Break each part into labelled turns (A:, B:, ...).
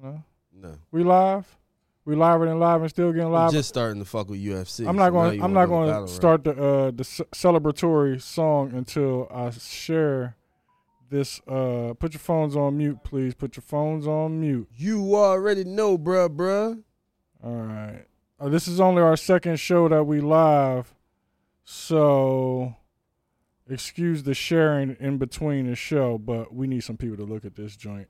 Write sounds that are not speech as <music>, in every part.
A: No.
B: No.
A: We live. We live and live and still getting
B: I'm
A: live.
B: just starting to fuck with UFC.
A: I'm not
B: so now
A: going.
B: you
A: to
B: wanna
A: I'm not
B: go
A: going
B: battle
A: to
B: rap.
A: start the uh, the ce- celebratory song until I share this. Uh, put your phones on mute, please. Put your phones on mute.
B: You already know, bruh, bruh.
A: All right. Uh, this is only our second show that we live, so excuse the sharing in between the show. But we need some people to look at this joint.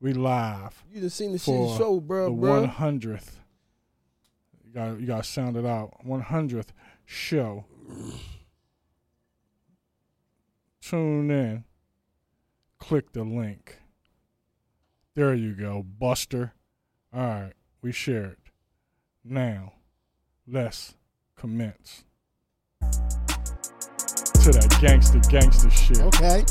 A: We live.
B: You done seen the
A: For
B: shit show, bruh,
A: the one
B: bruh.
A: hundredth. You got you got to sound it out. One hundredth show. Tune in. Click the link. There you go, Buster. All right, we shared. Now, let's commence to that gangster gangster shit.
B: Okay.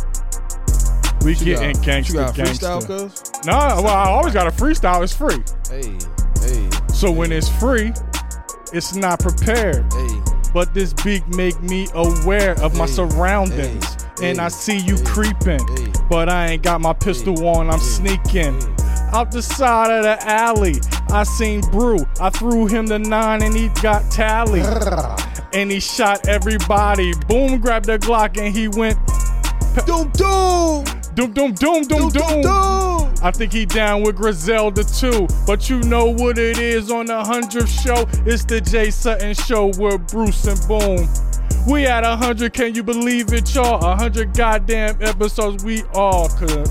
A: We
B: You
A: getting
B: Oh, got-
A: gangster
B: You got freestyle,
A: gangster.
B: cuz?
A: Nah, well, I always got a freestyle. It's free.
B: Hey, hey,
A: So when it's free, it's not prepared.
B: hey.
A: But this beat make me aware of my
B: Hey,
A: surroundings.
B: hey,
A: and I
B: hey,
A: see you
B: hey,
A: creeping.
B: hey.
A: but I ain't got my pistol
B: Hey,
A: on, I'm
B: hey,
A: sneaking.
B: hey.
A: Out the side of the alley, I seen Brew. I threw him the nine and he got tally.
B: <laughs>
A: and he shot everybody. Boom grabbed the Glock and he went
B: Doom, doom,
A: doom doom doom doom
B: doom,
A: doom.
B: doom, doom.
A: I think he down with Griselda too. But you know what it is on the 100th show? It's the Jay Sutton show with Bruce and Boom. We at 100, can you believe it, y'all? 100 goddamn episodes, we all could.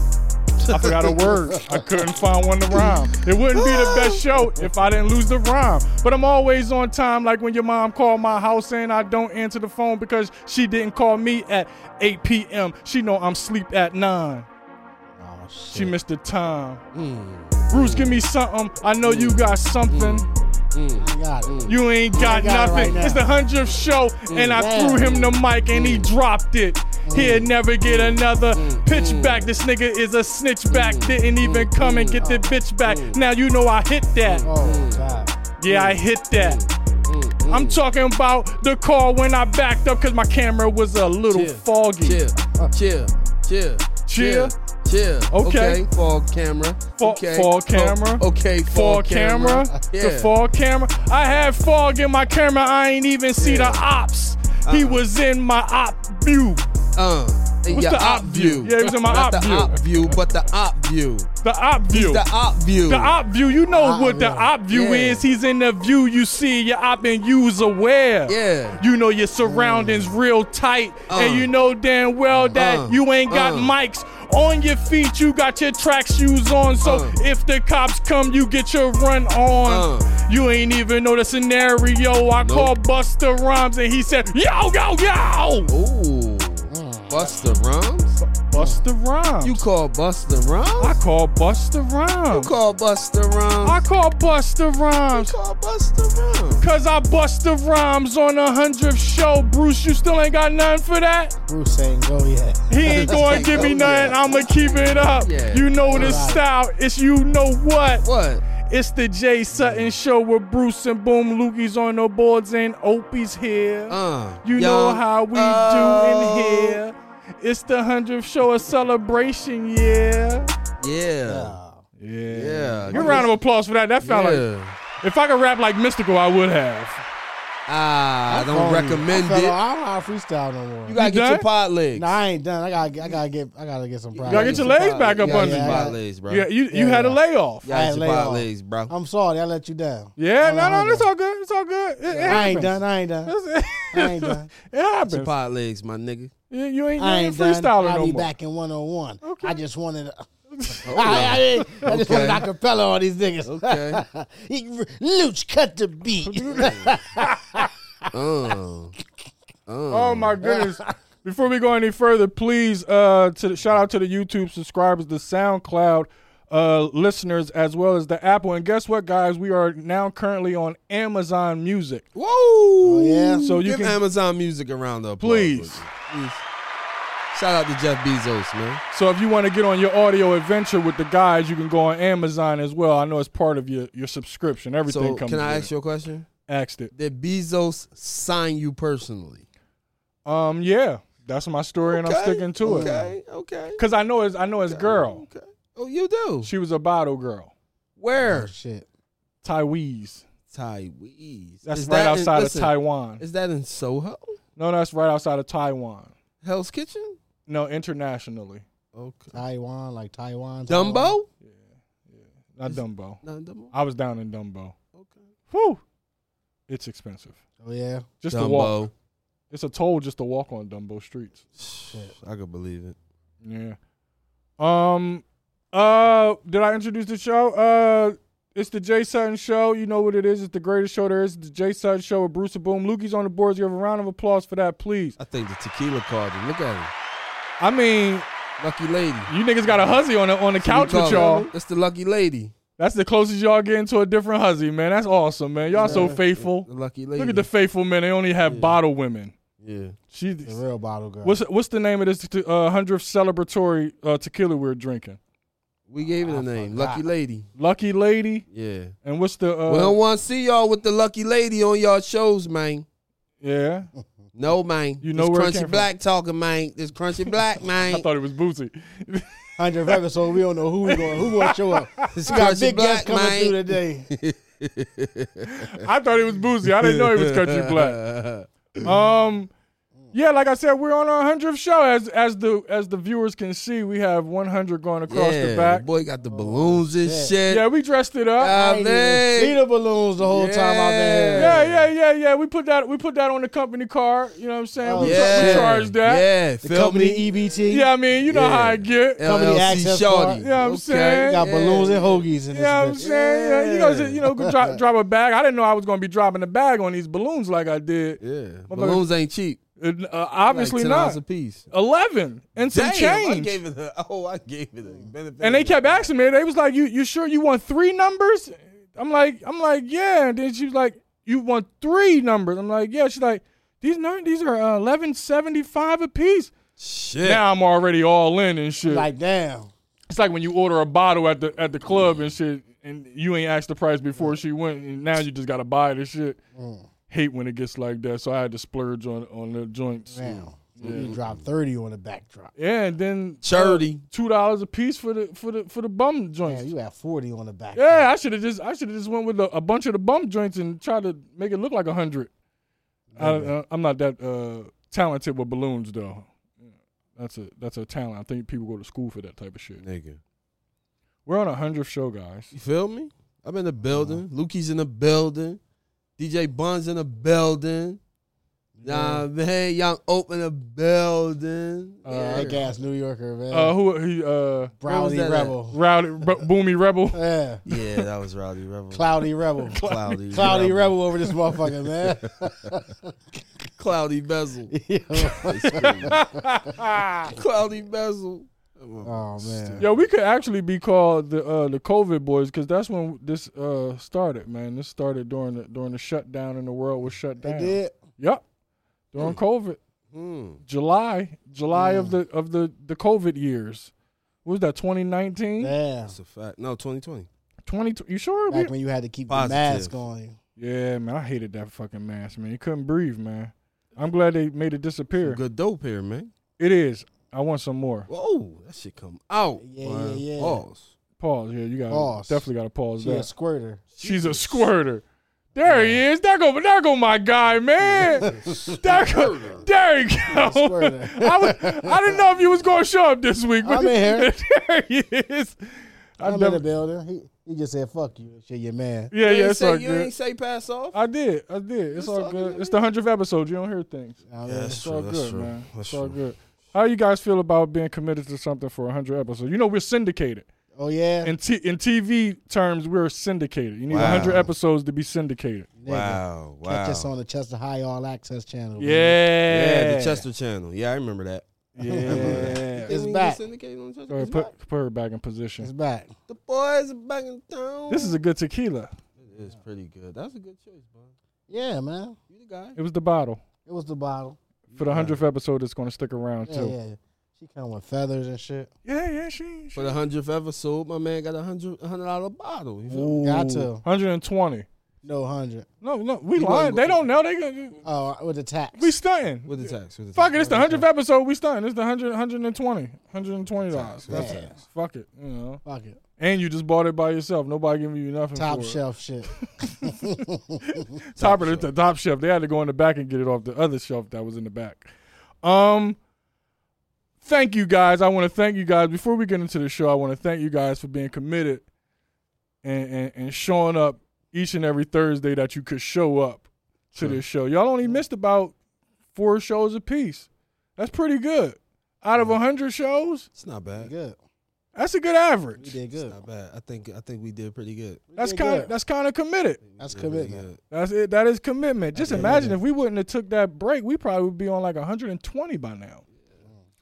A: I forgot a word. I couldn't find one to rhyme. It wouldn't be the best show if I didn't lose the rhyme. But I'm always on time, like when your mom called my house and I don't answer the phone because she didn't call me at 8 p.m. She know I'm sleep at 9.
B: Oh, shit.
A: She missed the time.
B: Mm,
A: Bruce, give me something. I know you got something.
B: mm.
C: I got it.
A: You ain't got,
C: got it
A: nothing.
C: right now. Mm.
A: it's the hundredth show, and I
C: yeah. Mm.
A: threw him the mic, and he dropped it. He'll never get another pitch
C: Mm.
A: back. This nigga is a snitch back. Didn't even come and get the bitch back.
C: Mm.
A: Now you know I hit that.
C: Oh,
B: Mm.
C: God.
A: Yeah, I hit that.
C: Mm.
A: I'm talking about the call when I backed up because my camera was a little
B: Chill,
A: foggy.
B: Chill, chill, chill,
A: Chill.
B: chill.
A: Okay.
B: Okay. Fall camera.
A: Fall-
B: okay.
A: fall camera.
B: Oh, okay. Fall,
A: fog camera,
B: Yeah.
A: the fog camera. I had fog in my camera. I ain't even see
B: Yeah. Uh-huh.
A: the ops. He was in my op view.
B: Uh. And
A: What's
B: your
A: the op
B: op
A: view?
B: view.
A: Yeah, it was in my
B: Not
A: op
B: the
A: view.
B: op view, but the op view.
A: The op view.
B: The op view. Uh-huh.
A: The op view. You know
C: Op
A: what the
C: view.
A: op view
B: Yeah.
A: is. He's in the view. You see your op and you's aware.
B: Yeah.
A: You know your surroundings real tight, and
B: Uh.
A: you know damn well that
B: Uh.
A: you ain't got
B: Uh.
A: mics on your feet. You got your track shoes on, so
B: Uh.
A: if the cops come, you get your run on.
B: Uh.
A: You ain't even know the scenario. I
B: Nope.
A: called Buster Rhymes, and he said, "Yo, yo, yo,
B: Ooh. Buster Rhymes?
A: Buster Rhymes."
B: You call Buster
A: I
B: Rhymes?
A: call Buster
B: You
A: Rhymes.
B: call Buster Rhymes?
A: I call Buster
B: You
A: Rhymes.
B: call Buster Rhymes?
A: Cause I bust the rhymes on a hundredth show. Bruce, you still ain't got none for that?
C: Bruce ain't go yet.
A: He ain't gonna give me nothing. I'ma keep it up.
B: Yeah.
A: You know this
C: Right.
A: style. It's you know what.
B: What?
A: It's the Jay Sutton show with Bruce and Boom. Lukey's on the boards and Opie's here.
B: Uh.
A: you know
B: young-
A: how we
C: uh.
A: do in here. It's the hundredth show, a celebration. Yeah.
B: Yeah.
C: Oh,
A: Yeah.
B: Yeah.
A: Give a round of applause for that. That felt like
B: Yeah.
A: if I could rap like Mystical, I would have.
B: Ah, I
C: phony.
B: don't recommend
C: I, fell
B: it.
C: off. I don't know how to freestyle no more.
B: You gotta
A: You
B: get
A: done?
B: your pot legs.
C: no, I ain't done. I gotta, I gotta get, I gotta get some pride.
A: gotta get your legs back up
B: You gotta
C: under
B: get
C: you.
B: your pot legs, bro.
A: Yeah, you, you
C: Yeah,
A: had a
C: yeah.
A: layoff.
B: You gotta
C: I
B: get
C: had
B: your
C: lay
B: pot
C: off.
B: legs, bro.
C: I'm sorry, I let you down.
A: Yeah, no, no,
C: that's
A: it's all good. It's all good. It, it
C: I ain't
A: happens.
C: done. I ain't
A: <laughs>
C: done.
A: It's-
C: I ain't done.
A: It happens.
B: Get your pot legs, my nigga.
A: You, you ain't, you
C: I
A: ain't
C: ain't done.
A: freestyling
C: I'll
A: no
C: be
A: more.
C: back in 101.
A: Okay.
C: I just wanted.
A: <laughs>
C: to-
B: Hold
C: <laughs> I, I,
B: on.
C: didn't- I just
B: Okay.
C: wanted acapella on these
A: <laughs>
C: niggas.
B: Okay.
C: <laughs> he, Luch cut the beat. <laughs>
B: Oh.
A: <laughs> Oh
C: <laughs>
A: my goodness. Before we go any further, please uh to the, shout out to the YouTube subscribers, the SoundCloud uh listeners as well as the Apple. And guess what guys, we are now currently on Amazon Music.
B: Whoa!
C: yeah?
A: So you
B: give
A: can-
B: Amazon Music a round of applause.
A: Please.
B: would you? Please. Shout out to Jeff Bezos, man.
A: So if you want to get on your audio adventure with the guys, you can go on Amazon as well. I know it's part of your your subscription. Everything
B: So
A: comes
B: can I
A: with
B: ask you a question?
A: it. Asked it.
B: Did Bezos sign you personally?
A: Um yeah, that's my story and I'm
B: Okay,
A: sticking to it.
B: Okay, okay.
A: Cuz I know his I know his girl.
B: Okay. Oh, you do?
A: She was a bottle girl.
B: Where?
C: Oh, Shit.
A: Taiwese.
B: Taiwanese.
A: That's
B: Is
A: right
B: that in-
A: outside
B: listen,
A: of Taiwan.
B: Is that in Soho?
A: No, that's right outside of Taiwan.
B: Hell's Kitchen?
A: No, internationally.
B: Okay.
C: Taiwan, like Taiwan. Taiwan.
B: Dumbo?
A: Not
B: Is-
A: Dumbo.
B: No, Dumbo.
A: I was down in Dumbo.
B: Okay.
A: Whew. It's expensive.
C: Oh yeah.
A: Just to walk.
B: Dumbo.
A: It's a toll just to walk on Dumbo streets.
B: I could believe it.
A: Yeah. Um. Uh. Did I introduce the show? Uh. It's the Jay Sutton Show. You know what it is. It's the greatest show there is. It's the Jay Sutton Show with Bruce and Boom. Lukey's on the boards. Give a round of applause for that, please.
B: I think the tequila called him. Look at him.
A: I mean,
B: Lucky lady.
A: you niggas got a huzzy on the on the couch with y'all.
B: That's the lucky lady.
A: That's the closest y'all getting to a different huzzy, man. That's awesome, man. Y'all so faithful.
B: The lucky lady.
A: Look at the faithful men. They only have
B: Yeah.
A: bottle women.
B: yeah.
A: She.
C: The real bottle girl.
A: What's what's the name of this uh, hundredth celebratory uh, tequila we're drinking?
B: We gave it
C: I
B: a name.
C: forgot.
B: Lucky lady.
A: Lucky lady.
B: Yeah.
A: And what's the uh,
B: we don't want to see y'all with the lucky lady on y'all shows, man.
A: yeah?
C: <laughs>
B: No, man.
A: You know
B: this
A: where it
B: Crunchy
A: came from.
B: Black talking, man. This
A: <laughs>
B: Crunchy Black,
A: I
B: man.
A: thought it was Bootsy. <laughs>
C: Hundred records, so we don't know who we going who gonna show up.
B: This
C: We got
B: Crunchy
C: big guests
B: Black,
C: coming through
B: man. <laughs>
C: today.
A: I thought it was Bootsy. I didn't know it was Country
B: <laughs>
A: Black. Um, yeah, like I said, we're on our hundredth show. As as the as the viewers can see, we have one hundred going across
B: yeah,
A: the back.
B: boy got the balloons and
C: Oh, shit.
B: shit.
A: Yeah, we dressed it up.
B: Uh,
C: I ain't even
B: man.
C: see the balloons the whole time I've been here.
A: yeah, yeah, yeah, yeah. We put that we put that on the company card. You know what I'm saying?
C: Oh,
A: we,
C: yeah.
A: tra- we charged that. Yeah.
B: Yeah,
C: The
B: feel
C: company E
B: me?
C: EBT.
A: I mean, you know how I
B: Yeah.
A: get. Yeah,
C: Company
B: LLC
C: access
B: shorty.
C: card.
A: You know what I'm
B: Okay.
A: saying?
C: Got
B: Yeah.
C: balloons and hoagies in this
A: you know what I'm
C: bitch.
A: saying? Yeah, you know, you know,
C: Yeah.
A: drop, drop a bag. I didn't know I was gonna be dropping a bag on these balloons like I did.
B: Yeah,
A: Motherfucker-
B: balloons ain't cheap.
A: And, uh,
B: Like
A: obviously
B: $10
A: not.
B: a piece.
A: 11 and some
B: I
A: change.
B: gave it. A, oh, I gave it a benefit.
A: and they kept asking me, they was like, you, you sure you want three numbers? I'm like, I'm like, yeah. And then she was like, you want three numbers? I'm like, yeah. She's like, these numbers, these are uh, 11.75 a piece.
B: shit.
A: Now I'm already all in and shit.
C: Like damn.
A: it's like when you order a bottle at the at the club and shit, and you ain't asked the price before she went, and now you just gotta buy the shit.
C: Mm,
A: Hate when it gets like that, so I had to splurge on on the joints.
C: Damn. You dropped 30 on the backdrop.
A: Yeah, and then uh,
B: Charity.
A: two dollars a piece for the for the for the bum joints.
C: Damn, you had 40 on the back.
A: Yeah, I should have just I should have just went with a, a bunch of the bum joints and tried to make it look like a hundred. I, uh, I'm not that uh, talented with balloons though. That's a that's a talent. I think people go to school for that type of shit.
B: nigga.
A: We're on a hundredth show, guys.
B: uh, You feel me? I'm in the building. Lukey's in the building. DJ Buns in the building. Nah, man, young open the building.
A: Uh,
C: Big ass New Yorker, man.
A: Uh, who he uh
C: Brownie
B: that at?
C: Rebel.
A: rowdy b-
C: <laughs>
A: boomy rebel? <laughs>
C: Yeah.
B: yeah, that was Rowdy Rebel.
C: Cloudy Rebel.
B: Cloudy,
C: Cloudy Rebel over this motherfucker, man.
A: <laughs>
C: <laughs>
B: Cloudy <laughs> Bezel. Cloudy Bezel.
C: oh, man.
A: Yo, we could actually be called the uh, the COVID boys because that's when this uh started. Man, this started during the during the shutdown and the world was shut
C: They
A: down.
C: did?
A: Yep, during COVID.
B: Hmm.
A: July, July
C: Mm.
A: of the of the the COVID years. What was that 2019?
C: Damn.
B: That's a fact. No, 2020.
A: 20 You sure?
C: Back
A: We,
C: when you had to keep
B: Positive.
C: the mask on.
A: yeah, man, I hated that fucking mask, man. You couldn't breathe, man. I'm glad they made it disappear.
B: Good dope here, man.
A: It is. I want some more.
B: Whoa, that shit come out.
C: Yeah,
B: man.
C: yeah, yeah.
B: Pause.
A: Pause. Yeah, you got
C: Pause.
A: definitely got to pause
C: She
A: that.
C: a squirter.
A: She's a squirter. There he is. There go, there go my
B: <laughs>
A: guy, man. There go, there you go.
C: Squirter.
A: <laughs> I, was, I didn't know if you was going to show up this week. But
C: I'm in
A: <laughs>
C: here.
A: there he is. I
C: I'm in
A: never-
C: the building. He, he just said, fuck you. Shit, your man.
A: yeah,
B: You
A: yeah,
B: ain't
A: it's
B: say-
A: all
B: you
A: good.
B: ain't say pass off.
A: I did. I did. It's
B: It's
A: all
B: all
A: good.
B: good,
A: It's the hundredth episode. You don't hear things.
C: I
B: Yeah,
C: mean,
B: that's
A: It's
B: true.
A: all
B: That's
A: good,
B: true.
A: man.
B: That's
A: it's all
B: true.
A: good. How you guys feel about being committed to something for hundred episodes? You know we're syndicated.
C: Oh, yeah.
A: In t- in TV terms, we're syndicated. You need
B: Wow.
A: hundred episodes to be syndicated.
C: Nigga.
B: Wow, wow.
C: Catch us on the Chester High All Access channel. man.
A: Yeah.
B: yeah, the Chester Channel. Yeah, I remember that. <laughs>
A: Yeah.
C: It's
B: Didn't we
C: back.
B: get syndicated on Chester?
A: Go ahead,
B: It's back.
A: put, put her back in
C: It's
A: position.
C: back.
B: The boys are back in town.
A: This is a good tequila.
B: It is pretty good. That's a good choice, bro.
C: Yeah, man.
B: You the guy.
A: It was the bottle
C: It was the bottle.
A: for the hundredth episode. It's going to stick around
C: Yeah,
A: too.
C: yeah. She come with feathers and shit.
A: Yeah, yeah. She. she
B: For the hundredth episode, my man got a hundred a hundred dollar bottle. You feel me?
C: Got to.
A: Hundred and twenty.
C: No hundred.
A: No, no, we
B: You
A: lying.
B: wasn't-
A: They don't know. They gonna-
C: Oh, with the tax.
A: we stunting.
B: With the tax. With the
A: Fuck it,
B: tax.
A: it's the hundredth episode. We stunting. It's the 100, 120 120 dollars.
B: With the
C: Yeah.
B: tax.
A: Fuck it, you know.
C: Fuck it.
A: And you just bought it by yourself. Nobody giving you nothing.
C: Top
A: for <laughs>
C: shelf shit. <laughs>
A: It. Top, of the the top shelf. They had to go in the back and get it off the other shelf that was in the back. Um. Thank you guys. I want to thank you guys. Before we get into the show, I want to thank you guys for being committed and, and, and showing up each and every Thursday that you could show up to
B: Sure.
A: this show. Y'all only missed about four shows apiece. That's pretty good. Out of 100 shows,
B: It's not bad.
C: Good.
A: that's a good
C: We
A: average.
C: did
B: It's
C: good.
B: not bad. I think I think we did pretty good.
C: We
A: That's
C: did
A: kind
C: good.
A: that's kind of committed.
C: That's
B: We did pretty
C: commitment.
B: good.
A: That's it. That is commitment. Just
B: Yeah,
A: imagine
B: yeah.
A: if we wouldn't have took that break, we probably would be on like 120 by now.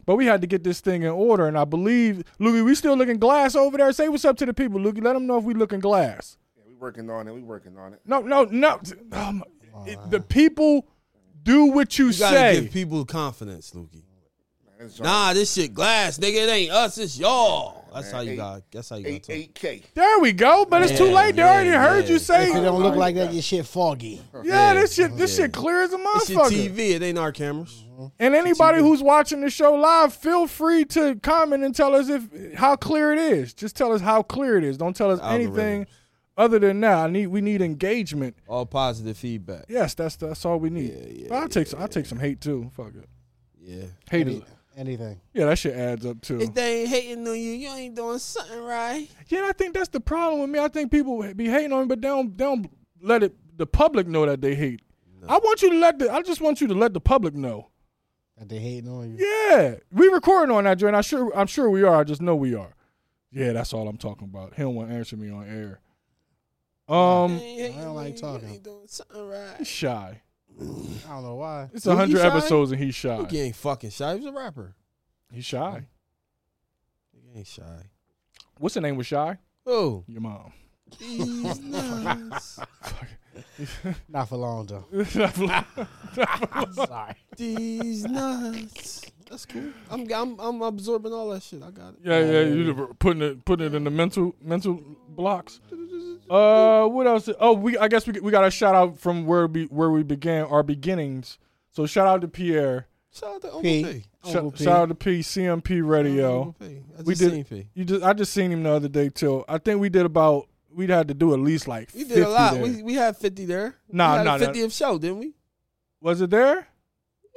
A: But we had to get this thing in order, and I believe, Lukey, we still looking glass over there. Say what's up to the people, Lukey. Let them know if we looking glass.
D: Yeah, we working on it. We working on it.
A: No, no, no. Oh my-
C: uh,
A: it- the people do what you,
B: You gotta
A: say.
B: give people confidence, Lukey.
D: It's
B: Nah, this shit glass, nigga. It ain't us. It's y'all. That's how you got. That's how you got.
D: eight
B: to
D: eight k.
A: there we go. But it's too
B: Yeah,
A: late. They
B: yeah,
A: already heard
B: yeah.
A: you say.
C: If it
A: Yeah,
C: don't look like that, your shit foggy.
A: this shit, this
B: Yeah.
A: shit clear as a
B: It's
A: motherfucker.
B: your TV. It ain't our cameras.
A: And anybody who's watching the show live, feel free to comment and tell us if how clear it is. Just tell us how clear it is. Don't tell us anything
B: Algorithms.
A: other than that. I need we need engagement.
B: All positive feedback.
A: Yes, that's that's all we need.
B: Yeah, yeah,
A: but I'll take some, I'll take some hate too. Fuck it.
B: Yeah.
A: Hate is
C: Anything.
A: yeah, that shit adds up too.
B: If they ain't hating on you, you ain't doing something right.
A: Yeah, I think that's the problem with me. I think people be hating on me, but they don't they don't let it the public know that they hate. I want you to let the I just want you to let the public know.
C: That they hating on you.
A: Yeah, we recording on that joint. I sure, I'm sure we are. I just know we are. Yeah, that's all I'm talking about. He don't want to answer me on air. Um,
B: They ain't hating
C: I don't
B: on
C: like
B: you,
C: talking.
B: You ain't doing something right.
A: he's shy.
C: I don't know why.
A: It's
B: Who he
A: hundred
B: shy?
A: episodes and he's shy.
B: Lukey ain't fucking shy. He was a rapper.
A: He's shy.
B: He ain't shy.
A: What's the name with shy?
B: Oh,
A: Your <laughs> mom.
B: these nuts.
C: Not for long <laughs> though. Sorry.
B: These nuts. That's cool. I'm, I'm I'm absorbing all that shit. I got it.
A: Yeah, yeah, you were putting it putting it in the mental mental blocks. Uh, what else? Oh, we I guess we we got a shout out from where we where we began our beginnings. So shout out to Pierre.
B: Shout out to Uncle P.
C: P. Uncle
A: Shout,
C: P.
A: shout out to P CMP Radio.
B: Uncle P. I just
A: We did-
B: seen P.
A: You just I just seen him the other day too. I think we did about we had to do at least like
B: We
A: 50
B: did a lot.
A: there.
B: We we had fifty there.
A: Nah,
B: we had
A: nah,
B: a 50th show, didn't we?
A: was it there?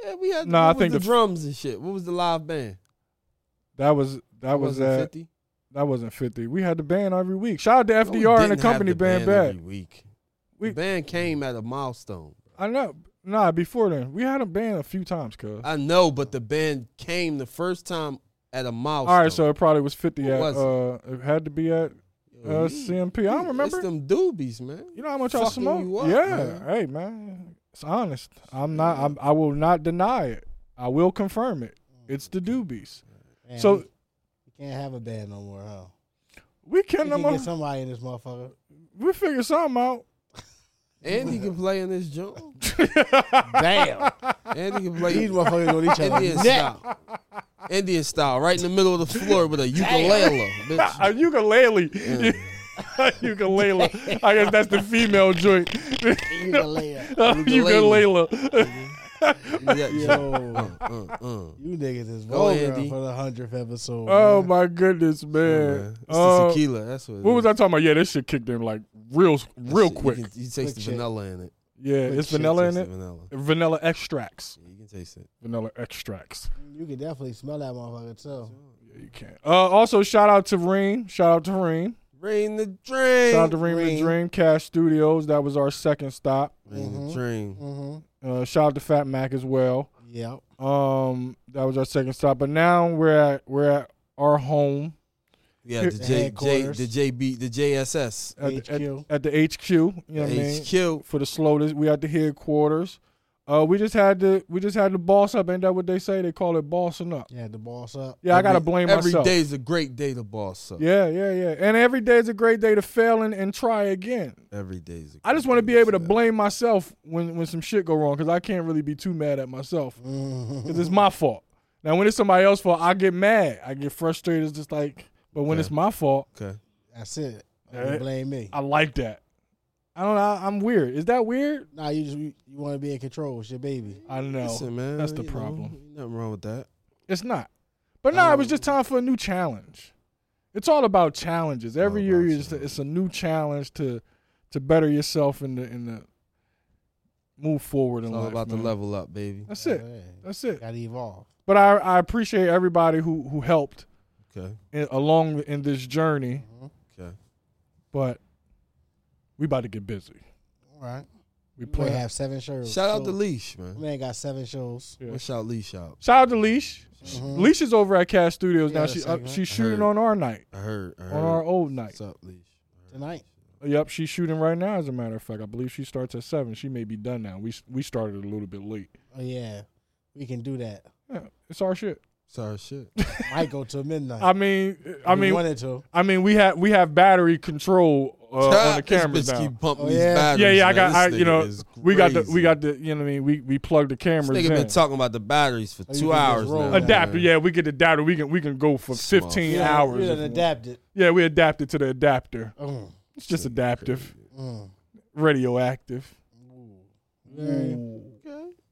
B: Yeah, we had.
A: Nah,
B: what
A: I
B: was
A: think
B: the,
A: the-
B: drums and shit. What was the live band?
A: That was that was
B: Wasn't
A: that
B: fifty.
A: that wasn't fifty. We had the band every week. Shout out to
B: No, we
A: FDR and the
B: didn't have
A: company
B: the
A: band,
B: every
A: back.
B: week.
A: We-
B: the band came at a milestone.
A: I know. Nah, before then we had a band a few times, cuz.
B: I know, but the band came the first time at a milestone.
A: All right, so it probably was fifty
B: What
A: at
B: was it?
A: uh it? had to be at uh
B: Yo, you-
A: CMP. I don't remember.
B: It's them doobies, man.
A: you know how much I
B: fucking
A: smoke?
B: you up,
A: yeah.
B: man.
A: Hey man, it's honest. I'm not. I'm, I will not deny it. I will confirm it. It's the doobies.
C: Man,
A: So-
C: we, we can't have a band no more, huh?
A: We
C: We
A: can,
C: can
A: them
C: get
A: up-
C: somebody in this motherfucker.
A: we figure something out.
B: Andy can play in this joint.
C: <laughs> Damn.
B: Andy can
C: These
B: play
C: motherfuckers on each
B: Indian
C: other. neck.
B: style. Indian style, right in the middle of the floor with a ukulele.
A: <laughs>
B: bitch.
A: A ukulele. A <laughs> ukulele. I guess that's the female joint. <laughs>
C: You can lay up.
A: A ukulele.
B: Yeah,
C: Yo,
B: uh, uh, uh.
C: you niggas is
B: Go,
C: vulgar
B: Andy.
C: for the hundredth episode.
A: Oh
C: man.
A: my goodness, man.
B: It's the
A: Uh,
B: tequila. That's what. it
A: what was
B: is.
A: I talking about? Yeah, this shit kicked in like real, real
B: You
A: quick.
B: can- You taste
C: Quick
B: the
C: shit.
B: vanilla in it.
A: Yeah,
B: Quick
A: it's
B: shit,
A: vanilla in
B: taste
A: it.
B: the Vanilla.
A: Vanilla extracts.
B: Yeah, You can taste it.
A: Vanilla extracts.
C: You can definitely smell that motherfucker
A: Oh.
C: too.
A: Yeah, you can't. Uh, also, shout out to Reem. Shout out to Reem.
B: Rain the dream.
A: Shout out to Reem and
C: Reem.
A: Dream Cash Studios. That was our second stop.
B: Rain
C: Mhm.
B: the dream.
C: Mm-hmm.
A: Uh, shout out to Fat Mac as well.
C: Yep.
A: Um, that was our second stop. But now we're at we're at our home
B: Yeah,
A: Here-
B: the J, J,
C: Headquarters.
B: the JB, the JSS,
A: at, the- at-
C: HQ.
A: at the HQ. You know what I mean?
B: HQ.
A: For the slowest, we at the headquarters. Uh, we just had to we just had to boss up. Ain't that what they say? They call it bossing up.
C: Yeah, the boss up.
A: Yeah, I
C: <laughs>
A: gotta blame
B: Every
A: myself.
B: day is a great day to boss up.
A: Yeah, yeah, yeah. And every day is a great day to fail and, and try again.
B: Every day is. A
A: I just
B: great
A: want to
B: day
A: be able to
B: fail.
A: blame myself when, when some shit go wrong because I can't really be too mad at myself
C: Mhm.
A: 'Cause it's my fault. Now when it's somebody else's fault, I get mad. I get frustrated. It's just like, but when
B: Okay.
A: it's my fault,
B: Okay.
C: That's it.
A: Yeah.
C: Don't blame me.
A: I like that. I don't know. I- I'm weird. Is that weird?
C: Nah, you just you, you want to be in control. It's your baby.
A: I don't know.
B: Listen, man,
A: that's the
B: you know,
A: problem.
B: ain't nothing wrong with that.
A: It's not. But no, it
B: Um,
A: was just time for a new challenge. It's all about challenges. Every
B: All
A: year
B: about
A: it's, it's a new challenge to to better yourself and the and the move forward
B: It's
A: in
B: all
A: life,
B: about the
A: man.
B: level up, baby.
A: That's it.
C: Yeah.
A: That's it.
C: Gotta evolve.
A: But I I appreciate everybody who who helped
B: Okay,
A: in, along in this journey.
C: Mm-hmm.
B: okay.
A: But we about to get busy.
C: All right.
A: We
C: We
A: play.
C: have seven shows.
B: Shout out
C: so-
B: to Leash, man.
C: Man got seven shows.
A: Yeah. Mm-hmm.
B: Let's shout Leash out.
A: Shout out to Leash.
C: Mhm.
B: Mm-hmm.
A: Leash is over at Cash Studios now.
C: Yeah,
A: She
C: that's
A: uh,
C: right.
A: she's shooting
B: Heard.
A: on our night,
B: I heard. I heard.
A: on our old night.
B: What's up, Leash?
C: Tonight.
A: Yep, she's shooting right now. As a matter of fact, I believe she starts at seven. She may be done now. We we started a little bit late.
C: Oh yeah, we can do that.
A: Yeah, it's our shit.
B: Sorry, shit.
C: Might go till midnight.
A: <laughs> I mean, I
C: If we
A: mean,
C: wanted to.
A: I mean, we have we have battery control
B: <laughs>
A: uh, on the
B: This
A: cameras
B: bitch
A: now.
B: Keep pumping
C: Oh,
B: these
C: yeah.
B: batteries,
A: yeah, yeah, I
B: man.
A: got,
B: This
A: I, you
B: nigga
A: know,
B: is
A: we got the,
B: crazy.
A: we got the, you know, what I mean, we we plug the
B: This
A: cameras
B: nigga been
A: in.
B: talking about the batteries for
C: Oh, you
B: two
C: can just
B: hours
C: roll
B: now.
C: that.
A: Adapter,
B: man.
A: yeah, we get adapter. We can we can go for
B: Small.
A: fifteen
C: You done-
A: hours.
C: You
A: if
C: done
A: we want.
C: adapted.
A: yeah, we adapted to the adapter.
C: Mm,
A: It's just adaptive,
C: mm.
A: radioactive.
C: Yeah.
B: Okay,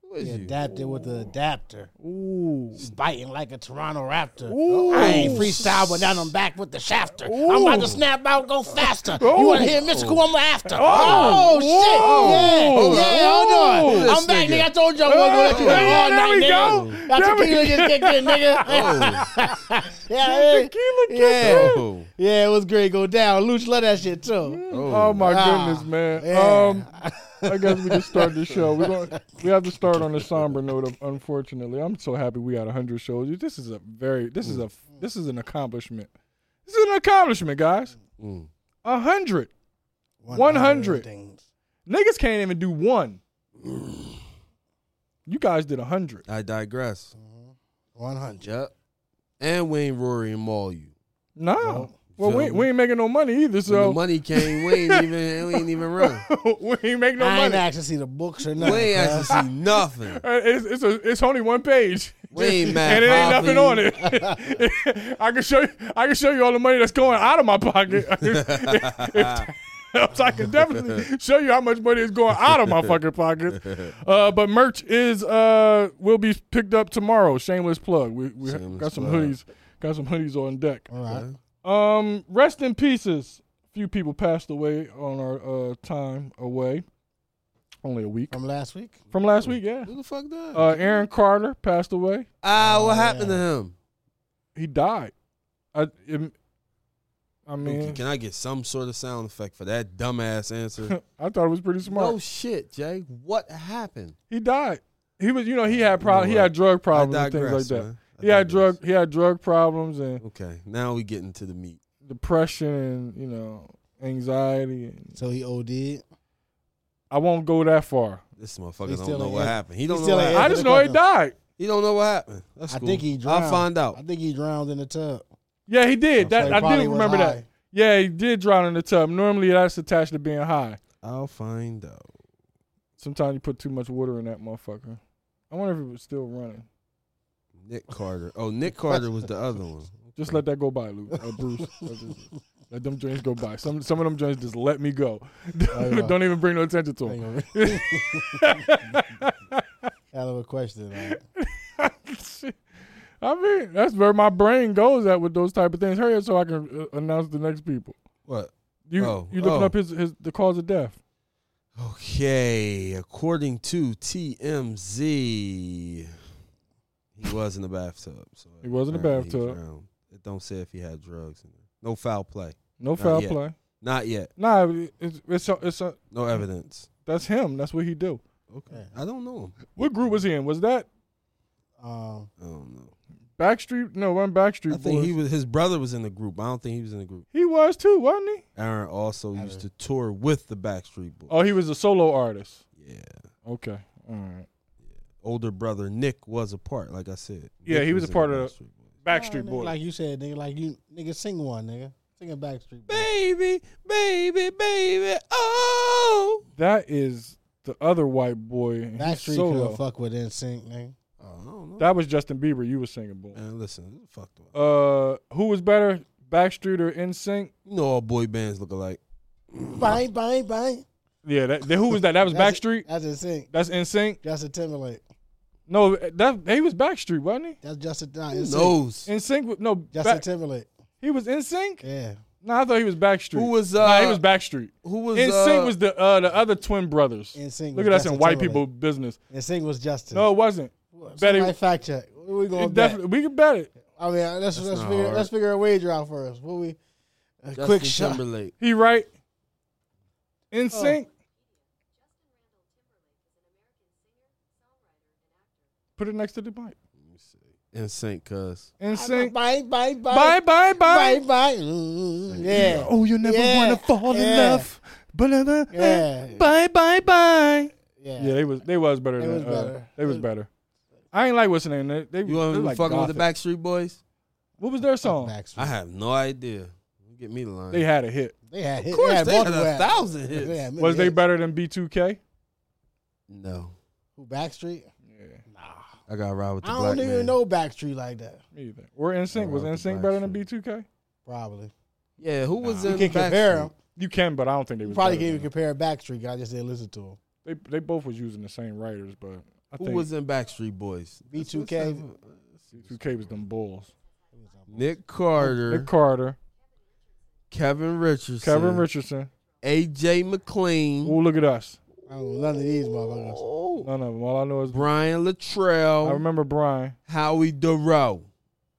B: what is
C: We
B: you?
C: adapted with the adapter.
A: Ooh,
C: He's biting like a Toronto Raptor.
A: Ooh.
C: I ain't freestyle, but now I'm back with the shafter. I'm about
A: Ooh.
C: to snap out, go faster.
A: Ooh.
C: You want to hear mystical? I'm after.
A: Oh.
C: Oh,
A: Whoa.
C: shit. Yeah, yeah, hold on.
B: This
C: I'm back,
B: nigga.
C: nigga. I told you I wasn't going to let you
A: Oh.
C: go
A: Yeah,
C: all
A: there
C: night,
A: we go.
C: nigga. Got
A: There
C: your
A: we- <laughs>
C: kilo just kicked in, nigga.
B: Oh,
C: <laughs> Yeah, yeah.
A: Tequila kick
C: Yeah.
A: in.
B: oh.
C: yeah, it was great. Go down. Luch love that shit, too.
A: Oh, my
C: Ah,
A: goodness, man.
C: yeah.
A: Um, I guess we can start the show. We're going we have to start on a somber note. Of, unfortunately, I'm so happy we had 100 shows. This is a very this is a this is an accomplishment. This is an accomplishment, guys.
B: Mm.
A: A hundred
C: One
A: 100.
C: hundred things.
A: niggas can't even do one. You guys did a hundred.
B: I digress.
C: 100.
B: Yep. And Wayne Rory and Maul you.
A: No. well, we,
B: so-
A: we ain't making no money
B: When
A: either,
B: the
A: so
B: money came, we
A: <laughs>
B: ain't even we ain't even run.
A: we ain't making no
C: I ain't
A: money.
C: asked to see the books or
B: We
C: nothing.
B: ain't
C: cuz. <laughs>
B: actually see nothing.
A: Uh, It's it's, a, it's only one page. <laughs>
B: We ain't mad
A: and it ain't nothing on
B: popping.
A: it. <laughs> I can show you. I can show you all the money that's going out of my pocket. <laughs> I can definitely show you how much money is going out of my fucking pocket. <laughs> Uh, but merch is uh will be picked up tomorrow. Shameless plug. We, we
B: Shameless
A: got some
B: plug.
A: hoodies. Got some hoodies on deck.
C: All right.
A: Um, rest in pieces. Few people passed away on our uh, time away. Only a week
C: From last week?
A: from last week.
B: <laughs>
A: Yeah.
B: Who the fuck that?
A: Uh, Aaron Carter passed away.
B: ah, what
C: Oh,
B: happened
C: yeah.
B: to him?
A: He died. I. It, I mean,
B: Can I get some sort of sound effect for that dumbass
A: <laughs>
B: answer?
A: I thought it was pretty
B: no
A: smart.
B: shit, Jay. What happened?
A: He died. He was, you know, he had problem.
B: know
A: He had
B: what?
A: drug problems
B: I
A: and things like
B: digress,
A: that.
B: man. I
A: He had
B: digress.
A: drug. He had drug problems and
B: Okay, now we getting to the meat.
A: depression and you know anxiety. And
C: So he OD'd.
A: I won't go that far.
B: This
C: He
B: motherfucker
C: still
B: don't know
C: ain't
B: what
C: answer-
B: happened. He don't know.
C: still
B: What
C: ain't
B: happened.
A: I
C: answer
A: just
C: the
A: know he
C: question.
A: died.
B: He don't know what happened. That's
C: I
B: cool.
C: think he drowned.
B: I'll find
C: I
B: out.
C: think he drowned in the tub.
A: Yeah, he did.
C: So
A: that
C: he
A: I
C: probably
A: did
C: was
A: remember that.
C: high.
A: Yeah, he did drown in the tub. Normally, that's attached to being high.
B: I'll find out.
A: Sometimes you put too much water in that motherfucker. I wonder if it was still running.
B: Nick Carter. Oh,
C: <laughs>
B: Nick Carter was the other one.
A: Just let that go by, Luke. Uh, Bruce.
B: <laughs>
A: let them joints go by.
C: <laughs>
A: Some some of them joints just let me go.
B: Oh,
C: yeah.
A: <laughs> Don't even bring no attention to them.
C: Hell <laughs> of a question. man.
A: <laughs> I mean, that's where my brain goes at with those type of things. Hurry up so I can uh, announce the next people.
B: What?
A: You
B: Oh,
A: you looking
B: oh.
A: up his, his the cause of death?
B: Okay, according to TMZ, he was in the bathtub. So
A: He was in the
B: apparently he
A: bathtub.
B: drowned. It don't say if he had drugs. In there. No foul play.
A: No
B: Not
A: foul
B: yet.
A: play.
B: Not yet.
A: Nah, it- it's it's a, it's a,
B: No evidence.
A: that's him. That's what he do.
B: Okay. I don't know him.
A: What group was he in? Was that
C: Um,
B: I don't know.
A: Backstreet? No, one
B: I
A: Backstreet
B: think
A: Boys.
B: he
A: He,
B: was. His brother was in the group. I don't think he was in the group.
A: was too, wasn't he?
B: Aaron also
C: I
B: used to
C: don't-
B: tour with the Backstreet Boys.
A: Oh, he was a solo artist.
B: Yeah.
A: Okay, all right.
B: Older brother Nick was a part. Like I said.
A: Yeah,
B: Nick
A: he was a
B: in
A: part
B: the
A: of
B: Backstreet Boys.
A: Backstreet
C: nigga,
A: Boys.
C: Like you said, nigga, like you, nigga, sing one, nigga. Sing a Backstreet Boy.
B: Baby, baby, baby. Oh.
A: That is the other white boy. and he's
C: Backstreet
A: solo.
C: couldn't fuck with NSYNC, nigga.
B: Oh, I don't know.
A: That was Justin Bieber. You were singing boom.
B: Man, listen, who the fuck do I-
A: Uh, who was better, Backstreet or NSYNC?
B: You know all boy bands look alike.
C: Bye, bye, bye.
A: Yeah, that, that- who was that? That was
C: <laughs> That's-
A: Backstreet.
C: That's in sync.
A: That's in sync.
C: Justin Timberlake.
A: No, that he was Backstreet, wasn't
C: That's Justin. Nah,
B: Who
C: in sync.
B: knows?
A: he? In sync. No,
C: Justin
A: back,
C: Timberlake.
A: he was in sync.
C: Yeah.
A: No, I thought he was Backstreet.
B: Who was,
A: nah, he
B: uh,
A: was Backstreet.
B: Who was
A: In
B: uh,
A: sync was the uh, the other twin brothers.
C: NSYNC
A: Look
C: was
A: at us
C: Justin
A: in white
C: Timberlake.
A: people business.
C: In sync was Justin.
A: No, it wasn't. Betty,
C: Somebody fact check. What we going
A: it
C: bet?
A: definitely, we can bet it.
C: I mean, let's let's
B: not
C: figure
B: hard.
C: let's figure a wager out first. What we? A
B: Justin
C: quick shot.
B: Timberlake.
A: He right. Oh. In sync. Put it next to the mic.
B: In sync, cuz.
A: In <laughs> sync.
C: Bye bye bye
A: Bye bye
C: bye
A: bye.
C: bye. Mm, yeah.
A: Oh, you never
C: Yeah.
A: wanna fall in
C: Yeah.
A: love. Blah, blah, blah.
C: <laughs> Yeah.
A: uh. Bye bye bye.
C: Yeah.
A: Yeah, they was they was better.
C: They
A: than,
C: was
A: uh,
C: better.
A: they was better. I ain't like what's the name. They, they,
B: You want
A: they
B: to be
A: like
B: fucking with
A: gothic.
B: the Backstreet Boys?
A: What was their song?
C: Backstreet.
B: I have no idea. You Get me the line.
A: They had a hit.
C: They had hit.
B: of course,
C: they had,
B: they had
C: multiple
B: a
C: hits.
B: thousand hits.
C: They had many
A: Was they
C: hits.
A: better than B2K?
B: no,
C: Who Backstreet?
A: Yeah,
B: I got to ride with the
C: I
B: black
C: don't even
B: man.
C: know Backstreet like that.
A: me either. Or NSYNC. Was
B: I like the
A: NSYNC better than
B: Backstreet.
A: B2K?
C: Probably.
B: Yeah, who was
C: You
B: in
C: can compare them.
A: You can, but I don't think they
C: You
A: was.
C: probably
A: better
C: can't even
A: than
C: compare Backstreet. I just didn't listen to them.
A: them. They they both was using the same writers, but I
B: Who
A: think
B: was in Backstreet Boys?
C: B2K.
A: B2K was them Bulls.
B: Nick Carter,
A: Nick Carter,
B: Kevin Richardson,
A: Kevin Richardson.
B: AJ McLean,
A: Oh, look at us.
C: I don't know none of these motherfuckers.
B: oh,
A: None of them. All I know is
B: Brian
A: I
B: Latrell,
A: remember Brian.
B: Howie Durow.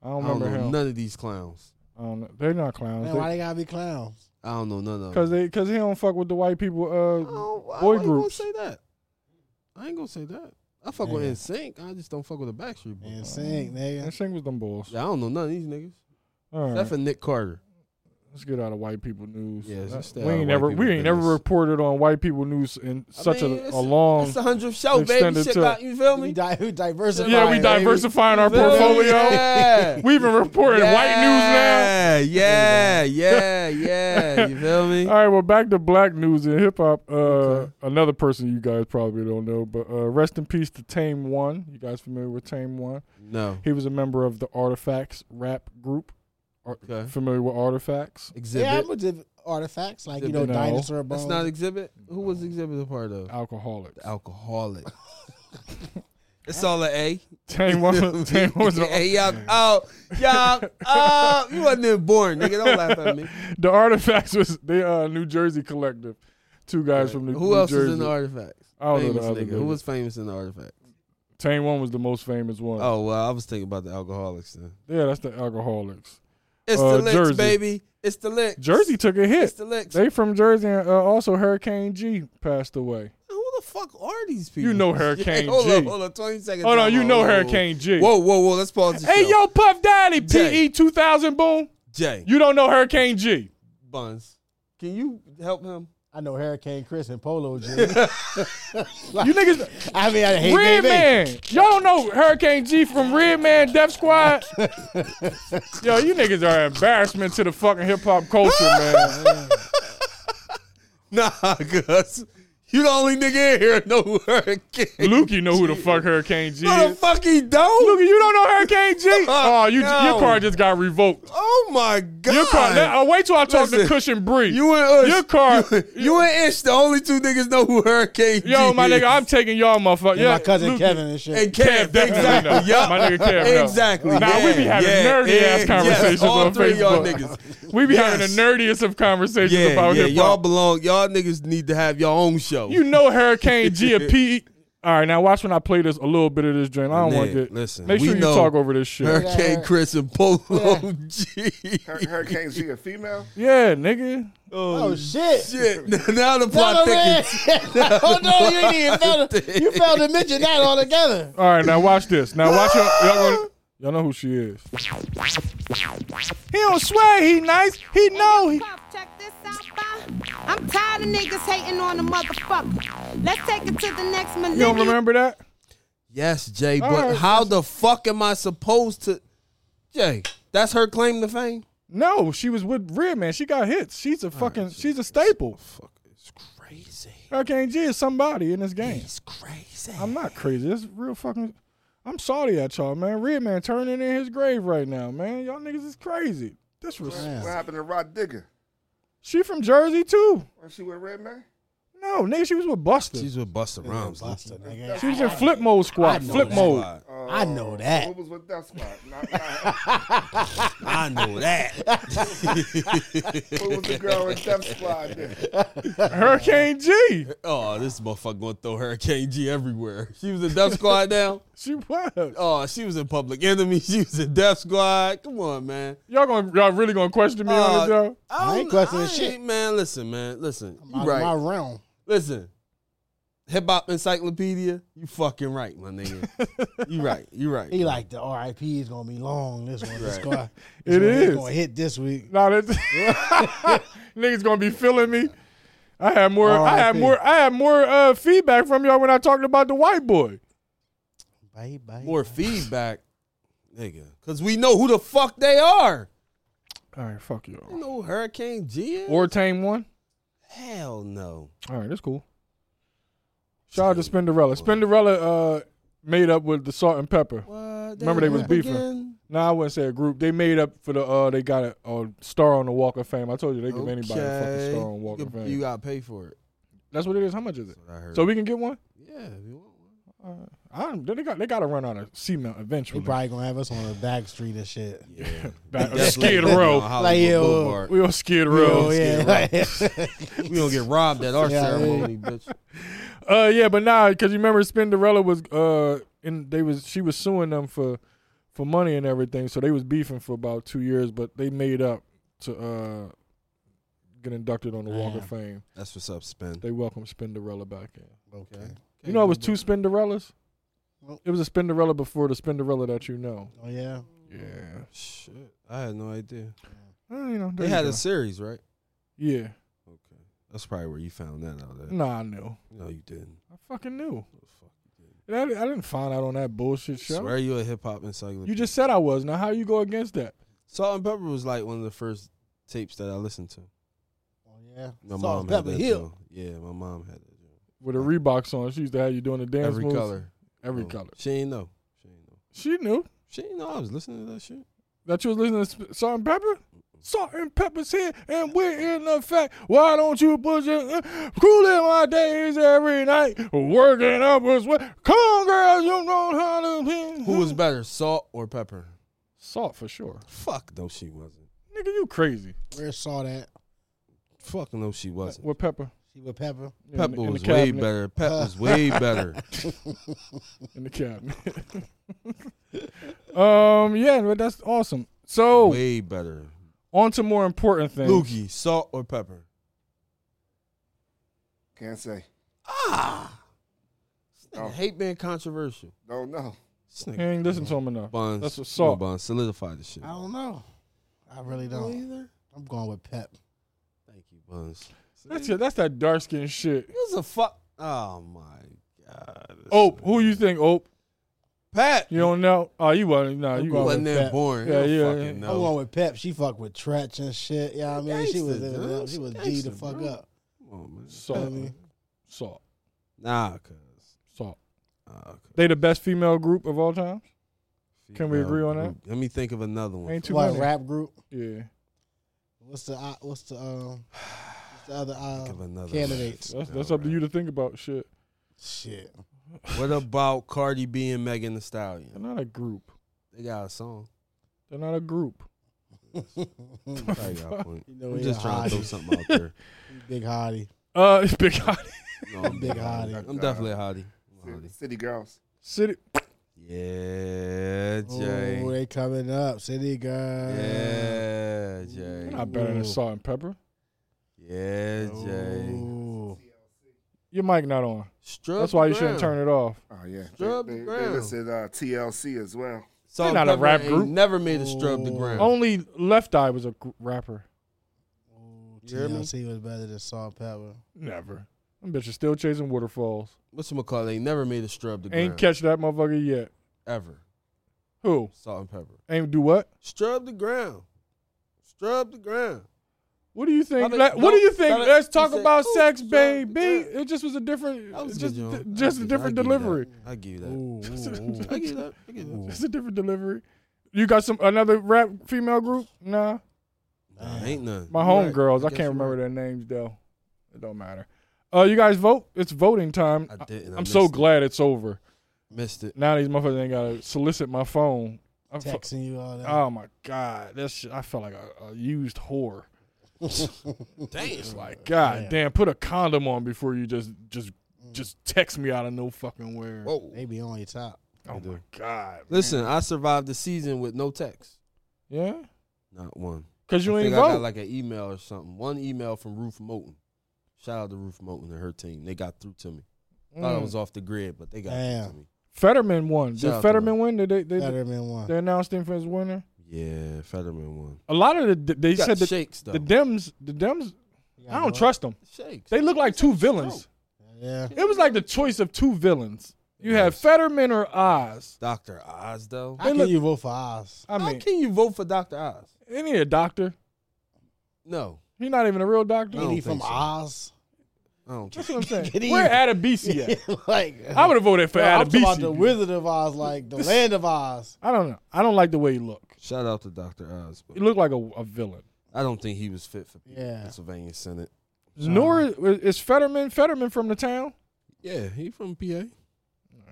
A: I don't remember
B: know
A: him.
B: none of these clowns.
A: I don't know. They're not clowns.
C: Man, why they gotta be clowns?
B: I don't know none of them.
A: Because they because he don't fuck with the white
B: I
A: people. Uh,
B: don't- I
A: boy
B: ain't gonna
A: groups.
B: say that. I ain't gonna say that. I fuck with
C: Yeah.
B: NSYNC. I just don't fuck with the Backstreet Boys.
C: And sing, nigga.
A: NSYNC was them Bulls.
B: Yeah, I don't know none of these niggas.
A: All right.
B: Except for Nick Carter.
A: Let's get out of white people news.
B: Yeah, let's
A: Uh,
B: stay out
A: we
B: of
A: ain't
B: white
A: never
B: people
A: we ain't never
B: business.
A: reported on white people news in such
B: mean,
A: a,
B: it's
A: a long.
B: It's the hundredth show, baby.
A: Um, extended
B: Shit
A: to-
B: got you feel
C: We,
B: me?
C: di- we diversify.
A: yeah, we
C: baby.
A: diversifying our
B: Feel me? <laughs>
A: portfolio. <laughs>
B: Yeah.
A: We've been reporting white
B: Yeah, yeah, yeah, yeah. You feel me?
A: news now. <laughs> All right, well, back to black news and hip hop. Uh,
B: Okay.
A: Another person you guys probably don't know, but uh, rest in peace to Tame One. You guys familiar with Tame One?
B: No.
A: He was a member of the Artifacts rap group. Ar-
B: Okay.
A: Familiar with Artifacts?
B: Exhibit.
C: Yeah, I'm with the artifacts like you know
A: No.
C: dinosaur bones.
B: That's not exhibit. Who was exhibit a part of?
A: Alcoholics.
B: <laughs> Alcoholic. it's all an A.
A: Tame
B: <laughs>
A: One. Tame One was
B: hey,
A: the,
B: y'all. Oh, y'all. Oh, you wasn't even born, nigga. Don't laugh at me.
A: <laughs> the Artifacts was the uh, New Jersey collective. Two guys from New,
B: Who
A: New
B: else
A: Jersey.
B: was in the artifacts?
A: I don't know the
B: famous
A: other
B: nigga. Who
A: nigga.
B: was famous in the artifacts?
A: Tame One was the most famous one.
B: Oh well, I was thinking about the alcoholics then.
A: Yeah, that's the Alcoholics.
B: It's
A: Uh,
B: the licks,
A: Jersey.
B: baby. It's the licks.
A: Jersey took a
B: It's
A: hit.
B: the licks.
A: They from Jersey, and uh, also Hurricane G passed away.
B: Who the fuck are these people? <laughs>
A: You know Hurricane
B: Hey, hold
A: G.
B: up, hold up, twenty seconds.
A: Oh no,
B: Time
A: you
B: out.
A: know
B: Whoa,
A: Hurricane G.
B: Whoa, whoa, whoa! Let's pause this.
A: Hey
B: show.
A: yo, Puff Daddy,
B: Jay.
A: PE two thousand boom.
B: Jay
A: You don't know Hurricane G.
B: Buns, can you help him? <laughs>
C: I know Hurricane Chris and Polo G.
B: <laughs>
A: You niggas,
C: I mean, I hate
A: Red
C: baby.
A: Man. Y'all don't know Hurricane G from Red Man
B: <laughs>
A: Death Squad. yo, you niggas are an embarrassment to the fucking hip hop culture,
B: <laughs>
A: man.
B: Nah, cuz you the only nigga in here know who Hurricane.
A: Lukey know who the fuck Hurricane G
B: No, the
A: is.
B: fuck he don't.
A: Lukey, you don't know Hurricane G. Oh, you, your
B: no.
A: car just got revoked.
B: oh my god!
A: Your car. Now, uh, wait till I talk to
B: Listen,
A: Cushion Bree.
B: you and us.
A: Your car.
B: You, you and Ish, the only two niggas know who Hurricane. G
A: yo, my
B: is.
A: nigga, I'm taking y'all, motherfucker.
C: And
A: yeah,
C: my cousin
A: Luke-
C: Kevin and shit.
B: and Kev,
A: Kev definitely
B: exactly.
A: know.
B: Yup.
A: My nigga Kev know.
B: Exactly.
A: Nah, we be
B: Yeah,
A: having
B: yeah,
A: nerdy
B: yeah,
A: ass
B: yes,
A: conversations
B: all
A: on
B: three of y'all
A: Facebook.
B: niggas.
A: We be having
B: Yes.
A: the nerdiest of conversations
B: Yeah,
A: about
B: yeah.
A: hip
B: Y'all
A: hop.
B: belong. Y'all niggas need to have your own show.
A: You know Hurricane
B: <laughs>
A: G and P. All right, now watch when I play this a little bit of this drink. I don't want to
B: Nigga,
A: get.
B: listen,
A: make
B: we
A: sure you
B: know
A: talk over this shit.
B: Hurricane
C: Yeah.
B: Chris and Polo
C: Yeah.
B: <laughs> G.
D: Hur- Hurricane G, a female?
A: yeah, nigga.
C: Oh shit! <laughs>
B: Shit. <laughs> now the
C: No,
B: plot
C: man. <laughs>
B: thickens.
C: oh no, you ain't even failed to, you failed to mention
B: <laughs>
C: that altogether.
A: All right, now watch this. Now watch y'all. Y'all, gonna, y'all know who she is. He don't swear he nice. He know he.
E: Puff, check this out, Bob. I'm tired of niggas hating on a motherfucker. Let's take it to the next
A: You don't
E: millennium.
A: remember that?
B: Yes, Jay. But
A: right,
B: how the fuck am I supposed to? Jay, that's her claim to fame.
A: No, she was with Red Man. She got hits. She's a fucking. She's a staple.
B: It's crazy.
A: Hurricane G is somebody in this game.
B: It's crazy.
A: I'm not crazy. It's real fucking. I'm sorry at y'all, man. Red Man turning in his grave right now, man. Y'all niggas is crazy. This was.
D: What happened to Rod Digger?
A: She from Jersey too.
D: When she with Red Man?
A: No, No, nigga, she was with Buster.
B: She's with Buster Rhymes.
C: Buster,
B: Luki.
C: nigga.
A: she was in flip mode
C: I
A: squad.
C: know
A: Flip
C: that.
A: mode.
D: Uh,
C: I know that.
D: What was with that squad? Not, not,
B: I know that.
D: who was the girl in Death Squad? Then?
A: Hurricane G.
B: <laughs> oh, this motherfucker gonna throw Hurricane G everywhere. She was in Death Squad now.
A: She was.
B: Oh, she was in Public Enemy. She was in Death Squad. Come on, man.
A: Y'all gonna y'all really gonna question me on
B: Uh,
A: this, yo?
C: I ain't questioning shit.
B: Man, listen, man, listen. You
C: My,
B: right.
C: my realm.
B: Listen, Hip Hop Encyclopedia. You fucking right, my nigga. you right. You right.
C: He like the RIP is gonna be long. This one,
B: <laughs>
C: this guy,
A: It
C: this
A: is.
C: one gonna hit this week.
A: Nah, that's <laughs> niggas gonna be feeling me. I had more. I had
C: R.I.P..
A: more. I had more uh, feedback from y'all when I talked about the white boy.
C: Bye bye.
B: More feedback, nigga, because we know who the fuck they are.
A: All right, fuck
B: You
A: y'all.
B: know who Hurricane G is?
A: Or tame one.
B: Hell no.
A: All right, that's cool. Shout out to Spinderella. Spinderella uh, made up with the Salt and Pepper.
B: What?
A: Remember they was
B: up
A: beefing.
B: again?
A: Nah, I wouldn't say a group. They made up for the. uh They got a, a star on the Walk of Fame. I told you they give anybody a fucking
B: Okay.
A: star on Walk
B: you,
A: of Fame.
B: you gotta pay for it.
A: that's what it is. How much is it?
B: That's what I heard.
A: So we can get one.
B: yeah, if you want one.
A: I don't, they got they got to run out of cement
C: He
A: eventually.
C: probably gonna have us on the back street and shit.
B: Yeah.
A: Back-
B: Definitely
A: Skid
B: not on
A: Row.
B: Hollywood
C: Like, yo. <laughs>
B: Boulevard.
A: We on Skid Row.
C: Oh yeah.
B: We gonna get robbed at our
C: Yeah, I mean-
B: ceremony, bitch.
C: <laughs>
A: Uh, yeah, but nah, because you remember Spinderella was uh, and they was she was suing them for for money and everything, so they was beefing for about two years, but they made up to uh get inducted on the Walk of
C: Damn.
A: Fame.
B: That's what's up, Spin.
A: They welcomed Spinderella back in.
C: <laughs> okay.
A: You know, it was two Spinderellas.
C: Well-
A: It was a Spinderella before the Spinderella that you know.
C: Oh yeah.
A: Yeah,
B: Shit, I had no idea.
A: you know
B: They had a series, right?
A: yeah.
B: That's probably where you found that out. At.
A: Nah, I knew.
B: No, you didn't.
A: I fucking knew.
B: What the fuck?
A: I, I didn't find out on that bullshit show.
B: Swear you a hip hop encyclopedia.
A: You just said I was. Now how you go against that?
B: Salt and Pepper was like one of the first tapes that I listened to.
C: Oh yeah.
B: My
C: Salt
B: mom
C: and
B: had
C: Pepper
B: that.
C: Hill.
B: joint. Yeah, my mom had that. joint.
A: With a Reebok on, she used to have you doing the dance
B: Every
A: moves.
B: color.
A: Every
B: Oh,
A: color.
B: She ain't know. She ain't know.
A: She knew
B: She ain't know I was listening to that
A: <laughs>
B: shit.
A: that you was listening to Sp- Salt and Pepper. Salt and Pepper's here, and we're in effect. Why don't you push it? Cooling my days every night, working up a sweat. Come on, girls, you know how to be.
B: Who was better, Salt or Pepper?
A: Salt for sure?
B: Fuck no, she wasn't.
A: Nigga, you crazy
C: Where saw that?
B: Fuck no, she wasn't.
A: with Pepper?
C: See with Pepper.
A: in the-
B: Pepper
A: in the
B: was way
A: cabinet-
B: better. Pepper was
A: <laughs>
B: way better.
A: in the cabinet. <laughs> um, yeah, but that's awesome. So
B: Way better.
A: on to more important things.
B: Lukey, salt or pepper?
D: Can't say.
B: Ah, This nigga
D: Oh.
B: hate being controversial.
D: Don't know.
B: This
A: You
B: nigga
A: ain't listen to him enough.
B: Bonds.
A: That's what's up.
B: Bond, solidify the shit.
C: I don't know. I really
B: know
C: don't.
B: either.
C: I'm going with Pep.
B: Thank you, Bonds.
A: That's it. That's that dark skin shit.
B: Who's a fuck? Oh my god.
A: Ope, Oh, who you think? Ope,
B: Pat.
A: you don't know? Oh, you wasn't. Nah, you
C: You
B: You
C: Oh,
B: wasn't
A: wasn't.
C: with
B: there
C: Pep.
B: born. you
A: Yeah,
B: don't
A: yeah,
B: Fucking
A: yeah.
C: I'm
B: know.
C: going with Pep. She fucked with Tretch and shit. Yeah, you know what I mean, she was
B: Gangsta,
C: living it up.
B: dude.
C: she was G the
B: Gangsta,
C: fuck
B: bro.
C: up.
B: Come on, man.
A: Salt,
C: Really?
A: salt,
B: Nah, cause.
A: salt.
B: Nah, 'cause-
A: They the best female group of all time. Can we agree on that?
B: Let me think of another one.
A: Ain't too
C: what
A: many.
C: rap group?
A: Yeah,
C: What's the uh, what's the um what's the other
B: Think of
C: uh,
B: another one.
C: candidates?
A: that's,
B: No,
A: that's up to
B: right.
A: you to think about. Shit,
B: <laughs>
C: Shit.
B: What about Cardi B and Megan Thee
A: they're
B: Stallion?
A: not a group.
B: They got a
A: <laughs>
B: song.
A: They're not a group.
C: you
B: Probably got a point.
C: know,
B: I'm
C: <laughs> he
B: just
C: a
B: trying to throw
C: hottie.
B: something out there.
C: Big hottie.
A: Uh, <laughs> it's Big Hottie
B: No,
C: <laughs>
B: I'm
C: Big
B: definitely-
C: hottie.
B: I'm definitely a hottie. I'm a
D: City,
B: hottie.
D: City girls.
A: City.
B: Yeah,
C: Oh,
B: Jay.
C: they coming up. City girl.
B: Yeah, Jay.
A: They're not better than
C: Ooh.
A: Salt and Pepper.
B: Yeah, Jay.
C: Ooh.
A: Your mic not on.
B: Strip
A: That's why you shouldn't turn it off.
D: Oh yeah.
B: Scrub
D: they,
B: the
D: they, they
B: ground.
D: listed uh, TLC as well.
A: They're not a rap group.
B: Never made a strub the
C: Oh.
B: ground.
A: Only Left Eye was a gr- rapper.
C: Ooh,
B: You hear me?
C: TLC was better than Salt and Pepper.
A: Never. Them bitches still chasing waterfalls.
B: What's the McCall? They never made a strub the ground.
A: Ain't catch that motherfucker yet.
B: ever.
A: Who?
B: Salt and pepper.
A: Ain't do what?
B: Strub the ground. Strub the ground.
A: What do you think?
B: Bobby,
A: Let- what do
B: no,
A: you think?
B: Bobby,
A: Let's
B: he
A: talk
B: said,
A: about
B: "Ooh,
A: sex,
B: son,
A: baby.
B: yeah."
A: It just was a different,
B: That was
A: <laughs> just,
B: a good joint.
A: just
B: I
A: a
B: give-
A: different
B: I give you that.
A: delivery.
B: I give you that.
C: Ooh, ooh,
B: <laughs> I give you that. I give
C: ooh,
B: you
C: ooh.
A: It's a different delivery. You got some another rap female group? Nah,
B: that. Nah, ain't none.
A: my
B: You right.
A: homegirls.
B: guess
A: I can't
B: you right.
A: remember their names though. It don't matter. Uh, you guys vote. It's voting time.
B: I didn't. I
A: I'm so
B: missed it.
A: glad it's over.
B: Missed it.
A: Now these motherfuckers ain't gotta solicit my phone. I fu-
C: Texting you all that.
A: oh my god, that shit! I felt like a, a used whore.
C: <laughs>
B: Damn.
A: Oh. It's like god
C: Yeah.
A: damn, put a condom on before you just just just text me out of no fucking where.
B: Whoa.
C: Mm. They be on your top.
A: Oh my god.
B: Listen, I survived the season with no text.
A: Yeah,
B: Not one.
A: cause you
B: I
A: ain't
B: think I
A: vote.
B: got like an email or something. One email from Ruth Moten. Shout out to Ruth Moten and her team. They got through to me. Thought I
A: Mm.
B: was off the grid, but they got
C: Damn.
B: through to me.
A: Fetterman won.
B: Shout out to
A: Did Fetterman
B: him.
A: win? Did they they,
C: Fetterman one.
A: they announced him as winner?
B: Yeah, Fetterman won.
A: A lot of the they
B: He
A: said
B: got
A: that
B: shakes though.
A: the Dems the Dems. I don't trust them.
B: shakes.
A: They look like two villains.
C: Yeah.
A: It was like the choice of two villains. You had Fetterman or Oz.
B: Doctor Oz though.
C: How can
A: look-
C: you vote for Oz?
A: I
B: How
A: mean,
B: can you vote for Doctor Oz?
A: ain't he a doctor?
B: No,
A: He's not even a real doctor.
B: No.
C: Ain't
B: don't
C: he from
B: think so.
A: <laughs>
C: Oz?
B: I don't.
A: That's what I'm saying. <laughs>
C: Get in.
A: Where Adabisi <laughs> at?
C: <laughs> like
A: I would have voted for
C: no, I'm talking about
A: Adabisi.
C: the Wizard of Oz, like the Land of Oz.
A: I don't know. I don't like the way he look.
B: <laughs> Shout out to Doctor Oz.
A: He
B: But
A: looked like a, a villain.
B: I don't think he was fit for
C: Yeah.
B: Pennsylvania Senate.
A: Nor is Fetterman. Fetterman from the town.
B: Yeah, he from PA.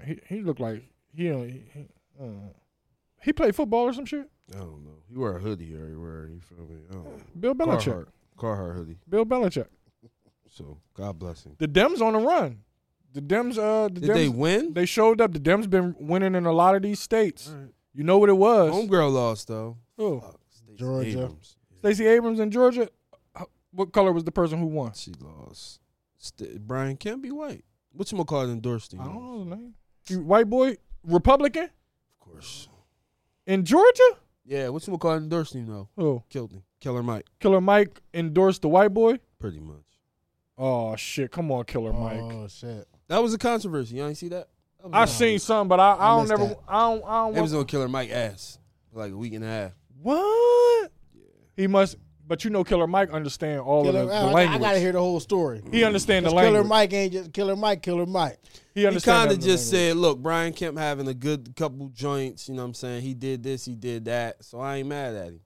A: He he looked like he only. He, uh, he played football or some shit.
B: I don't know. He wear a hoodie everywhere. You feel me? I don't know.
A: Bill Belichick.
B: Carhartt. Carhartt hoodie.
A: Bill Belichick.
B: So God bless him.
A: The Dems on the run. The Dems. Uh, the
B: Did they
A: Dems. They,
B: win?
A: showed up. The Dems been winning in a lot of these states.
B: All right.
A: You know what it was?
B: Homegirl lost though.
A: Who?
B: Fuck, Stacey
C: Georgia.
B: Abrams.
A: Stacey Abrams in Georgia. Uh, What color was the person who won?
B: She lost. St- Brian can't be white. What you call endorsed him?
A: I don't know his name. You White boy, Republican
B: Of course.
A: in Georgia.
B: Yeah. What you call endorsed him though?
A: Oh,
B: Killed him. Killer Mike.
A: Killer Mike endorsed the white boy.
B: Pretty much.
A: Oh shit! Come on, Killer Mike.
C: Oh shit.
B: That was a controversy. You ain't see that? That was
A: I
B: a-
A: seen some, but I, I
C: I
A: don't
C: missed
A: never.
C: that.
A: I don't. I don't.
B: It was
A: Want,
B: on Killer Mike ass for like a week and a half.
A: what? He must. But you know, Killer Mike understand all
C: Killer,
A: of the, the
C: I, I
A: language.
C: gotta hear the whole story.
A: He understand the
C: 'Cause Killer
A: language.
C: Mike ain't just Killer Mike. Killer Mike.
A: He
B: He
A: understand.
B: kind of
A: the
B: just
A: language.
B: said, "Look, Brian Kemp having a good couple joints. You know what I'm saying? He did this, he did that. So I ain't mad at him.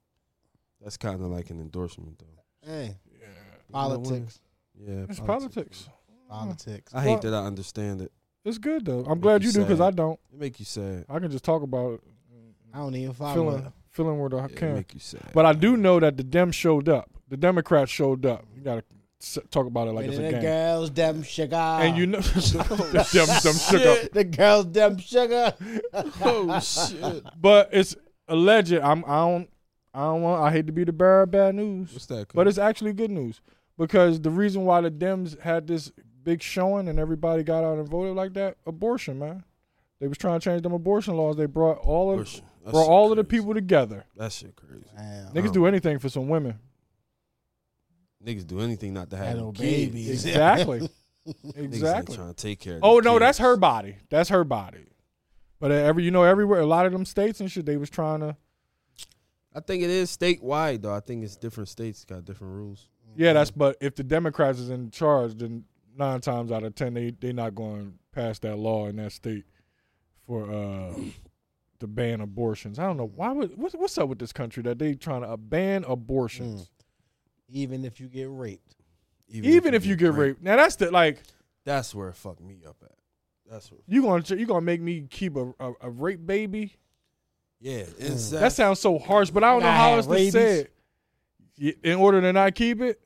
B: That's kind of like an endorsement, though.
C: Hey. Politics.
B: Yeah,
A: "It's politics.
C: Politics.
B: I hate that I understand it.
A: It's good though. I'm glad
B: you
A: you do because
B: sad.
A: I don't.
B: It make you sad.
A: I can just talk about it,
C: I don't even follow
A: feeling
C: it.
A: feeling where the I
B: Yeah,
A: can.
B: It make you sad.
A: But I do know that the Dem showed up. The Democrats showed up. You gotta s- talk about it like
C: And
A: it's a
C: the
A: game.
C: girls them sugar.
A: And
C: Oh,
A: you know, <laughs> the Dem, Dem shook up.
C: <laughs> the girls them sugar.
B: oh shit!
A: But it's alleged. I'm. I don't. I don't want. I hate to be the bearer of bad news,
B: What's that?
A: but it's actually good news because the reason why the Dems had this big showing and everybody got out and voted like that, abortion, man. They was trying to change them abortion laws. They brought all of
B: Abortion. That
A: brought
B: shit
A: all of the
B: crazy. Oh.
A: people together.
B: That shit crazy.
C: Damn.
A: Niggas do anything for some women.
B: Niggas do anything not to have
C: Had no
B: them kids.
C: babies.
A: Exactly.
B: Niggas ain't
A: exactly.
B: trying to take care. Of
A: Oh
B: them
A: no, that's
B: kids.
A: her body. That's her body. But uh, every you know everywhere, a lot of them states and shit, they was trying to.
B: I think it is statewide though. I think it's different states got different rules.
A: Yeah, that's. But if the Democrats is in charge, then nine times out of ten, they they not going to pass that law in that state for uh to ban abortions. I don't know why would what, what's up with this country that they trying to uh, ban abortions,
C: <laughs> Even if you get raped.
A: Mm, even if you get raped. Now that's the like
B: that's where it fucked me up at. That's where.
A: you gonna you gonna make me keep a a, a rape baby.
B: Yeah, exactly.
A: That sounds so harsh, but I don't know
C: Gotta
A: how
C: have
A: else to
C: rabies.
A: say it. Y- In order to not keep it,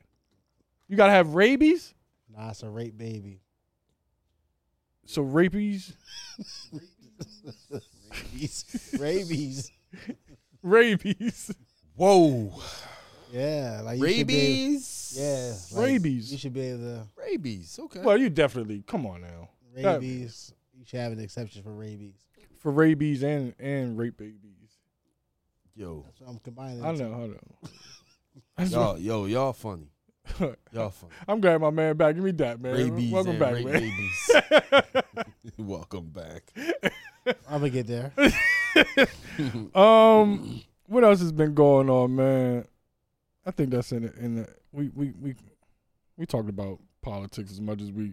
A: you gotta have rabies.
C: Nah, it's a rape baby.
A: So rabies, <laughs>
C: Rabies. <laughs>
A: rabies,
B: Whoa,
C: Yeah. Like you should be-
B: rabies.
C: yeah. like,
A: Rabies.
C: You should be able to
B: rabies. Okay.
A: Well, you definitely come on now That-
C: rabies. You should have an exception for rabies.
A: for rabies and and rape babies.
B: Yo,
C: So I'm combining.
A: I
C: the
A: know, I know. That's
B: y'all, yo, y'all funny. Y'all funny.
A: <laughs> I'm glad my man back. Give me that man.
B: Rabies
A: Welcome
B: and
A: back,
B: ra-
A: man.
B: rabies. <laughs> Welcome back.
C: two. I'm gonna get there.
A: <laughs> Um, what else has been going on, man? I think that's in the, in the we we we we talked about politics as much as we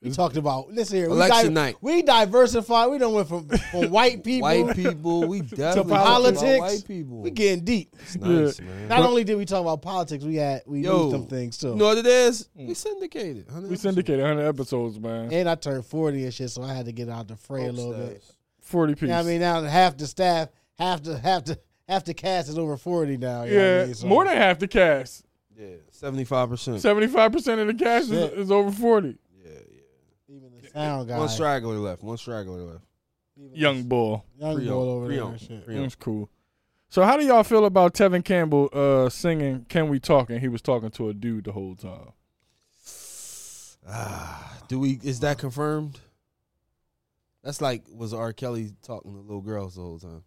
C: We talked about. Listen here. we
B: Election night.
C: We diversified. We done went from, from white people
B: <laughs> White people, we definitely
C: to
B: talk about
C: politics.
B: white people.
C: We getting deep.
B: it's nice, man.
C: Not only did we talk about politics, we had we
B: Yo,
C: knew some things too.
B: You know what it is? We syndicated.
A: We syndicated 100 episodes, man.
C: and I turned forty and shit, so I had to get out the fray a little bit.
A: 40 piece.
C: You know what I mean, now half the staff, half the half the half the cast is over forty now. you know what I
A: yeah,
C: mean? uh, So-
A: more than half the cast.
B: Yeah, seventy-five percent.
A: 75% of the cast is,
C: Shit.
A: is over 40.
C: even the sound guy,
B: One stride go to the left. One stride go to the left.
A: Young bull.
C: young
B: Three
C: boy
B: on,
C: over
B: three
C: there.
B: on,
C: and shit.
B: three oh. on.
A: That's cool. So how do y'all feel about Tevin Campbell uh, singing Can We Talk? And he was talking to a dude the whole time.
B: Ah, do we? Is that confirmed? That's like was R. Kelly talking to little girls the whole time,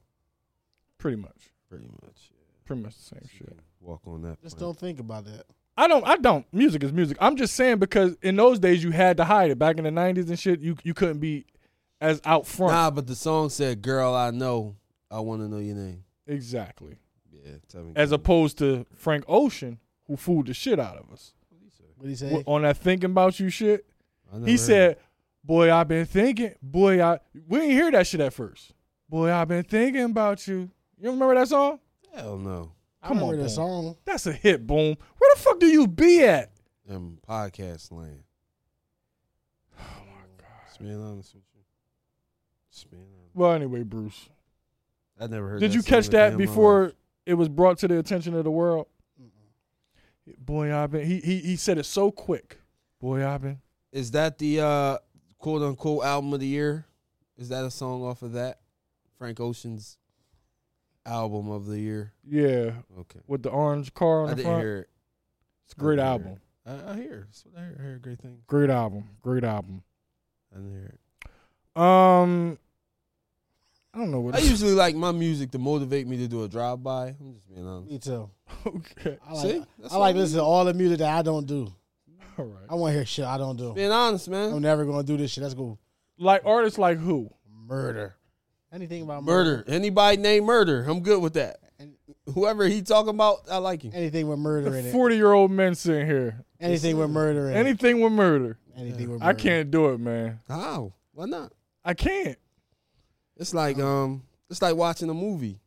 A: Pretty much.
B: pretty much.
A: Pretty much the same shit.
B: Walk on that.
C: Just
B: plane.
C: don't think about that.
A: I don't. I don't. Music is music. I'm just saying because in those days you had to hide it. Back in the '90s and shit, you you couldn't be as out front.
B: Nah, but the song said, "Girl, I know, I want to know your name."
A: Exactly.
B: Yeah, Tevin
A: As
B: Campbell.
A: opposed to Frank Ocean, who fooled the shit out of us
C: What he say?
A: W- on that thinking about you shit.
B: I never
A: He
B: heard
A: said, "Boy, I've been thinking. Boy, I we didn't hear that shit at first. Boy, I've been thinking about you. You remember that song?
B: it. "Hell no."
C: I
A: come on, boy.
C: remember the song.
A: That's a hit. Boom. Where the fuck do you be at?
B: In podcast land. Oh my god. Just being honest with you. Just being honest.
A: Well, anyway, Bruce,
B: I never heard.
A: did
B: that
A: you
B: song uh,
A: catch
B: in a day
A: that
B: in my
A: before
B: life.
A: it was brought to the attention of the world? Boy, I've been. He he he said it so quick. Boy, I've been.
B: Is that the uh, quote unquote album of the year? Is that a song off of that? Frank Ocean's album of the year.
A: Yeah,
B: Okay.
A: with the orange car
B: I
A: on the
B: didn't
A: front.
B: hear it.
A: it's a great
B: I didn't
A: album.
B: hear it. I, I hear. It's what I hear, I hear great things.
A: Great album. Great album.
B: I didn't hear it.
A: Um, I don't know
B: I
A: what.
B: usually like my music to motivate me to do a drive by. I'm just being honest.
C: Me too.
A: <laughs> okay.
C: I like.
B: See? That's
C: I like
B: what I
C: listening to all the music that I don't do.
A: All right.
C: I want to hear shit I don't do.
B: Being honest,
C: I'm
A: Oh,
B: man.
C: never gonna do this shit. Let's go
A: Like artists like who?
C: murder. Anything about
B: Murder. Anybody named Murder. I'm good with that.
C: And-
B: Whoever he talking about, I like him.
C: Anything with murder
A: The
C: in it.
A: forty-year-old men sitting here.
C: Anything with murder in it.
A: Anything with murder.
C: Anything with murder.
A: I can't do it, man.
B: How? Why not?
A: I can't.
B: It's like
A: Oh.
B: um, it's like watching a movie.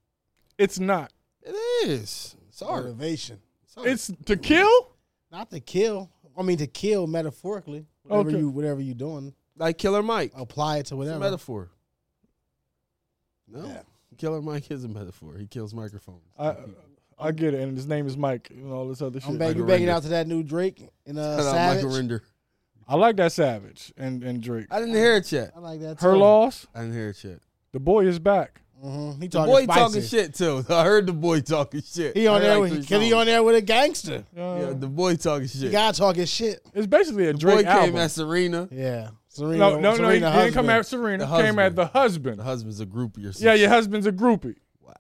A: It's not.
B: It is. Sorry.
C: Motivation.
A: It's to kill.
C: Not to kill. I mean to kill metaphorically. Whatever
A: Okay.
C: you whatever you doing,
B: Like Killer Mike.
C: apply it to
B: It's
C: whatever.
B: a metaphor. No.
C: Yeah.
B: Killer Mike is a metaphor. He kills microphones.
A: I I get it. And his name is Mike and all this other
C: I'm
A: shit.
C: back, you
B: Michael
C: banging
B: Render.
C: out to that new Drake
B: <laughs>
C: and uh,
B: Shout out Michael
C: Savage.
B: Render.
A: I like that Savage and and Drake.
B: I didn't hear it yet.
C: I like that.
A: Her loss.
B: I didn't hear it yet.
A: The boy is back.
C: Mm-hmm. He
B: The
C: talking
B: boy
C: spicy.
B: talking shit too. <laughs> I heard the boy talking shit.
C: He on
B: I
C: there
B: like
C: with
B: three
C: cause he
B: songs.
C: on there with a gangster.
A: Uh,
B: Yeah, the boy talking
C: The
B: shit.
C: guy talking shit.
A: it's basically a
B: the boy
A: Drake
B: came
A: album.
B: at Serena.
C: Yeah. Serena.
A: no, no, no. He,
C: Serena
A: didn't come
C: husband.
A: at Serena.
B: The
A: Came at
B: husband.
A: the husband.
B: The husband's a groupie or something.
A: Yeah, your husband's a groupie. <laughs>
B: Wow.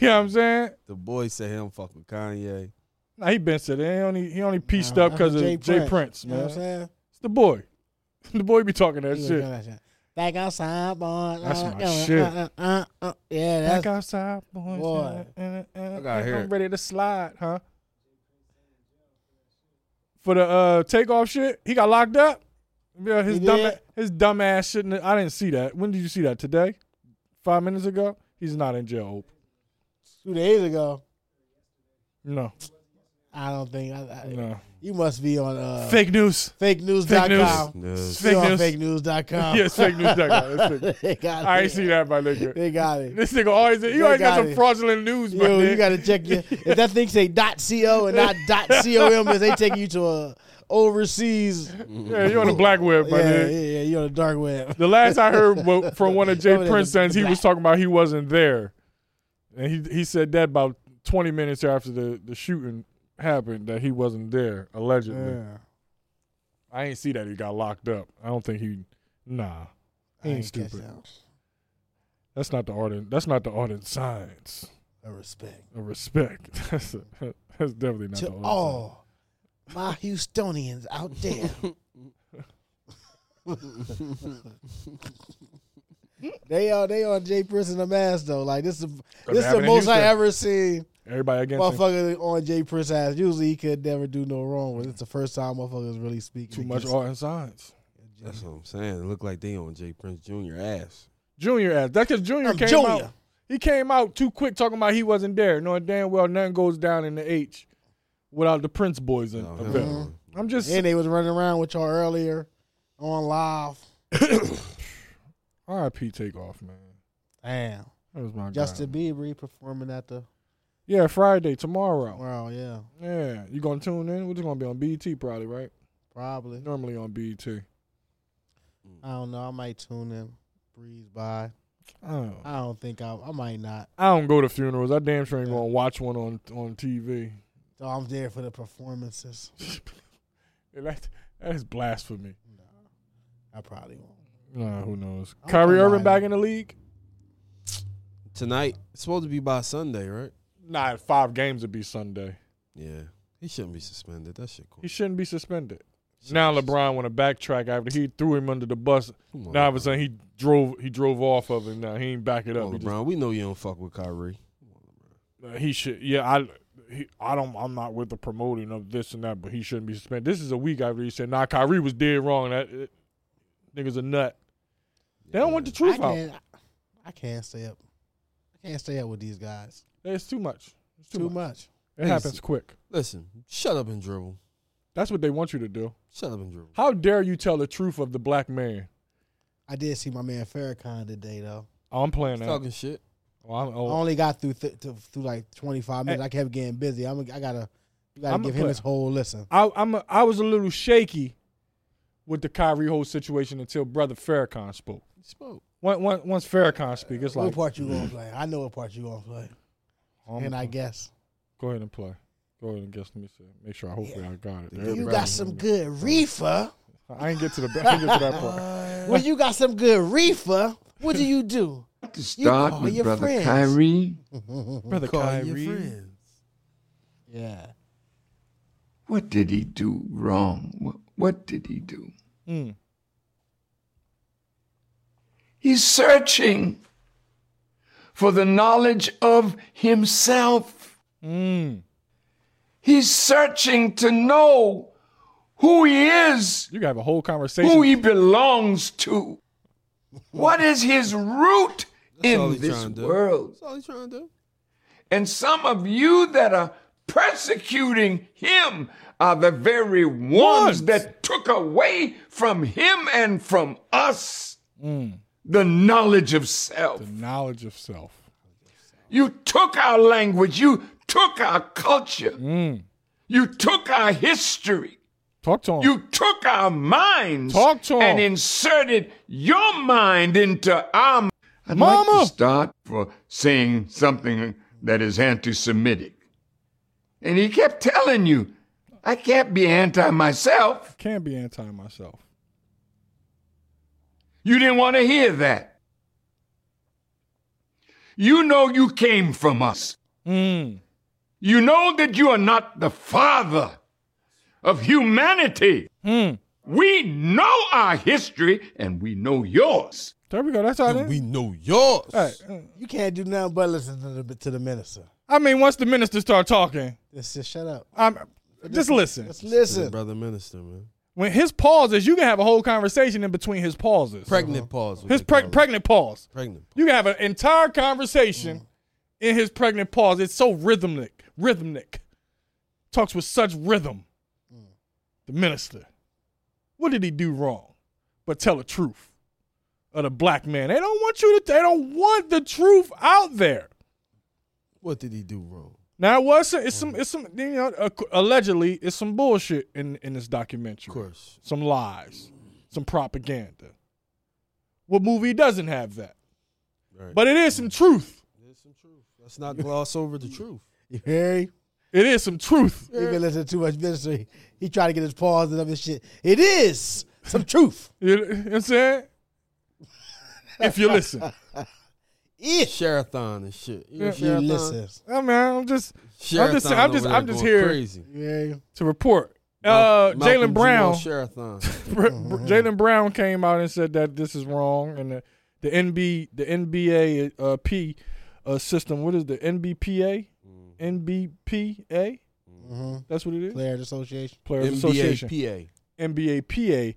A: You know what I'm saying?
B: The boy said he don't fuck with Kanye.
A: Nah, he been said it. He only he only pieced
C: Nah,
A: up because of
C: that's
A: Jay, Prince,
C: You know
A: man.
C: what I'm saying?
A: it's the boy. <laughs> the boy be talking that
C: He was
A: shit.
C: doing that shit. Back outside, boy.
A: That's
C: Uh,
A: my
C: uh,
A: shit.
C: uh, uh, uh. Yeah, that's
A: Back outside, boys.
C: Boy.
A: uh, uh, uh,
B: I gotta hear
A: I'm
B: it.
A: ready to slide, huh? For the uh, takeoff shit, he got locked up. Yeah, his
C: He
A: dumb
C: did?
A: his dumb ass shouldn't. I didn't see that. When did you see that? Today, five minutes ago. He's not in jail. Hope.
C: two days ago.
A: No,
C: I don't think. I, I,
A: no.
C: You must be on uh,
A: fake news.
C: fakenews.com.
A: news.
B: Yes.
C: Fake
A: Fake
C: news.
A: news.
C: fakenews.com.
A: yes, fake news. That guy. That's fake.
C: <laughs> they got
A: I
C: it.
A: ain't see that, my nigga.
C: <laughs> They got it.
A: <laughs> This nigga always you
C: They
A: always got
C: got
A: some
C: it.
A: fraudulent news, my
C: Yo, you
A: nigga.
C: got to check your, if that thing say .co
A: <laughs>
C: and not .com, is they taking you to a overseas.
A: yeah, you on
C: <laughs>
A: the black web, my
C: yeah, yeah,
A: nigga.
C: yeah, you on the dark web.
A: The last I heard wa- from one of Jay
C: Over there,
A: Prince's
C: the-
A: sons,
C: the
A: he was
C: black.
A: talking about he wasn't there, and he he said that about twenty minutes after the the shooting happened that he wasn't there allegedly.
C: Yeah.
A: I ain't see that he got locked up. I don't think he. Nah,
C: I
A: he ain't
C: catch
A: stupid.
C: that.
A: That's not the ardent. That's not the ardent science.
C: I respect
A: Of respect. <laughs> that's, that's definitely not
C: to
A: the ardent. science.
C: all my Houstonians out there. they are they on Jay Prince and the Mask though. Like this is
A: they
C: this is
A: have it
C: the
A: in
C: most I
A: Houston.
C: ever seen
A: Everybody against him.
C: motherfucker on Jay Prince ass. Usually he could never do no wrong. But it's the first time motherfuckers really
A: too
C: speaking
A: much
C: against
A: art and science.
B: That's what I'm saying. It look like they on Jay Prince Jr. ass.
A: Junior ass. That's because Junior
C: I'm
A: came
C: Junior.
A: out. He came out too quick talking about he wasn't there. Knowing damn well nothing goes down in the H without the Prince boys in.
B: No,
A: in
B: hell
A: there.
B: no.
A: I'm just
C: And they was running around with y'all earlier on live.
A: RIP take off, man.
C: Damn.
A: That was my
C: Justin
A: guy.
C: Bieber he performing at the
A: Yeah, Friday, tomorrow.
C: wow, yeah,
A: Yeah. You gonna tune in? We're just gonna be on BET probably, right?
C: probably.
A: Normally on E BET.
C: I don't know. I might tune in, breeze by.
A: Oh.
C: I don't think I. I might not.
A: I don't go to funerals. I damn sure ain't gonna watch one on on TV.
C: So I'm there for the performances.
A: <laughs> Yeah, that that is blasphemy.
C: I probably won't.
A: Nah, who knows?
C: I'm
A: Kyrie
C: not
A: Irving back
C: lying.
A: in the league?
B: Tonight, it's supposed to be by Sunday, right?
A: Nah, five games would be Sunday.
B: Yeah. He shouldn't be suspended. That shit cool.
A: He shouldn't be suspended. Now LeBron want to backtrack after he threw him under the bus.
B: Come on,
A: Now all of a
B: LeBron.
A: sudden he drove he drove off of it. Now he ain't back it
B: Come
A: up.
B: on,
A: He,
B: LeBron. We know you don't fuck with Kyrie.
A: just- he should. Yeah, I he, I don't. I'm not with the promoting of this and that, but he shouldn't be suspended. This is a week after he said, "Nah, Kyrie was dead wrong. That it, nigga's a nut." They don't want the
C: I
A: truth out.
C: can't. I can't stay up. I can't stay up with these guys.
A: It's too much. It's
C: Too,
A: too, much.
C: much.
A: It happens quick.
B: Listen, shut up and dribble.
A: That's what they want you to do.
B: Shut up and dribble.
A: How dare you tell the truth of the black man?
C: I did see my man Farrakhan today though.
A: Oh, I'm playing that.
B: Talking shit.
A: Oh, I'm-
C: I
A: oh,
C: only got through th- to, through like 25 minutes. I kept getting busy. I'm. I gotta. You gotta
A: I'm a
C: give him
A: player.
C: his whole listen.
A: I, I'm a, I was a little shaky with the Kyrie whole situation until brother Farrakhan spoke.
B: He spoke.
A: Once, once, once Farrakhan speak, it's like mm.
C: what part you gonna play? I know what part you gonna play.
A: um,
C: and I guess
A: go ahead and play. Go ahead and guess. Let me see. Make sure. I hopefully I got it.
C: you
A: Everybody-
C: got some good reefer.
A: I ain't get to the. I ain't get to that part.
C: When you got some good reefer, what do you do?
F: to
C: You
F: start
C: call
F: with
C: your
F: Brother
C: friends.
F: Kyrie.
A: Brother
B: Call your
A: Kyrie.
B: friends.
C: Yeah.
F: What did he do wrong? What, what did he do?
A: Mm.
F: He's searching for the knowledge of himself.
A: Mm.
F: He's searching to know who he is,
A: You gotta have a whole conversation.
F: who he belongs to. What is his root
B: all he
F: in this
B: trying to do.
F: world?
B: That's all he's trying to do.
F: And some of you that are persecuting him are the very ones,
A: Ones.
F: that took away from him and from us the knowledge of self.
A: the knowledge of self.
F: You took our language, you took our culture, you took our history.
A: Mm. Talk to him.
F: You took our minds
A: Talk to 'em.
F: and inserted your mind into our. I'd like
A: Mama.
F: to start for saying something that is anti-Semitic, and he kept telling you, "I can't be anti myself."
A: can't be anti myself.
F: You didn't want to hear that. You know you came from us.
A: Mm.
F: You know that you are not the father of humanity. Hmm.
A: Mm.
F: We know our history and we know yours.
A: There we go. That's how
B: And
A: it
B: we
A: is.
B: know yours.
A: All right. Mm.
C: You can't do nothing but listen to the to the minister.
A: I mean, once the minister start talking,
C: Just, just shut up.
A: I'm just listen.
C: Just
B: To the
C: listen.
B: brother minister, man.
A: When his pauses, you can have a whole conversation in between his pauses.
B: Pregnant pause.
A: his preg pregnant pause.
B: Pregnant.
A: You can have an entire conversation
B: Mm.
A: in his pregnant pause. It's so rhythmic. Rhythmic. Talks with such rhythm.
B: Mm.
A: The minister. What did he do wrong? But tell the truth of the black man. They don't want you to they don't want the truth out there.
B: What did he do wrong?
A: Now it was it's some
B: Mm-hmm.
A: it's some you know ac- allegedly it's some bullshit in in this documentary
B: Of course.
A: some lies, some propaganda. What movie doesn't have that?
B: Right.
A: But it is some truth.
B: Let's not gloss over the truth.
C: You hear me?
A: It is
B: <laughs>
A: some truth.
C: He been listening to too much minister. He, he tried to get his paws and other shit. It is some <laughs> truth.
A: You know what I'm saying? If you
B: <laughs>
A: listen.
C: If
B: Sherathon and shit. You know
C: you
B: Sherathon?
C: listen.
A: I mean, I'm just I'm just
B: Sherathon
A: I'm just
B: over there
A: I'm just
B: going
A: here
B: Crazy.
C: You hear me?
A: to report. Uh,
B: Malcolm Jamal
A: Jalen Brown
B: Sherathon.
A: Br- Br- Jalen Brown came out and said that this is wrong, and the the NB the NBA uh, P uh, system. What is the NBPA? NBPA. That's what it is.
C: Players Association.
A: Players Association.
B: NBA PA.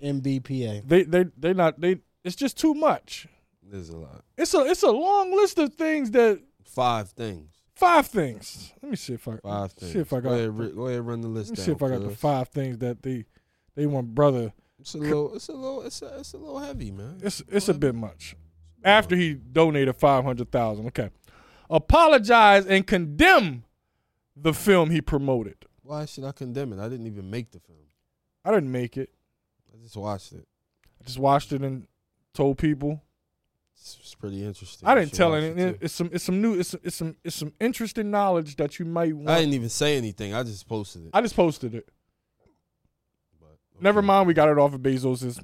A: NBAPA.
C: MBPA.
A: They they they not they. It's just too much.
B: There's a lot.
A: It's a it's a long list of things that
B: Five things.
A: five things. Let me see if I
B: Five things.
A: see if I got.
B: Go ahead, re- go ahead run the list
A: let me
B: down.
A: see if I got the
B: cuz.
A: five things that they they want brother.
B: It's a little. It's a little. It's a, it's a little heavy, man.
A: It's it's a bit much. After he donated five hundred thousand, okay, apologize and condemn the film he promoted.
B: Why should I condemn it? I didn't even make the film.
A: I didn't make it.
B: I just watched it.
A: I just watched it and told people.
B: It's, it's pretty interesting.
A: I
B: You
A: didn't
B: should
A: tell
B: watch
A: any.
B: it, too.
A: It, it's some it's some new it's it's some it's some interesting knowledge that you might want.
B: I didn't even say anything. I just posted it.
A: I just posted it.
B: but,
A: Never
B: okay.
A: mind, we got it off of Bezos's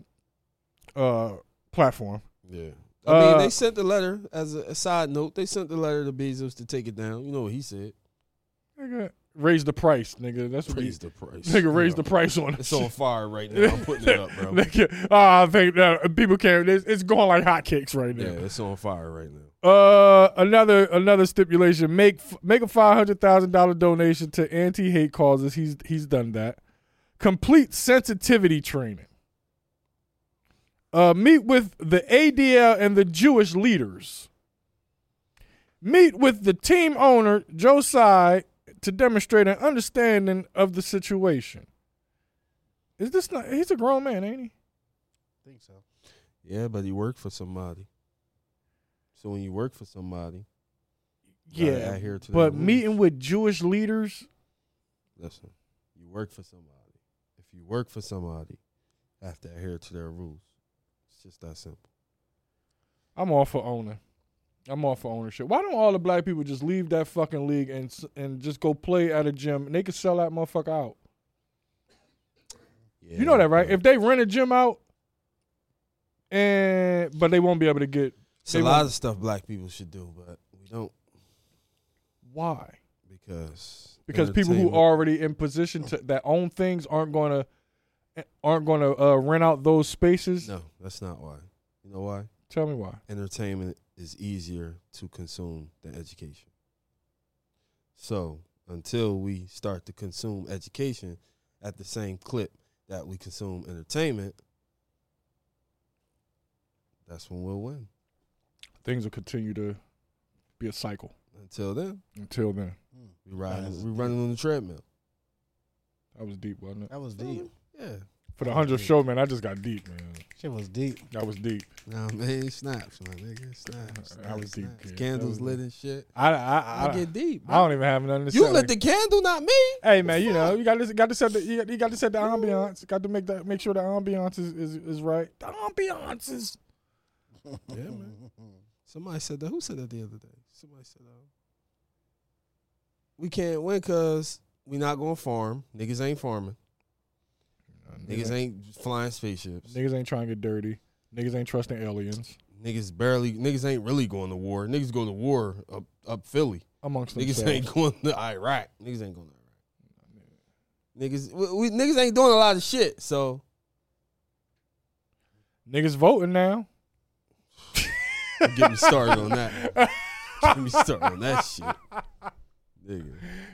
A: uh, platform.
B: Yeah. I mean,
A: Uh,
B: they sent the letter as a, a side note. They sent the letter to Bezos to take it down. You know what he said?
A: Nigga, raise the price, nigga. That's what
B: Raise
A: raised.
B: the price.
A: Nigga, raise
B: You
A: the
B: know,
A: price on
B: It's
A: that
B: on
A: shit.
B: fire right now. I'm putting it up, bro.
A: <laughs> Nigga, ah, I think that people can't. It's, it's going like hotcakes right
B: Yeah,
A: now.
B: it's on fire right now.
A: Uh, another another stipulation: make f- make a five hundred thousand dollar donation to anti hate causes. He's he's done that. Complete sensitivity training. Uh, meet with the ADL and the Jewish leaders. Meet with the team owner Josai to demonstrate an understanding of the situation. Is this not? He's a grown man, ain't he?
C: think so.
B: Yeah, but he worked for somebody. So when you work for somebody, you gotta
A: Yeah,
B: adhere to their
A: but
B: rules.
A: meeting with Jewish leaders.
B: Listen, you work for somebody. If you work for somebody, you have to adhere to their rules. It's just that simple.
A: I'm all for owning. I'm all for ownership. Why don't all the black people just leave that fucking league and s- and just go play at a gym and they can sell that motherfucker out?
B: Yeah,
A: you know that, right?
B: but
A: If they rent a gym out, and but they won't be able to get
B: it's a
A: they
B: lot
A: won't-
B: of stuff black people should do, but we don't
A: why?
B: because
A: Because people who
B: entertainment-
A: are already in position to that own things aren't gonna aren't gonna uh, rent out those spaces.
B: no, that's not why. You know why?
A: Tell me why.
B: entertainment is easier to consume than education. So until we start to consume education at the same clip that we consume entertainment, that's when we'll win.
A: Things will continue to be a cycle
B: Until then,
A: until then.
B: we riding,
C: Nice.
B: we running on the treadmill.
A: That was deep, wasn't it?
C: That was deep.
B: Yeah.
A: For the hundredth show, man, I just got deep, man.
C: Shit was deep.
A: That was deep.
B: Nah, man, it snaps, my nigga. it Snaps.
A: That
B: snaps,
A: was deep,
B: snaps.
A: kid.
B: Candles
A: That was
B: lit and shit.
A: I I,
B: I,
A: I,
B: get deep.
A: I don't even have nothing to say.
B: you lit
A: like-
B: the candle, not me.
A: Hey man, you know you got to got to set the you got, you got to set the ambiance. Got to make that make sure the ambiance is, is, is right. The ambiance is
B: Yeah, man. Somebody said that. Who said that the other day? Somebody said, uh, "We can't win because we not going to farm. Niggas ain't farming. Niggas ain't flying spaceships.
A: niggas ain't trying to get dirty. Niggas ain't trusting aliens
B: Niggas barely. Niggas ain't really going to war. Niggas go to war up up Philly.
A: amongst
B: Niggas
A: themselves.
B: ain't <laughs> going to Iraq. Niggas ain't going to Iraq. Niggas, we, we niggas ain't doing a lot of shit. So
A: Niggas voting now. <laughs>
B: get me started on that. Get me started on that shit, nigga.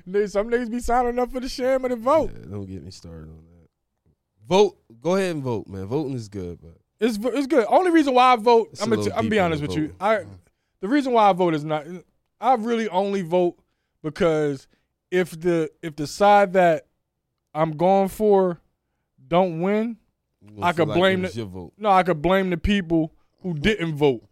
A: Niggas- Some niggas be signing up for the sham of the vote.
B: Yeah, don't get me started on that. Vote. Go ahead and vote, man. Voting is good, but
A: It's it's good. Only reason why I vote,
B: It's a
A: I'm gonna,
B: little
A: t- I'm gonna be
B: deeper
A: honest
B: than Uh-huh.
A: with you.
B: voting.
A: I the reason why I vote is not. I really only vote because if the if the side that I'm going for don't win,
B: you gonna
A: I could
B: feel like
A: blame
B: it was
A: the-
B: your
A: <laughs>
B: vote.
A: no, I could blame the people who
B: Uh-huh.
A: didn't vote.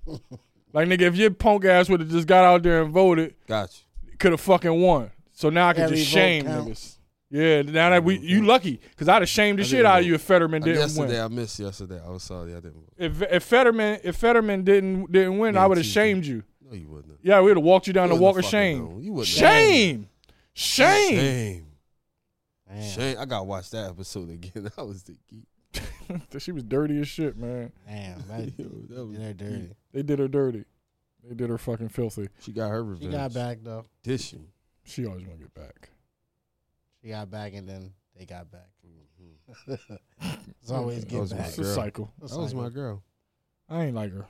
A: like nigga, if your punk ass would have just got out there and voted,
B: Got you.
A: could have fucking won. So now I can
C: Every
A: just
C: vote
A: shame
C: counts.
A: niggas. Yeah, now that we you lucky because I'd have shamed the
B: Mm-hmm. I
A: shit
B: didn't
A: out of
B: vote.
A: you if Fetterman
B: I-
A: didn't win.
B: yesterday I missed yesterday. I was sorry I didn't vote.
A: If if Fetterman if Fetterman didn't didn't win,
B: Yeah,
A: I would have
B: Tuesday.
A: shamed you.
B: No, you wouldn't. have.
A: Yeah, we would have walked you down the
B: You wouldn't
A: walk of
B: have fucking known.
A: shame.
B: You wouldn't have.
A: Shame, shame.
B: Shame.
C: Damn.
B: Shame. I gotta watch that episode again. <laughs> That was the geek.
A: <laughs> she was dirty as shit, man.
B: <laughs>
C: Damn. That,
B: Yo, that was
C: they're dirty.
A: They did her dirty. They did her fucking filthy.
B: She got her
C: She
B: revenge.
C: got back though.
B: Dishing.
A: She always want to get back.
C: She got back, and then they got back. <laughs> it's always
A: That
B: Mm-hmm.
C: get
B: was my
C: back.
A: It's a
B: girl.
A: cycle.
C: It's
B: That was
C: like-
B: my girl.
A: I ain't like her.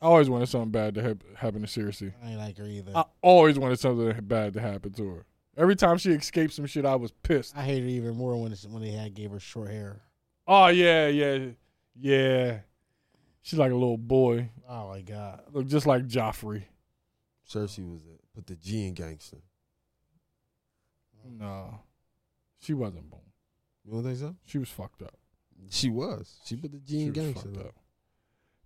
A: I always wanted something bad to hap- happen to Cersei.
C: I ain't like her either.
A: I always wanted something bad to happen to her. Every time she escaped some shit, I was pissed.
C: I hate her even more when it's, when they had gave her short hair.
A: Oh yeah, yeah, yeah. She's like a little boy.
C: Oh my god.
A: Look just like Joffrey.
B: Cersei was it. Put the G in gangster.
A: No. She wasn't born.
B: You don't think so?
A: She was fucked up.
B: She was. She put the G
A: She
B: in
A: was
B: gangster.
A: fucked
B: though.
A: up.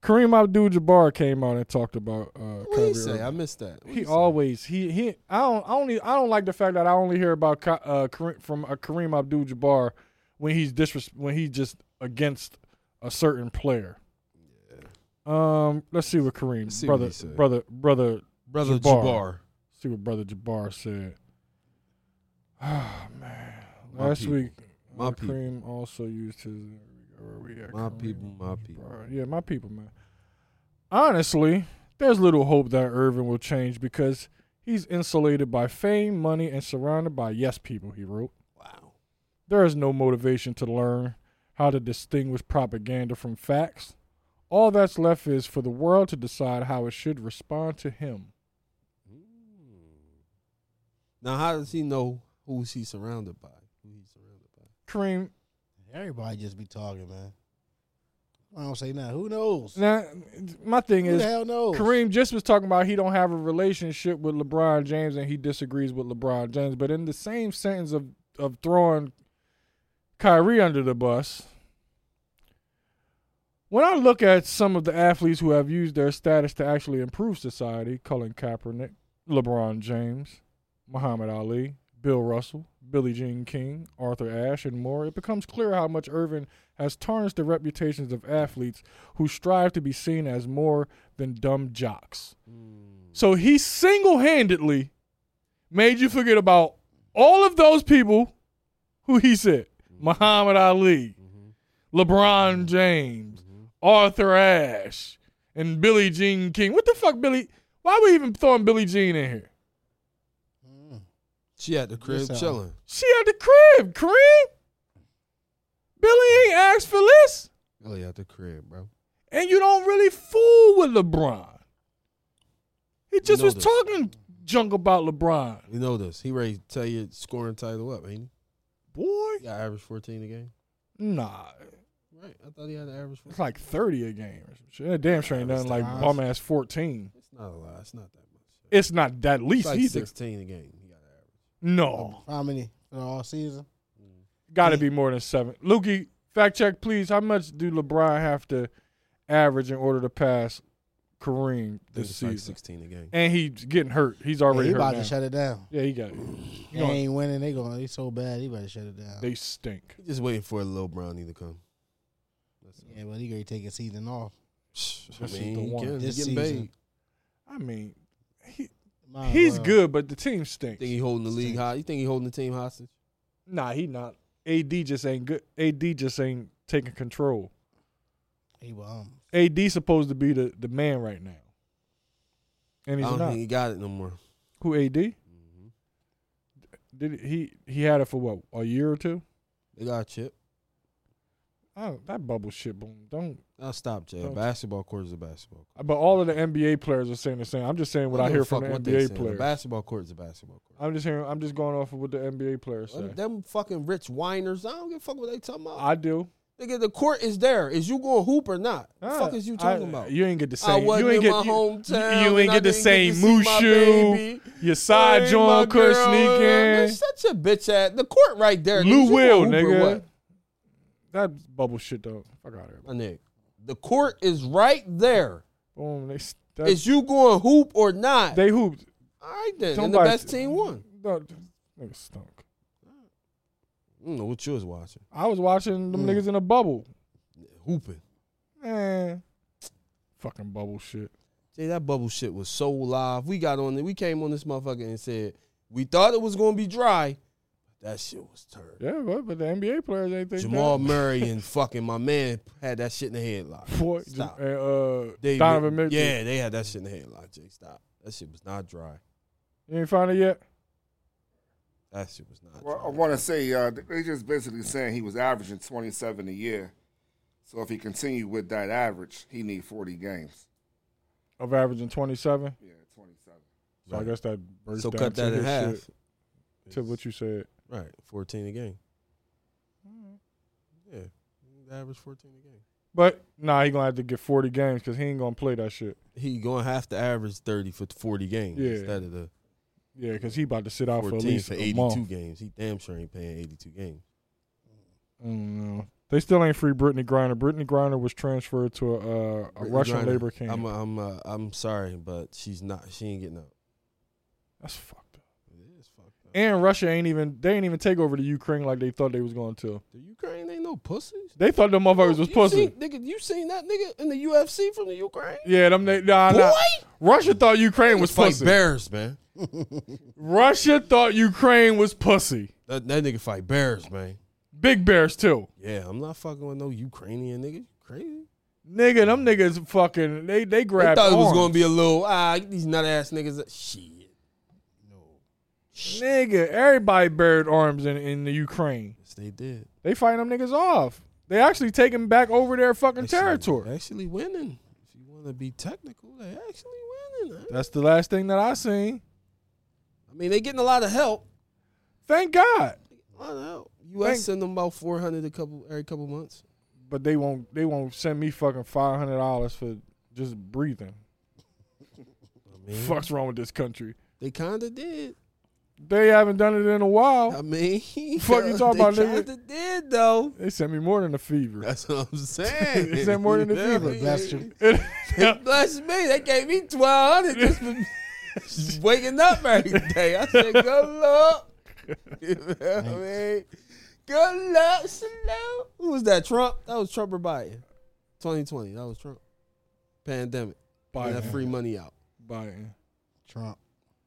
A: Kareem Abdul Jabbar came out and talked about uh
B: What did he
A: Kyrie
B: say?
A: Irving.
B: I missed that. What
A: he
B: did say?
A: always he he I don't I only I don't like the fact that I only hear about Ka- uh, Kareem, from uh, Kareem Abdul-Jabbar when he's disres- when he's just against a certain player. Um, let's see what Kareem
B: Let's see what
A: brother
B: he said.
A: brother brother
B: brother
A: Jabbar.
B: Jabbar.
A: see what brother Jabbar said. <sighs> Ah man,
B: My
A: last
B: people.
A: week
B: My
A: uh,
B: people.
A: Kareem also used his where we at,
B: My
A: Kareem?
B: people, my people.
A: Bro, Yeah, my people, man. Honestly, there's little hope that Irvin will change because he's insulated by fame, money, and surrounded by yes people, he wrote.
B: Wow.
A: There is no motivation to learn how to distinguish propaganda from facts. All that's left is for the world to decide how it should respond to him.
B: Now, how does he know who he's surrounded by? Who he's surrounded by?
A: Kareem,
C: Everybody just be talking, man. I don't say nothing. Who knows?
A: now, my thing
C: Who
A: is,
C: the hell knows?
A: Kareem just was talking about he don't have a relationship with LeBron James and he disagrees with LeBron James, but in the same sentence of of throwing Kyrie under the bus, when I look at some of the athletes who have used their status to actually improve society, Colin Kaepernick, LeBron James, Muhammad Ali, Bill Russell, Billie Jean King, Arthur Ashe, and more, it becomes clear how much Irvin has tarnished the reputations of athletes who strive to be seen as more than dumb jocks. So he single handedly made you forget about all of those people who he said Muhammad Ali, LeBron James, Arthur Ashe, and Billie Jean King. What the fuck, Billy? Why we even throwing Billie Jean in here?
B: She at the crib
C: Yes, I-
B: chilling.
A: She at the crib, Kareem. Billy ain't asked for this.
B: Really at the crib, bro.
A: and you don't really fool with LeBron. He just was
B: Notice.
A: talking junk about LeBron.
B: We know this. He ready to tell your scoring title up, ain't
A: Boy,
B: he? He got average 14 a game.
A: nah,
B: Right. I thought he had an average 14.
A: it's like thirty a game. Or some shit. That damn sure ain't nothing like
C: Nah,
A: bum ass fourteen.
B: It's not a lot. It's not that much.
A: It's not that
B: It's
A: least
B: like
A: either.
B: 16 a game. He got an average.
A: No,
C: How many for the all season?
A: got to be more than seven. Lukey, fact check, please. How much do LeBron have to average in order to pass Kareem
B: This
A: this
B: is like
A: season?
B: 16 a game.
A: And he's getting hurt. He's
C: Yeah,
A: already
C: he about
A: hurt.
C: to
A: now.
C: shut it down.
A: yeah, he got. It.
C: He
A: gonna-
C: ain't winning. They going. They so bad. He better shut it down.
A: They stink.
B: He just waiting for a little brownie to come. That's
C: yeah, but he gonna take his season off.
B: it. I
A: This is
B: mean,
A: the
B: he
A: one.
B: can- he
C: This
B: getting
C: season.
B: paid.
A: I mean, he,
C: My
A: He's
C: word.
A: good, but the team stinks.
B: Think he holding the league high? You think he holding the team hostage?
A: nah, he not. AD just ain't good. AD just ain't taking control.
C: He um, bum.
A: AD supposed to be the, the man right now, and
B: I
A: he's
B: don't
A: not. Mm-hmm.
B: think he got it no more.
A: Who AD? Did he he had it for what a year or two?
B: They got a chip.
A: I don't, that bubble shit, boom. Don't.
B: I'll stop, Jay.
A: Don't-
B: Basketball court is a basketball court.
A: But all of the NBA players are saying the same. I'm just saying what I,
B: don't
A: hear
B: give a
A: from the
B: fuck what they
A: NBA
B: saying. A
A: players.
B: basketball court is a basketball court.
A: I'm just hearing. I'm just going off of what the NBA players say.
B: Them- Them fucking rich whiners. I don't give a fuck what they talking about.
A: I do.
B: Nigga, the court is there. Is you going hoop or not? The
A: Ah,
B: fuck is you talking
A: I-
B: about?
A: You ain't get the
B: I
A: same.
B: wasn't
A: you ain't
B: in
A: get
B: my
A: you-
B: hometown.
A: You,
B: and
A: ain't
B: I
A: get the
B: didn't
A: same
B: to see
A: moose
B: my
A: shoe.
B: baby.
A: Your side
B: I ain't my
A: joint could
B: girl. Man,
A: sneak
B: Such a bitch ass. The court right there.
A: in. Lou
B: Is you
A: Will,
B: gonna hoop or
A: nigga.
B: what?
A: That bubble shit though. Fuck out of here.
B: My nigga. The court is right there.
A: Boom. They s- that,
B: Is you going hoop or not?
A: they hooped.
B: All right then.
A: Don't
B: And the
A: buy-
B: best team won.
A: No, th- niggas stunk.
B: I don't know what you was watching.
A: I was watching
B: Mm.
A: them niggas in a bubble.
B: Hooping.
A: Man, fucking bubble shit.
B: Jay, that bubble shit was so live. We got on it. We came on this motherfucker and said we thought it was gonna be dry. That shit was turned.
A: Yeah, but, but the NBA players ain't think
B: Jamal
A: that.
B: Murray and fucking my man had that shit in the headlock.
A: Boy,
B: Stop.
A: and, uh,
B: They-
A: Donovan Mitchell.
B: Yeah, they had that shit in the headlock. Jay, stop. That shit was not dry.
A: you ain't find it yet.
B: That shit was not
D: Well, I
B: dry.
D: want to say uh, they just basically saying he was averaging 27 a year. So if he continued with that average, he need 40 games.
A: Of averaging twenty seven.
D: Yeah, 27.
A: So I
B: Right.
A: guess that breaks
B: So
A: down
B: cut
A: to
B: that in
A: his
B: half.
A: shit, to what you said.
D: Mm-hmm.
B: Right, fourteen a game. Yeah, average 14 a game.
A: But nah, he gonna have to get forty games because he ain't gonna play that shit.
B: He gonna have to average 30 for 40 games
A: Yeah.
B: instead of the
A: Yeah, because he about to sit out for at
B: 14
A: least
B: for
A: a
B: 82
A: month.
B: games. He damn sure ain't paying 82 games.
A: I don't know. They still ain't free Brittany Griner. Brittany Griner was transferred to a, uh, a
B: Brittany
A: Russian
B: Griner,
A: labor camp.
B: I'm I'm uh, I'm sorry, but she's not. She ain't getting out.
A: That's fucked up.
B: It is fucked up.
A: And Russia ain't even they ain't even take over the Ukraine like they thought they was going to.
B: The Ukraine ain't no pussies.
A: They thought them motherfuckers was
B: Oh, you
A: pussy.
B: Seen, nigga, you seen that nigga in the UFC from the Ukraine?
A: yeah, them they nah, nah.
B: Boy!
A: Russia thought Ukraine was
B: fight
A: pussy.
B: bears, man.
A: Russia thought Ukraine was pussy.
B: That, that nigga fight bears, man.
A: Big bears too.
B: Yeah, I'm not fucking with no Ukrainian nigga. You crazy?
A: Nigga, them niggas fucking they they
B: I
A: grabbed.
B: thought it was
A: arms.
B: gonna be a little ah these nut ass niggas. Shit,
A: Nigga, everybody buried arms in, in the Ukraine.
B: yes, they did.
A: They fighting them niggas off. They actually taking back over their fucking
B: Actually-
A: territory.
B: Actually winning. If you want to be technical, they actually winning. huh?
A: That's the last thing that I seen.
B: I mean, they getting a lot of help.
A: Thank God.
B: A lot of help. U.S.
A: Thank-
B: send them about four hundred a couple every couple months.
A: But they won't they won't send me fucking five hundred dollars for just breathing.
B: mean-
A: Fuck's wrong with this country?
B: They kind of did.
A: They haven't done it in a while.
B: I mean,
A: Oh. Fuck
B: <laughs>
A: you talking about,
B: they
A: nigga?
B: Kinda did though.
A: They sent me more than a <laughs> fever.
B: That's <laughs> what I'm saying.
A: They sent more than a
B: Yeah,
A: fever.
B: they-
A: <laughs>
C: Bless you.
B: Bless me. They gave me twelve hundred just for
A: <laughs>
B: waking up every day. I said, good luck. <laughs> You know what I mean? Good luck, Snoop. Who was that? Trump? That was Trump or Biden? 2020. That was Trump. Pandemic. Biden. That
A: Biden.
B: free money out.
A: Biden.
C: Trump.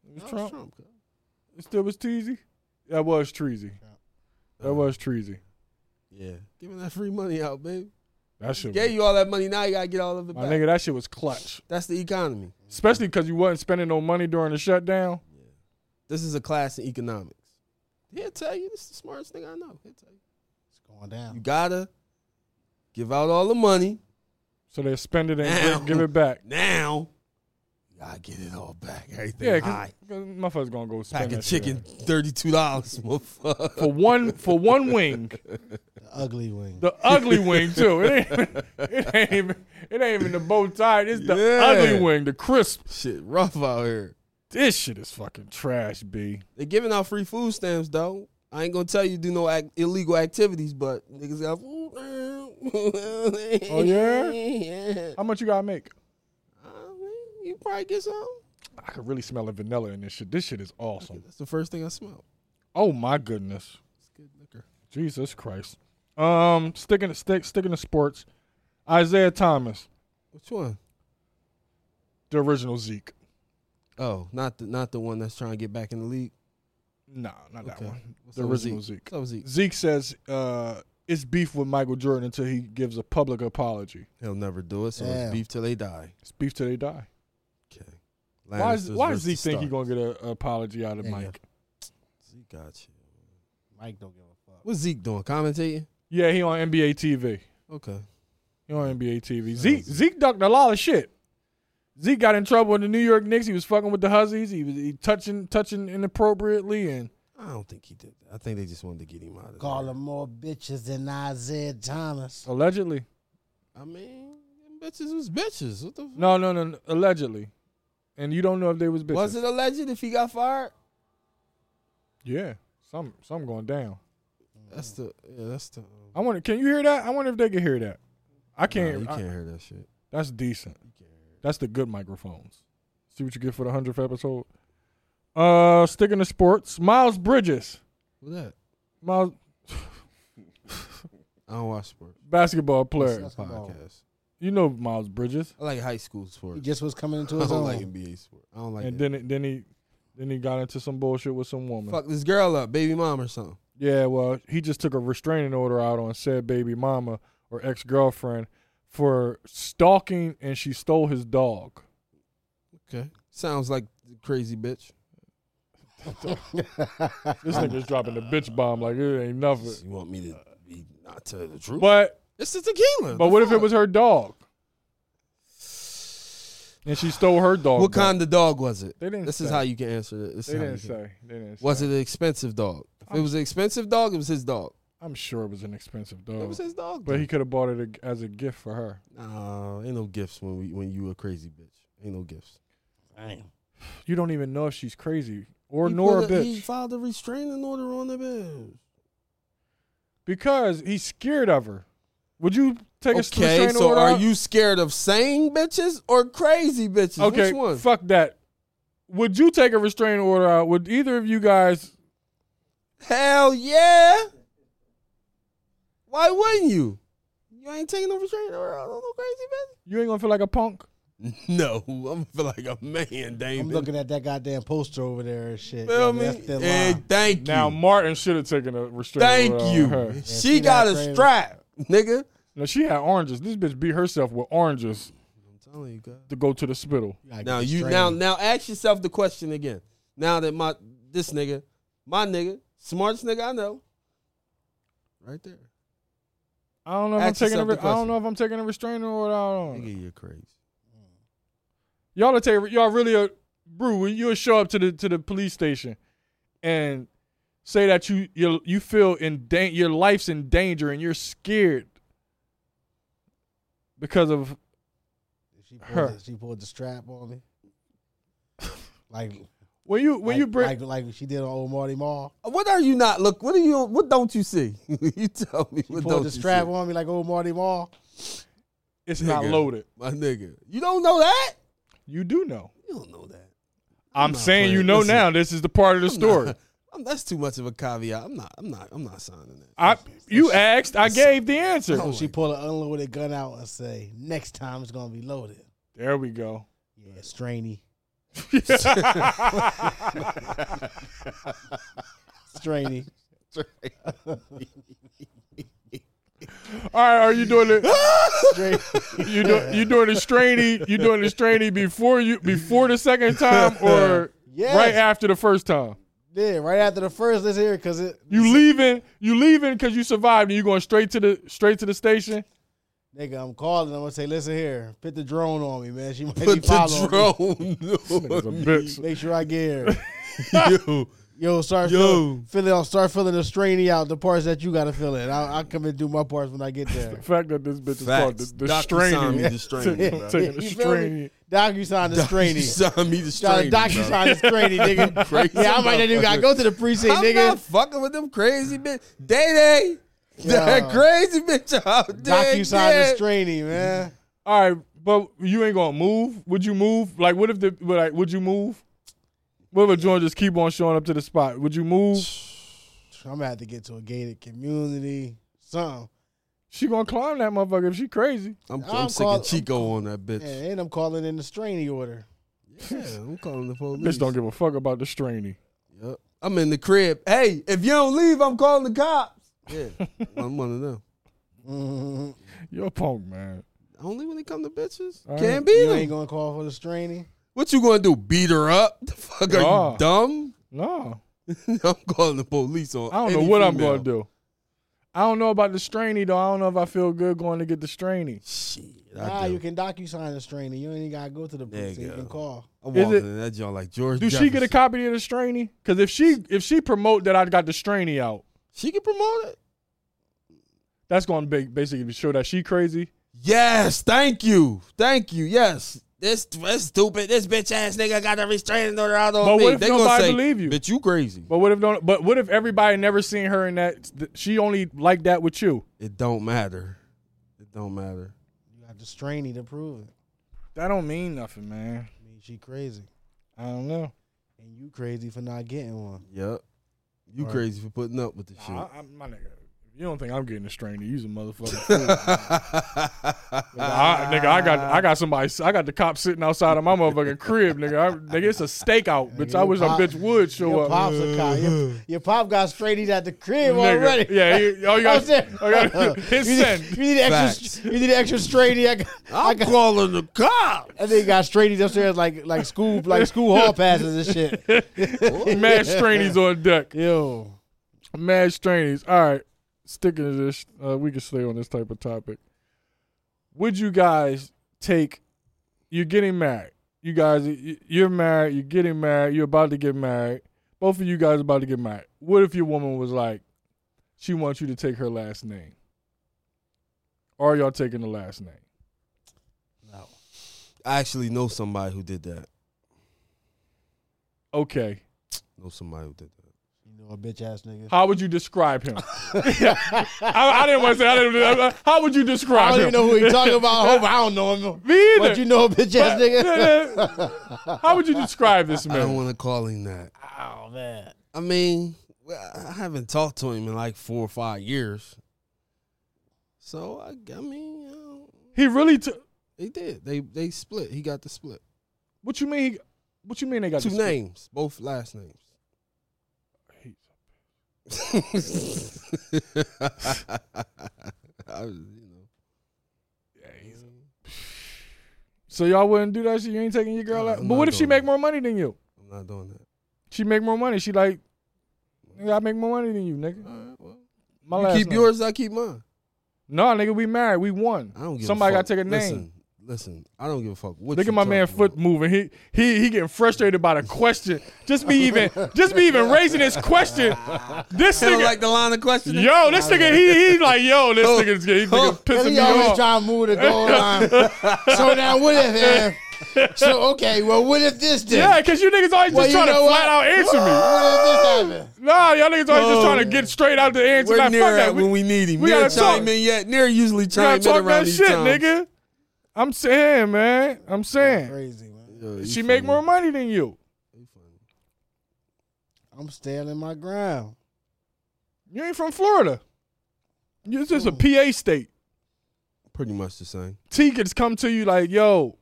A: It
B: That
A: was
B: was
A: Trump.
B: Trump. cuz.
A: It still was Teasy. That was Treasy. That was Treasy.
B: Yeah. Give me that free money out, baby.
A: That shit.
B: Gave
A: Was,
B: you all that money. Now you got to get all of it
A: my
B: back.
A: nigga, that shit was clutch.
B: That's the economy.
A: Especially because you wasn't spending no money during the shutdown.
B: This is a class in economics. He'll tell you. This is the smartest thing I know. He'll tell you.
C: It's going
B: You
C: down.
B: gotta give out all the money
A: So they spend it
B: Now.
A: and give it back.
B: now. You gotta get it all back. Everything
A: Yeah, because
B: high.
A: motherfuckers gonna go spend
B: Pack of
A: that shit
B: chicken, thirty two dollars, <laughs> motherfucker.
A: for one for one wing,
C: The ugly wing.
A: the ugly wing too. It ain't even, it ain't even, it ain't even the bow tie. It's the
B: Yeah.
A: ugly wing, the crisp.
B: Shit, rough out here.
A: This shit is fucking trash, b.
B: They're giving out free food stamps though. I ain't gonna tell you do no act- illegal activities, but niggas got food. <laughs> oh
A: yeah?
B: yeah.
A: How much you gotta make?
B: I mean, Uh, you probably get some.
A: Oh. I could really smell the vanilla in this shit. This shit is awesome.
B: That's the first thing I smell.
A: Oh my goodness,
B: It's good liquor.
A: Jesus Christ. Um, sticking to stick, sticking to sports. Isaiah Thomas,
B: Which one?
A: the original Zeke.
B: Oh, not the not the one that's trying to get back in the league.
A: Nah, not that
B: Okay.
A: one.
B: What's
A: The
B: up with
A: original
B: Zeke?
A: Zeke.
B: What's up with Zeke?
A: Zeke says uh, it's beef with Michael Jordan until he gives a public apology.
B: He'll never do it. So
C: Damn.
B: it's beef till they die.
A: It's beef till they die.
B: Okay.
A: Why, is,
B: Lannisters
A: why does
B: versus
A: Zeke think he's
B: Starks.
A: going to get an apology out of
C: Yeah.
A: Mike?
B: Zeke got you.
C: Mike don't give a fuck.
B: What's Zeke doing? Commentating?
A: Yeah, he on NBA TV.
B: Okay.
A: He on NBA TV. Zeke, Zeke ducked a lot of shit. Zeke got in trouble with the New York Knicks. He was fucking with the Hussies. He was he touching touching inappropriately and
B: I don't think he did that. I think they just wanted to get him out of
C: Call
B: there.
C: him more bitches than Isaiah Thomas.
A: allegedly.
B: I mean, them bitches was bitches. What the fuck?
A: No, no, no, no, allegedly. And you don't know if they was bitches.
B: Was it alleged if he got fired?
A: Yeah, some some going down. Mm.
B: That's the yeah, that's the um,
A: I wonder. Can you hear that? I wonder if they can hear that. I
B: nah,
A: can't.
B: you
A: I-
B: can't hear that shit.
A: That's decent. That's the good microphones. See what you get for the hundredth episode. Uh, sticking to sports, Miles Bridges,
B: What that?
A: Miles
B: I don't watch sports.
A: basketball player.
C: That's ball.
B: Podcast.
A: You know Miles Bridges,
B: I like high school
C: He
B: sports.
C: just was coming
B: <laughs>
C: into
B: I
C: his
B: don't
C: own.
B: like NBA sports. I don't like
A: and
B: that.
A: then it, then he then he got into some bullshit with some woman.
B: Fuck this girl up, baby mom or something.
A: Yeah, well, he just took a restraining order out on said baby mama or ex girlfriend for stalking, and she stole his dog.
B: Okay. Sounds like the crazy bitch.
A: This nigga's dropping the bitch bomb like it ain't nothing.
B: You want me to be not tell the truth?
A: But
B: It's the tequila.
A: but
B: The
A: what if it
B: fuck?
A: was her dog? And she stole her dog.
B: What
A: back.
B: kind of dog was it?
A: They didn't
B: This is
A: say.
B: how you can answer this. this
A: They
B: is how
A: didn't
B: you can-
A: say. They didn't
B: Was
A: say.
B: it an expensive dog? If it was an expensive dog, it was his dog.
A: I'm sure it was an expensive
B: That
A: dog,
B: was his dog.
A: Oh. but he could have bought it a, as a gift for her.
B: nah, ain't no gifts when we when you a crazy bitch. Ain't no gifts.
C: Damn.
A: You don't even know if she's crazy or
B: He
A: nor a
B: put He
A: bitch
B: filed a restraining order on the bitch.
A: because he's scared of her. Would you take
B: Okay,
A: a restraining
B: so
A: order?
B: are
A: out?
B: you scared of sane bitches or crazy bitches?
A: okay?
B: Which one?
A: Fuck that. Would you take a restraining order out? Would either of you guys?
B: Hell yeah. Why wouldn't you? You ain't taking no restraining order on no crazy
A: You ain't gonna feel like a punk.
B: bitch. <laughs> No, I'm feel like a man, Damon.
C: I'm looking at that goddamn poster over there and shit.
B: Feel
C: Yo,
B: me?
C: that's that
B: Hey,
C: line.
B: thank you.
A: Now Martin should have taken a
B: Hmm. thank
A: restraining order. on
B: you.
A: her.
B: she
C: she
B: got
C: not
B: a
C: crazy.
B: strap, nigga.
A: Now she had oranges. This bitch beat herself with oranges
B: I'm telling you, God.
A: to go to the spittle.
C: You gotta
B: Now
C: get
B: you
C: straight.
B: now now ask yourself the question again. Now that my this nigga, my nigga, smartest nigga I know, right there.
A: I don't know if
B: Ask
A: I'm taking. A
B: yourself
A: re-
B: the
A: I don't
B: question.
A: know if I'm taking a restraining order out on. her.
B: Nigga, you're crazy.
A: Y'all are take y'all really a brew. When you would show up to the to the police station and say that you you you feel in da- your life's in danger and you're scared because of
C: She pulled,
A: her.
C: The, she pulled the strap on me.
A: <laughs>
C: Like
A: when you when
C: like,
A: you bring
C: like like she did on old Marty Mall.
B: What are you not look? What are you? What don't you see? <laughs> you tell me.
C: She
B: what
C: pulled
B: don't
C: the
B: you
C: strap
B: see?
C: on me like old Marty Mall.
A: it's not
B: nigga.
A: loaded.
B: my nigga. You don't know that?
A: You do know.
B: You don't know that.
A: I'm,
B: not
A: saying you
B: playing.
A: know
B: Listen.
A: now. This is the part of the
B: I'm
A: story.
B: not- I'm- that's too much of a caveat. I'm not. I'm not. I'm not signing that. <laughs>
A: I you asked. I gave the answer.
B: Oh,
C: So she pulled an unloaded gun out and say, "Next time it's gonna be loaded."
A: There we go.
C: Yeah,
A: <laughs>
C: strainy, strainy.
A: All right. Are you doing
B: <laughs>
A: it?
C: strainy.
A: You do, you doing the strainy? You doing the strainy before you before the second time or
C: Yes.
A: right after the first time?
C: Yeah, right after the first, let's hear it because it
A: You leaving? You leaving because you survived and you going straight to the straight to the station?
C: Nigga, I'm calling. I'm gonna say, listen here, put the drone on me, man. She might be
B: Put
C: following. me.
B: <laughs>
A: <laughs> It's a
B: the
A: bitch.
C: Make sure I get her.
B: drone. on you.
C: Yo, start
B: Yo.
C: feeling, fill out, start filling the strainy out, the parts that you gotta fill in. I'll, I'll come and do my parts when I get there.
A: The fact that this bitch is called
B: Facts.
A: the, the
B: Doc, you signed me
A: strainy.
B: the strainy,
A: <laughs> Taking-
B: bro.
A: taking the
C: <laughs> You feel
A: strainy.
C: me? DocuSign the
B: You
C: strainy.
B: signed me the
C: Got a
B: strainy. bro.
C: DocuSign the
B: <laughs>
C: strainy, nigga.
B: Crazy
C: yeah, I might not even gotta go to the precinct,
B: I'm
C: nigga.
B: not fucking with them crazy bitch. Day day. That
C: Yeah.
B: crazy bitch out there.
C: DocuSign
B: yeah.
C: the strainy, man.
A: All right, but you ain't gonna move. Would you move? Like, what if the but like? Would you move? What if Jordan just keep on showing up to the spot? Would you move?
C: I'm gonna have to get to a gated community. Something.
A: She gonna climb that motherfucker if she crazy.
B: I'm,
C: I'm
B: I'm sticking
C: call-
B: Chico on that bitch.
C: Yeah, and I'm calling in the strainy order.
B: Yeah, I'm calling the police.
A: Bitch don't give a fuck about the strainy.
B: Yep. I'm in the crib. Hey, if you don't leave, I'm calling the cops.
A: <laughs>
B: Yeah, I'm one of them.
C: Mhm.
A: You're a punk man.
B: Only when it come to bitches,
A: All right.
B: can't beat
C: You
B: them.
C: ain't gonna call for the strainy.
B: what you gonna do? Beat her up? The fuck are
A: Nah.
B: you dumb? <laughs>
A: No,
B: I'm calling the police on.
A: I don't know
B: any
A: what I'm
B: female.
A: gonna do. I don't know about the strainy though. I don't know if I feel good going to get the strainy.
B: Shit, I
C: Nah,
B: do.
C: you can DocuSign the strainy. You ain't even gotta go to the
B: There you
C: precinct. You
B: go.
C: can call.
B: I'm
A: Is
B: walking
A: it-
B: in that joint like George.
A: Do she get a
B: Jefferson.
A: copy of the strainy? Because if she if she promote that I got the strainy out,
B: She can promote it.
A: that's going to basically show that she crazy.
B: Yes, thank you, thank you. Yes, this this stupid, this bitch ass nigga got a restraining order out on
A: But
B: me.
A: what if
B: they gonna
A: nobody
B: say,
A: believe you?
B: Bitch, you crazy.
A: But what if don't? But what if everybody never seen her in that? th- She only like that with you.
B: It don't matter. It don't matter.
C: You got the strainy to prove it.
A: That don't mean nothing, man.
C: I mean, she crazy,
A: I don't know.
C: and you crazy for not getting one.
B: Yep. You
C: Right.
B: crazy for putting up with the shit.
A: I, am my nigga. If You don't think I'm getting a strainy? You's a <laughs> motherfucker. fool. nigga, I, nigga, I got I got somebody. I got the cop sitting outside of my motherfucking crib, nigga. I, nigga, it's a stakeout, bitch. I wish a
C: pop-
A: bitch would show
C: Your
A: up.
C: pop's
A: <laughs>
C: a cop. Your, your pop got strainies at the crib
A: Nigga.
C: already.
A: Yeah,
C: <laughs>
A: he, <laughs> all you got.
C: I'm
A: all you
C: <laughs>
A: got <laughs> his
C: you,
A: son.
C: need, you need extra.
B: Facts.
C: You need extra strainy. I got. I
B: I'm
C: got
B: calling the cop.
C: I think he got strainies upstairs like like school like school hall passes and
A: <laughs>
C: shit.
A: Mad strainies on deck.
C: <laughs> Yo,
A: Mad strainies. All right, sticking to this, uh, we can stay on this type of topic. Would you guys take? You're getting married. You guys, y- you're married. You're getting married. You're about to get married. Both of you guys about to get married. What if your woman was like, She wants you to take her last name. Are y'all taking the last name?
C: No.
B: I actually know somebody who did that.
A: Okay.
B: Know somebody who did that.
C: You know a bitch ass nigga.
A: How would you describe
C: <laughs>
A: him? I, I didn't want to say. I didn't. How would you
C: I
A: describe
C: don't even
A: him?
C: know who he talking about. I hope I don't know him.
A: <laughs> Me either.
C: But you know a bitch ass
A: <laughs>
C: nigga.
A: How would you describe this
B: I don't
A: man?
B: want to call him that.
C: oh man.
B: I mean, well, I haven't talked to him in like four or five years. So I, I mean, you know,
A: He really. T-
B: they did. They they split. He got the split.
A: what you mean? He, what you mean they got
B: Two
A: this-
B: names, both last names. <laughs> I was, you know,
A: <sighs> So y'all wouldn't do that? shit? You ain't taking your girl
B: No,
A: out.
B: I'm
A: But what
B: not
A: if she
B: doing
A: make
B: that.
A: more money than you?
B: I'm not doing that.
A: She make more money. She like, nigga, I make more money than you, nigga.
B: All right, well,
A: My
B: Uh, you
A: last
B: keep
A: name.
B: yours, I keep mine.
A: No, nigga, we married. We won.
B: I don't give
A: Somebody
B: a
A: got
B: fuck.
A: to take a name.
B: Listen, listen, I don't give a fuck. What
A: Look
B: you
A: at my man
B: talking
A: foot
B: about.
A: moving. He he he getting frustrated by the question. Just me
B: <laughs>
A: even just me even raising this question. This
B: Kinda
A: nigga
B: like the line of questioning.
A: Yo, this nigga he he like, yo, this nigga's he
B: <laughs>
A: nigga
C: And
A: pissing
C: he
A: me
C: always
A: off.
C: trying to move the
A: <laughs>
C: goal line. so now what if? uh, so okay, well what if this did?
A: yeah, cause you niggas always
C: Well,
A: just
C: you
A: trying to
C: know
A: flat out
C: what? <gasps>
A: answer <laughs>
C: What if this happened?
A: me. Nah, y'all niggas always just trying
C: Oh.
A: to get straight out the answer.
B: We're
A: Like, fuck
B: near
A: that.
B: at when we need him.
A: we
B: Near
A: gotta
B: chime
A: talk.
B: in yet. Near usually
A: we
B: chime
A: gotta
B: in
A: talk
B: around
A: that
B: these
A: shit,
B: times.
A: nigga. I'm saying, man. I'm saying.
C: Crazy man.
B: Yo, you
A: She make
B: funny.
A: more money than you.
C: I'm standing my ground.
A: You ain't from Florida. You just a PA state.
B: Pretty much the same.
A: T could come to you like, yo,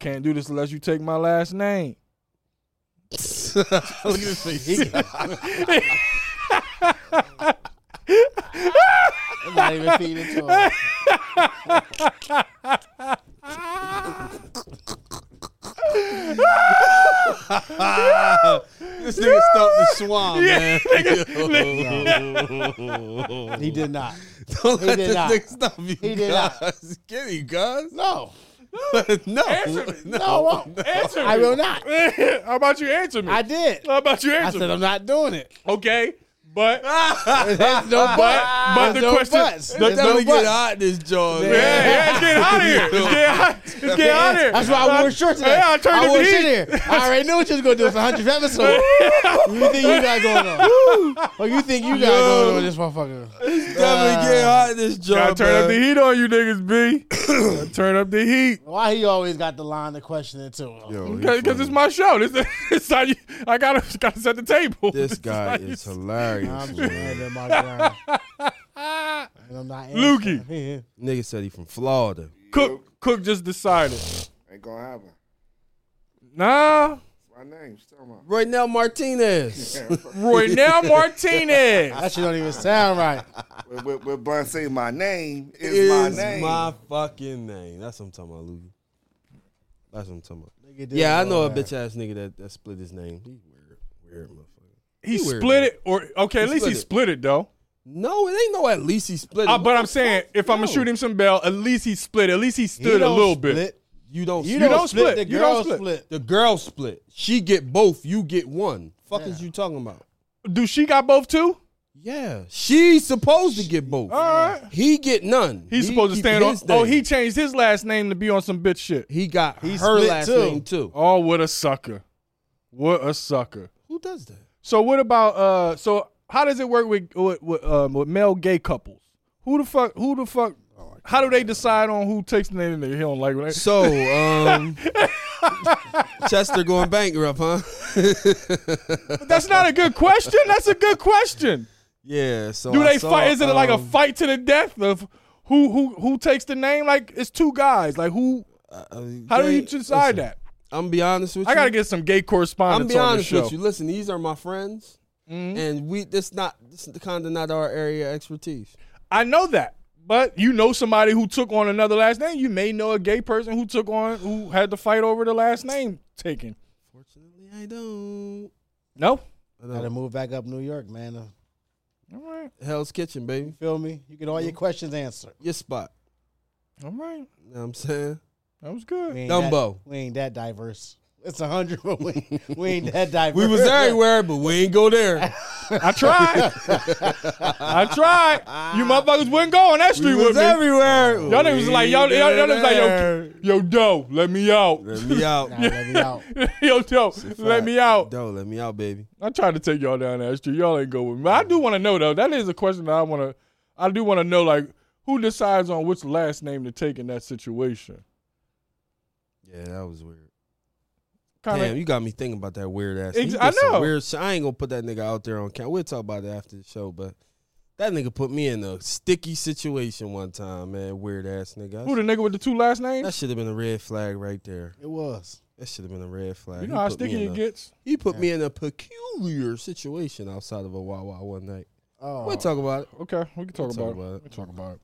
A: can't do this unless you take my last name.
B: <laughs> Look at his face. <laughs>
C: I'm not even feeding to him.
A: <laughs>
B: this nigga stumped the swamp,
A: <laughs>
B: man.
C: He did not.
B: <laughs> Don't let
C: did
B: this
C: not.
B: nigga stump you.
C: He did not.
B: guys. <laughs> Get you guys.
C: No.
B: <laughs> no.
A: Answer me.
C: No, I
B: <laughs>
C: won't.
A: Answer me.
C: I will not.
A: <laughs> How about you answer me?
C: I did.
A: How about you
C: I
A: answer
C: said
A: me?
C: I'm not
A: <laughs>
C: doing it.
A: Okay, but
C: There's no
A: but
C: but.
A: but the
C: no
A: question.
C: buts.
A: the-
C: There's
B: That's how
C: no
B: we get
C: buts.
B: hot this joint,
A: yeah,
B: man.
A: yeah, it's
B: <laughs>
A: getting hot here. It's getting hot. It's getting hot here.
C: That's why I wore a shirt today.
A: Yeah, I turned
C: I
A: it
C: wore
A: to
C: a
A: heat.
C: shirt here. I already knew what you was gonna do
A: <laughs>
C: for hundredth episode. what you think you got <laughs> going on? What you think you got going on with this motherfucker?
B: Definitely get hot this
A: Gotta
B: joint,
A: turn
B: man.
A: up the heat on you niggas, B. Gotta turn up the heat.
C: Why he always got the line to question it too?
B: Yo, he
A: Because
B: funny.
A: it's my show. This, <laughs> this how you, I gotta gotta set the table.
B: This guy
A: how you-
B: is hilarious. man.
C: I'm standing my ground. and I'm not
A: Lukey.
C: answering. <laughs>
B: Nigga said he from Florida.
A: Cook Cook just decided.
D: Ain't gonna happen.
A: Nah,
D: My name, she's talking about.
B: Right now,
C: <laughs>
B: Martinez. <laughs>
A: Roy now Martinez.
C: That shit don't even sound right.
D: With, with, with Bun say my name is,
B: is
D: my name.
B: my fucking name. That's what I'm talking about, Luke. That's what I'm talking about.
C: Nigga did
B: Yeah, I
C: go
B: know a
C: there.
B: bitch ass nigga that, that split his name. He weird, weird motherfucker.
A: He
B: weird,
A: split
B: man.
A: it, or okay, at
B: He
A: least he
B: split it.
A: split it though.
B: No, it ain't no. At least he split. it.
A: Uh, but
B: What
A: I'm
B: the
A: saying,
B: fuck?
A: if I'm
B: No.
A: gonna shoot him some bell, at least he split. At least he
C: He
A: stood a
C: don't
A: little bit.
C: split.
B: you don't.
C: You, don't, split. The
A: You
C: girl
A: don't split.
C: split.
B: The girl split. She get both. You get one. Fuck is you talking about?
A: Do she got both too?
B: Yeah, she's supposed to get both.
A: All right.
B: He get none.
A: He's
B: He
A: supposed to
B: keep
A: stand on.
B: his
A: Oh,
B: name.
A: he changed his last name to be on some bitch shit.
B: he got
C: He
B: her
C: split
B: last
C: too.
B: name too.
A: Oh, what a sucker! What a sucker!
B: Who does that?
A: So what about uh? So how does it work with with with, um, with male gay couples? Who the fuck? Who the fuck? How do they decide on who takes the name in their hill? Like when they-
B: So,
A: <laughs>
B: um, Chester going bankrupt, huh?
A: that's not a good question. That's a good question.
B: yeah. So
A: Do
B: I
A: they
B: saw,
A: fight? Is it like a
B: um,
A: fight to the death of who who who takes the name? Like it's two guys. Like who?
B: uh,
A: How do you
B: gay- listen,
A: decide that?
B: I'm gonna be honest with you.
A: I gotta get some gay
B: I'm
A: correspondence
B: be
A: on the
B: honest
A: show. Mm-hmm.
B: with you. Listen, these are my friends, and we. This not. This is kind of not our area of expertise.
A: I know that, but you know somebody who took on another last name. You may know a gay person who took on who had to fight over the last name taken.
B: Fortunately, I don't.
A: No.
B: I
C: Gotta
B: don't.
C: move back up New York, man. Uh,
A: All right.
B: Hell's Kitchen, baby.
C: You feel me? You get all your questions answered.
B: Your spot.
A: All right.
B: You know what I'm saying?
A: That was
C: We
A: good.
C: ain't that-
B: Dumbo.
C: we ain't that diverse. It's a hundred, but <laughs> we, we ain't that diverse.
A: <laughs>
B: We was everywhere, but we ain't go there.
A: I tried. I tried. You motherfuckers wouldn't go on that street
B: was
A: with me.
B: everywhere.
A: Y'all niggas was like, y'all, y'all, y'all was like, <laughs> yo, yo, doe, let me out.
B: Let me out.
C: Nah, let me out.
A: <laughs> yo, doe, let me out.
B: Doe, let me out, baby.
A: I tried to take y'all down that street. Y'all ain't go with me. But I do want to know though. That is a question that I want to. I do want to know like who decides on which last name to take in that situation.
B: Yeah, that was weird.
A: Kind
B: Damn,
A: of.
B: you got me thinking about that weird ass.
A: Ex-
B: he
A: I
B: did some
A: know.
B: Weird shit. I ain't gonna put that nigga out there on camera. We'll talk about it after the show, but that nigga put me in a sticky situation one time, man. Weird ass nigga.
A: Who the nigga with the two last
B: that
A: names?
B: should have been a red flag right there.
C: It was.
B: That should have been a red flag.
A: You
B: He
A: know how
B: put me
A: sticky
B: in
A: it
B: a-
A: gets.
B: He put me in a peculiar situation outside of a Wawa one night.
C: Oh,
A: Uh,
B: We'll talk about it.
A: Okay, we can talk
B: We'll
A: about,
B: talk about
A: it.
B: it.
A: We can talk about it.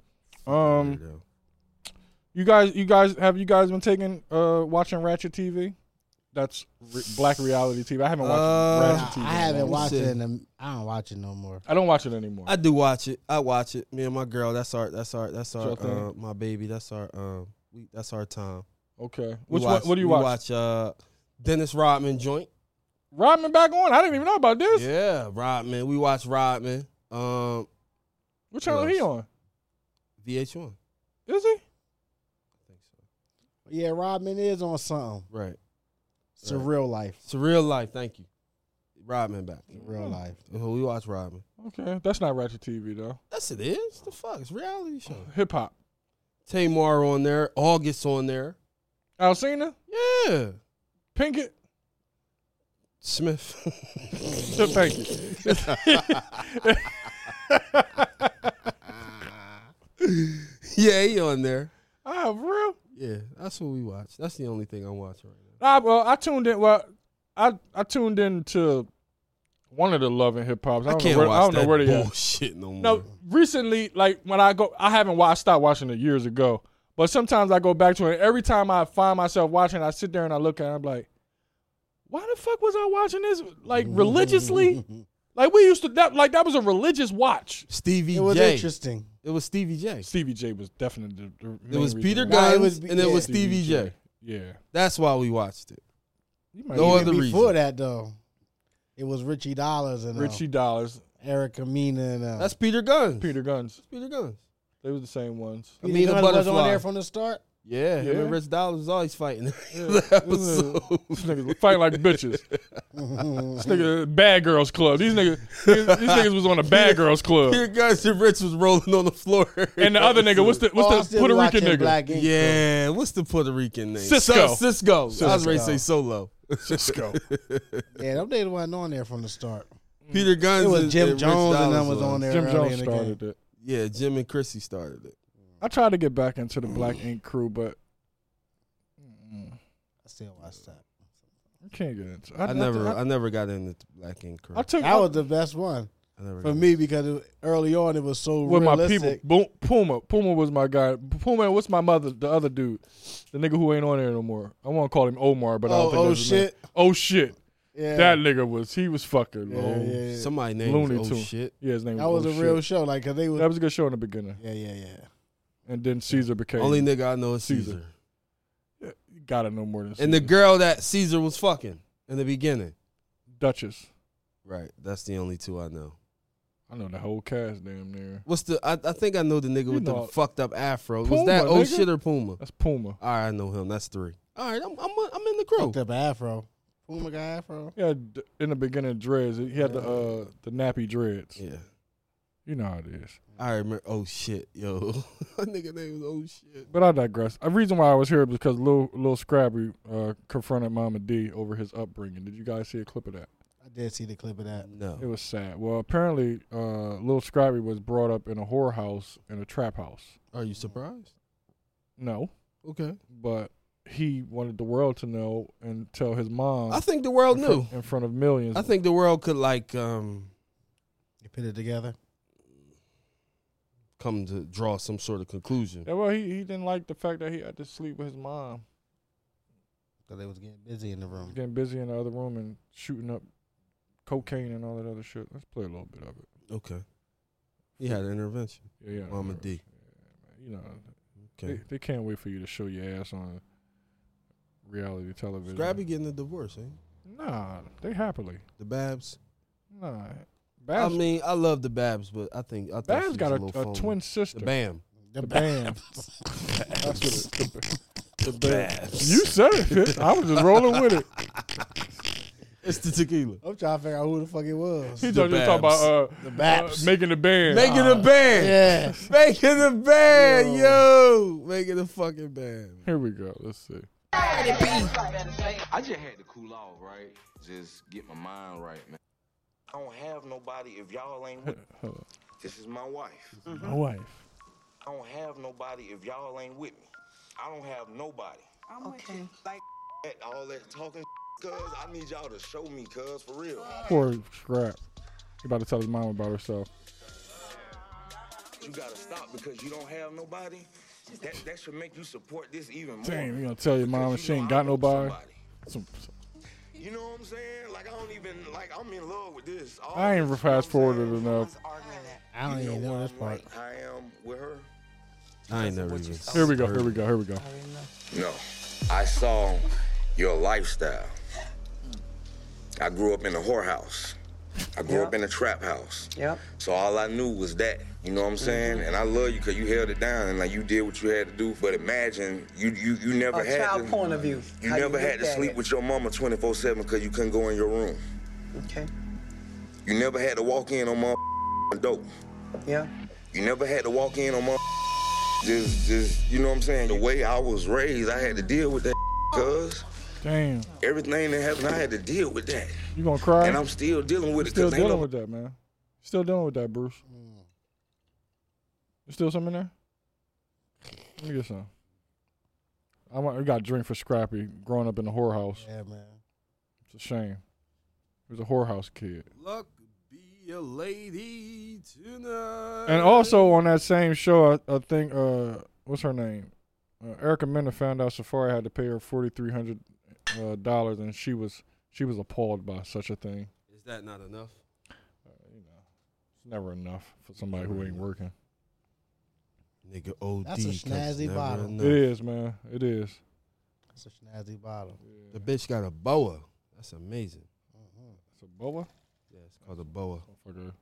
A: Um,
B: Weirdo.
A: you guys, you guys, have you guys been taking uh watching Ratchet TV? That's re- black reality TV. I haven't watched
B: Uh,
A: Ratchet TV.
C: I
A: in a
C: haven't
A: long-
C: watched
B: see.
C: it. In a, I don't watch it no more.
A: I don't watch it anymore.
B: I do watch it. I watch it. Me and my girl. That's our. That's our. That's our.
A: Sure thing.
B: Uh, my baby. That's our. Um. We. That's our time.
A: okay,
B: We
A: which one?
B: watch-
A: What do you
B: we
A: watch?
B: watch? Uh, Dennis Rodman joint.
A: Rodman back on. I didn't even know about this.
B: Yeah, Rodman. We watch Rodman. Um,
A: What channel
B: What
A: he
B: else?
A: on?
B: VH1.
A: Is he?
C: Yeah, Rodman is on something.
B: Right.
C: It's a real life.
B: It's real life. Thank you. Rodman back.
C: Real life.
B: Oh, We watch Rodman.
A: Okay, that's not Ratchet TV though.
B: That's it is. The fuck. It's a reality show.
A: Hip hop.
B: Tamar on there. August on there.
A: Alcina,
B: Yeah.
A: Pinkett.
B: Smith. <laughs>
A: Sure, thank you.
B: yeah, he on there.
A: Ah, for real.
B: Yeah, that's what we watch. That's the only thing I'm watching right now.
A: I, Ah, well, I tuned in. Well, I I tuned in to one of the Love and Hip Hops. I,
B: I,
A: don't
B: can't
A: know where,
B: watch
A: I don't know
B: that
A: where they at.
B: bullshit no more.
A: No, recently, like when I go, I haven't watched. Stopped watching it years ago. But sometimes I go back to it. Every time I find myself watching, I sit there and I look at. it, I'm like, why the fuck was I watching this? Like religiously?
B: <laughs>
A: like we used to that. Like that was a religious watch.
B: Stevie
C: It was
B: J.
C: interesting.
B: It was Stevie J.
A: Stevie J was definitely. The, the
B: It
A: main
B: was
A: reason
B: Peter
A: why.
C: Gunn. Nah,
B: Guns
C: it was-
B: and it
C: yeah.
B: was Stevie J.
A: Yeah.
B: That's why we watched it.
A: You might
B: No
A: be-
B: other
C: Even before
B: reason.
C: that though, it was Richie Dollars
B: Oh.
C: and
A: Richie Dollars,
C: uh, Erica Mina and uh,
B: That's Peter Guns.
A: Peter Guns.
B: Peter Guns.
A: They were the same ones.
B: I
C: Peter
B: mean, the
C: Gunn was on
B: butterfly.
C: there from the start.
B: yeah, him
A: Yeah.
B: and Rich Dollars was always fighting <laughs> the episode.
A: These niggas fighting like bitches. this nigga, bad girls club. These niggas, these, these niggas was on the bad girls club.
B: Peter Guns and Rich was rolling on the floor.
A: And the other nigga, what's the what's
C: Oh, I'm
A: the
C: still
A: Puerto Rican
C: watching
A: nigga?
C: Black Ink,
B: yeah, what's the Puerto Rican name?
A: Cisco.
B: So- Cisco. I was ready to say Solo.
A: Cisco.
C: though. Yeah, them niggas wasn't on there from the start.
B: Peter Guns.
C: It was
B: and-
C: Jim
B: and Rich
C: Jones and them
B: Dollars
C: was on there.
A: Jim
C: early
A: Jones
C: in the game.
A: started it.
B: Yeah, Jim and Chrissy started it.
A: I tried to get back into the Black Ink crew, but
C: I still watch that.
A: I can't get into. it.
B: I, never, I,
A: I,
B: never got into Black Ink Crew.
A: I took
C: That was the best one
B: I never
C: for
B: got-
C: me because it, early on it was so
A: with my
C: realistic.
A: people. Boom, Puma, Puma was my guy. Puma, and what's my mother? The other dude, the nigga who ain't on there no more. I want to call him Omar, but I don't
C: Oh,
A: think
C: oh
A: that's his name.
C: shit!
A: Oh shit!
C: Yeah,
A: That nigga was he was fucking
C: yeah,
A: low.
C: yeah, yeah.
B: Oh, Somebody named
A: Looney
B: oh
A: Tunes.
B: shit.
A: Yeah, his name
C: That was
A: oh
C: a
A: Shit.
C: real show. Like, cause they was.
A: That was a good show in the beginning,
C: yeah, yeah, yeah.
A: and then Caesar became.
B: Only nigga I know is
A: Caesar.
B: Caesar.
A: gotta know more than
B: And the
A: Caesar.
B: girl that Caesar was fucking in the beginning.
A: Duchess.
B: Right. That's the only two I know.
A: I know the whole cast damn near.
B: What's the? I, I think I know the nigga
A: You
B: with
A: know-
B: the fucked up afro.
A: Puma,
B: was that oh
A: nigga.
B: shit or Puma? All
A: That's Puma.
B: right, I know him. That's three. All right, I'm I'm, I'm in the crew.
C: Fucked up afro. Puma guy afro.
A: Yeah, d- in the beginning dreads. He had the uh the nappy dreads.
B: Yeah.
A: You know how it is.
B: I remember. Oh shit, yo, <laughs> that nigga name was oh shit.
A: But I digress. The reason why I was here is because Lil Lil Scrabby uh, confronted Mama D over his upbringing. Did you guys see a clip of that?
C: I did see the clip of that.
B: No.
A: It was sad. Well, apparently, uh, Lil Scrabby was brought up in a whorehouse and a trap house.
B: Are you surprised?
A: No,
B: Okay.
A: but he wanted the world to know and tell his mom
B: I think the world
A: in, fr-
B: knew.
A: in front of millions.
B: I think the world could like um
C: You put it together.
B: come to draw some sort of conclusion.
A: Yeah, well, he, he didn't like the fact that he had to sleep with his mom,
C: Cause they was getting busy in the room.
B: Mm-hmm.
A: getting busy in the other room and shooting up cocaine and all that other shit. Let's play a little bit of it.
B: Okay. He had an intervention.
A: Yeah, yeah.
B: Mama D.
A: You know,
B: Okay.
A: they, they can't wait for you to show your ass on reality television.
B: Scrappy getting a divorce, ain't he?
A: Nah, they happily.
B: the Babs.
A: Nah.
B: I
A: Babs,
B: mean, I love the Babs, but I think I think
A: Babs
B: she's
A: got
B: little
A: a, a
B: phony.
A: twin
B: The
A: sister.
B: Bam.
C: The <laughs> band.
A: That's
B: <laughs>
A: what it, the, the Babs. You said it, Pitt. I was just rolling
B: <laughs>
A: with it.
B: It's the tequila.
C: I'm trying to figure out who the fuck it was.
A: He just talking about uh,
C: The
A: uh,
C: Baps.
A: making the band.
B: Make it a band.
C: yeah.
B: Make it a band, yo. Make it a fucking band.
A: Here we go. Let's see.
G: I just had to cool off, right? Just get my mind right, man. I don't have nobody if y'all ain't with me.
A: Hold on.
G: This is my wife.
A: My wife.
G: I don't have nobody if y'all ain't with me. I don't have nobody.
E: Okay.
G: That- All that talking, cuz I need y'all to show me, cuz for real.
A: Poor crap. He about to tell his mom about herself.
G: You gotta stop because you don't have nobody. That that should make you support this even more.
A: Damn, you gonna tell your mom
G: Because
A: she
G: you know
A: ain't
G: I
A: got
G: know
A: nobody?
G: somebody.
A: Some, some-
G: You know what I'm saying? Like I don't even like I'm in love with this. All
A: I ain't
G: this, you know what I'm
A: fast forwarded
G: saying?
A: enough.
C: I don't
G: You
C: even know
G: why
C: this
G: I'm
C: part.
G: like I am with her.
B: I ain't never even.
A: Here we go. Here we go. Here we go.
G: No, I saw your lifestyle. I grew up in a whorehouse. I grew up in a trap house.
H: Yep. Mm-hmm.
G: So all I knew was that. You know what I'm saying? And I love you because you held it down and like you did what you had to do. But imagine you you you never
H: A
G: had
H: child
G: to,
H: point of view,
G: You
H: how you
G: never had
H: looked
G: to
H: at
G: sleep
H: it.
G: with your mama 24/7 because you couldn't go in your room.
H: Okay.
G: You never had to walk in on my dope.
H: Yeah.
G: You never had to walk in on my just just you know what I'm saying? The way I was raised, I had to deal with that cuz.
A: Damn.
G: everything that happened, I had to deal with that.
A: You gonna cry?
G: And I'm still dealing with it
A: still
G: because ain't
A: dealing
G: no
A: with that, man. Still dealing with that, Bruce.
C: Mm,
A: There's still something in there? Let me get some. I want. I got a drink for Scrappy growing up in the whorehouse.
C: Yeah, man.
A: It's a shame. He was a whorehouse kid.
B: Luck be a lady tonight.
A: And also on that same show, I, I think uh, what's her name? Uh, Erica Mena found out Safari had to pay her forty three hundred uh, dollars, and she was she was appalled by such a thing. Uh,
B: is that not enough?
A: It's never enough for somebody who ain't working.
B: Nigga, OD.
C: That's a
B: 'cause
C: snazzy
B: never
C: bottle.
B: enough.
A: It is, man. It is.
C: That's a snazzy bottle.
B: The bitch got a boa. That's amazing.
C: Mm-hmm.
A: It's a boa.
B: Yeah, it's called a boa.
A: Motherfucker.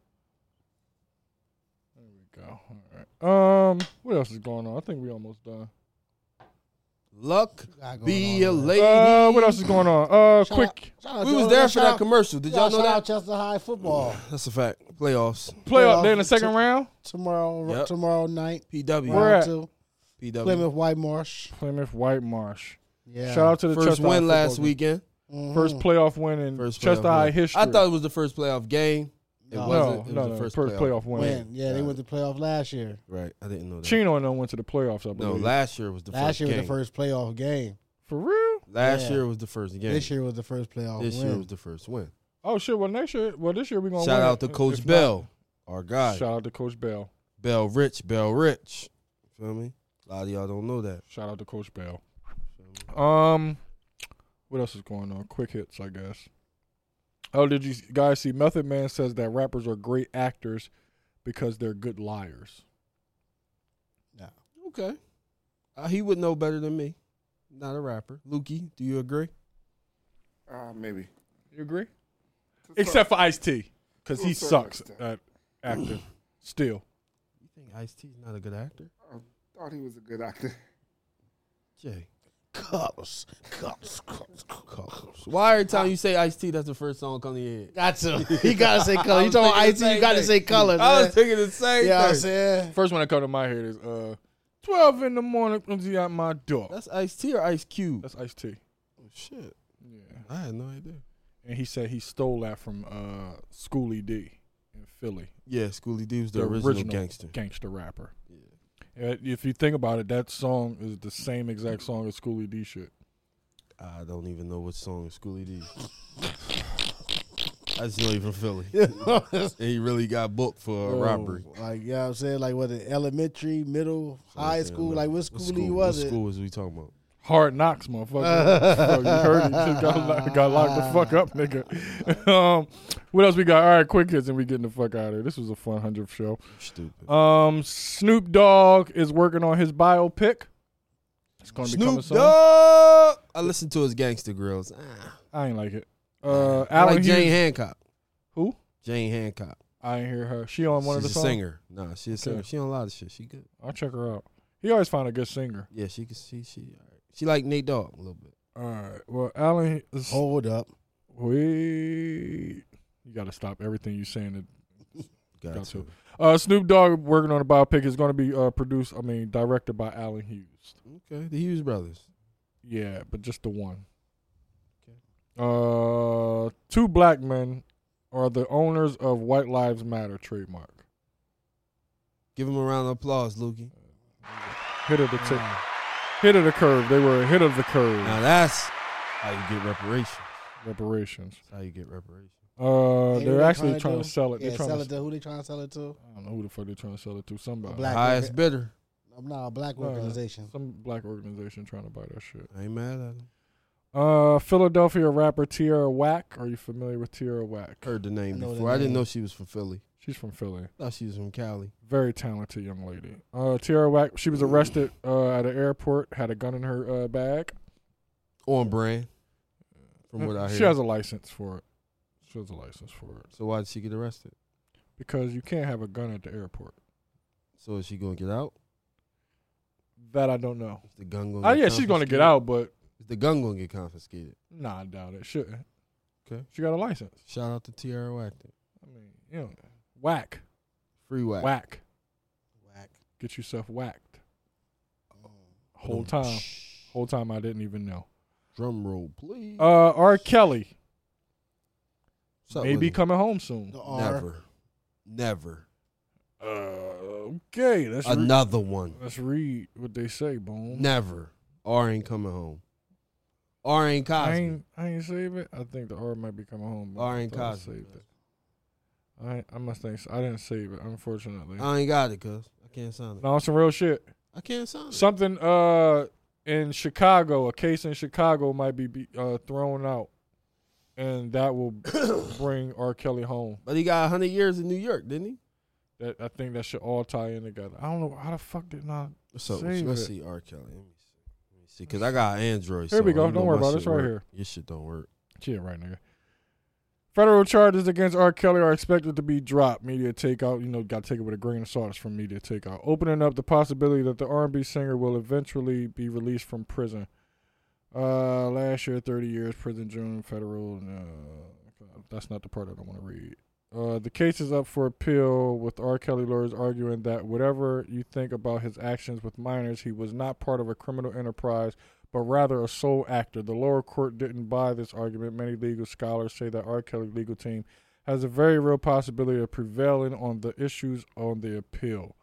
A: There we go. All right. Um, what else is going on? I think we almost done.
B: Luck
C: got going
B: be a
C: on, man.
B: lady.
A: Uh, what else is going on? Uh,
C: Shout
A: quick
C: out- shout out
B: we
C: to
B: was
C: all
B: there for
C: shout
B: that
C: out-
B: commercial. Did y'all know
C: shout out
B: that?
C: Chester High football
B: That's a fact. Playoffs.
A: playoff day in the
C: playoff
A: second
C: to-
A: round.
C: tomorrow.
B: Yep.
C: Tomorrow night.
A: Where
B: PW.
C: round
A: at?
C: two.
B: PW.
C: Plymouth White Marsh.
A: Plymouth White Marsh.
C: Yeah. Mm. Mm-hmm.
A: Shout out to the
B: First
A: Chester High
B: win last
A: football
B: weekend.
A: game. First playoff win in
B: First
A: Chester
B: playoff
A: High
B: win.
A: history.
B: I thought it was the first playoff game. It
C: No.
A: no,
B: wasn't. It was
A: no,
B: the
A: no,
B: first, playoff.
A: win.
C: win. Yeah, they went to playoff last year.
B: Right. I didn't know that.
A: Chino and them went to the playoffs. I believe.
B: No, last year was the
C: Last
B: first
C: year was
B: game.
C: the first playoff game.
A: for real.
B: Last
C: Yeah.
B: year was the first game.
C: This year was the first playoff
B: This
C: win.
B: year was the first win.
A: Oh shit! Well, next year. Well, this year we gonna
B: Shout
A: win
B: out to
A: it, if
B: Coach
A: not-
B: Bell, our guy.
A: Shout out to Coach Bell.
B: Bell Rich, Bell Rich. Feel me? A lot of y'all don't know that.
A: Shout out to Coach Bell. Um, what else is going on? Quick hits, I guess. Oh, did you guys see? Method Man says that rappers are great actors because they're good liars.
C: No.
B: Okay. Uh, he would know better than me. Not a rapper. Lukey, do you agree?
D: Uh, maybe.
A: You agree? Except for Ice T, because
D: To a
A: he
D: certain
A: sucks
D: extent.
A: at acting. <clears throat> Still,
B: You think Ice T's not a good actor?
D: I thought he was a good actor.
B: Jay.
C: Cups, cups, cups, cups.
B: Why every time you say Ice T, that's the first song come to your head?
C: Got to. You gotta say color.
B: I
C: <laughs> You
B: was
C: talking about
B: thinking
C: IT?
B: the
C: You gotta
B: same
C: say
B: thing.
C: color.
B: I
C: man.
B: was thinking the same
C: You know what I'm
B: thing.
C: saying?
A: first one that come to my head is uh, twelve in the morning. Comes out my door.
B: That's Ice T or Ice Cube?
A: That's Ice T.
B: Oh, shit.
A: Yeah.
B: I had no idea.
A: and he said he stole that from uh Schoolie D in Philly,
B: Yeah, Schoolie D was the, original, gangster.
A: gangster rapper. Uh, If you think about it, that song is the same exact song as Schoolie D shit.
B: I don't even know what song is Schoolie <laughs> D. I just know he from Philly. And he really got booked for <laughs> a robbery.
C: Oh, Like, you know what I'm saying? Like, what, the elementary, middle, high school? Like, what school,
B: what
C: he was
B: What
C: it?
B: school was we talking about?
A: Hard knocks, motherfucker. Bro, you heard it. Just got, lo- got locked the fuck up, nigga. <laughs> um, what else we got? All right, quick hits, and we getting the fuck out of here. This was a fun hundredth show.
B: Stupid.
A: Um, Snoop Dogg is working on his biopic. It's gonna be coming
B: Snoop
A: soon.
B: Dogg. I listened to his Gangster Grills. Ah,
A: I ain't like it. Uh,
B: I
A: Alan
B: like
A: Hughes-
B: Jane Hancock.
A: Who?
B: Jane Hancock.
A: I ain't hear her. She on one
B: She's
A: of the
B: a
A: songs.
B: singer. Nah, she's a singer.
A: Okay.
B: She on a lot of shit. She good.
A: I'll check her out. He always found a good singer.
B: Yeah, she can. She she. All right. She like Nate Dogg a little bit.
A: All right. Well, Alan, is,
B: Oh.
C: Hold up.
A: wait. You got to stop everything you saying to
B: Got,
A: Got
B: to.
A: to. Uh, Snoop Dogg working on a biopic is going to be uh, produced. I mean, directed by Alan Hughes.
B: Okay, the Hughes brothers.
A: Yeah, but just the one. Uh, two black men are the owners of White Lives Matter trademark.
B: Give him a round of applause, Lukey.
A: Hit of the tip. Hit of the curve. They were ahead of the curve.
B: Now that's how you get reparations.
A: Reparations.
B: That's how you get reparations.
A: Uh,
C: Hey, who
A: they're
C: they
A: actually
C: to
A: trying
C: do?
A: to sell it.
C: Yeah,
A: they're trying
C: sell
A: to,
C: it to who they trying to sell it to?
A: I don't know who the fuck they're trying to sell it to. Somebody.
C: black-
B: Highest bidder.
C: I'm not a black
A: Uh,
C: organization.
A: Some black organization trying to buy that shit.
B: I ain't mad at him.
A: Uh, Philadelphia rapper Tierra Whack. Are you familiar with Tierra Whack?
B: Heard the name
C: I know the
B: before. I didn't
C: name.
B: know she was from Philly.
A: She's from Philly.
B: Thought she was from Cali.
A: Very talented young lady. Uh, Tierra Whack. She was arrested uh, at an airport. Had a gun in her uh, bag.
B: On brand. From what I hear.
A: Mm, she has a license for it. She has a license for it
B: so why did she get arrested?
A: because you can't have a gun at the airport.
B: So is she gonna get out?
A: That I don't know.
B: Is the gun gonna?
A: Oh
B: get
A: yeah, she's gonna get
B: confiscated?
A: out, but
B: Is the gun gonna get confiscated?
A: nah, I doubt it. Shouldn't.
B: Okay.
A: She got a license.
B: Shout out to Tierra Whackton.
A: I mean, you know, whack,
B: Free whack.
A: whack.
C: Whack.
A: Get yourself whacked.
B: Oh.
A: Whole time, whole time I didn't even know.
B: Drum roll, please.
A: Uh, R. Kelly.
B: What's up
A: Maybe
B: with it?
A: coming home soon.
C: The R.
B: Never. Never.
A: Uh, okay, let's re-
B: Another one.
A: let's read what they say, Boom.
B: Never. R ain't coming home. R ain't
A: I
B: Cosby.
A: ain't I ain't save it. I think the R might be coming home. but
B: R
A: I
B: ain't
A: thought I
B: Cosby.
A: saved it. I I must think so. I didn't save it, unfortunately.
B: I ain't got it, cuz. I can't sign it.
A: no, some real shit.
B: I can't sign it.
A: Something uh in Chicago, a case in Chicago might be, be uh, thrown out, and
B: <coughs>
A: that will bring R. Kelly home.
B: But he got 100 years in New York, didn't he?
A: That I think that should all tie in together. I don't know how the fuck did not.
B: So
A: Save
B: let's
A: it.
B: see R. Kelly. Let me see. Let me see. Cause I got Android.
A: Here
B: so
A: we
B: I
A: go.
B: know
A: Don't worry
B: my shit
A: about it. It's right
B: work.
A: here.
B: Your shit don't work.
A: Yeah, right, nigga. Federal charges against R. Kelly are expected to be dropped. Media takeout, you know, got to take it with a grain of salt. It's from media takeout, opening up the possibility that the R&B singer will eventually be released from prison. Uh, last year, 30 years prison, June federal. Uh, that's not the part I don't want to read. Uh, the case is up for appeal, with R. Kelly lawyers arguing that whatever you think about his actions with minors, he was not part of a criminal enterprise but rather a sole actor. The lower court didn't buy this argument. Many legal scholars say that R. Kelly legal team has a very real possibility of prevailing on the issues on the appeal.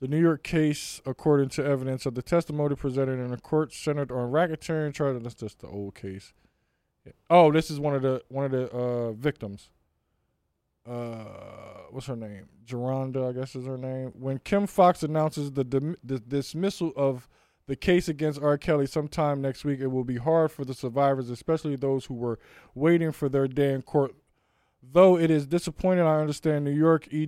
A: The New York case, according to evidence of the testimony presented in the court, centered on racketeering charges. That's just the old case. Oh, this is one of the one of the uh, victims. Uh, what's her name? Geronda, I guess is her name. When Kim Fox announces the, dim- the dismissal of the case against R. Kelly sometime next week. It will be hard for the survivors, especially those who were waiting for their day in court. Though it is disappointing, I understand New York E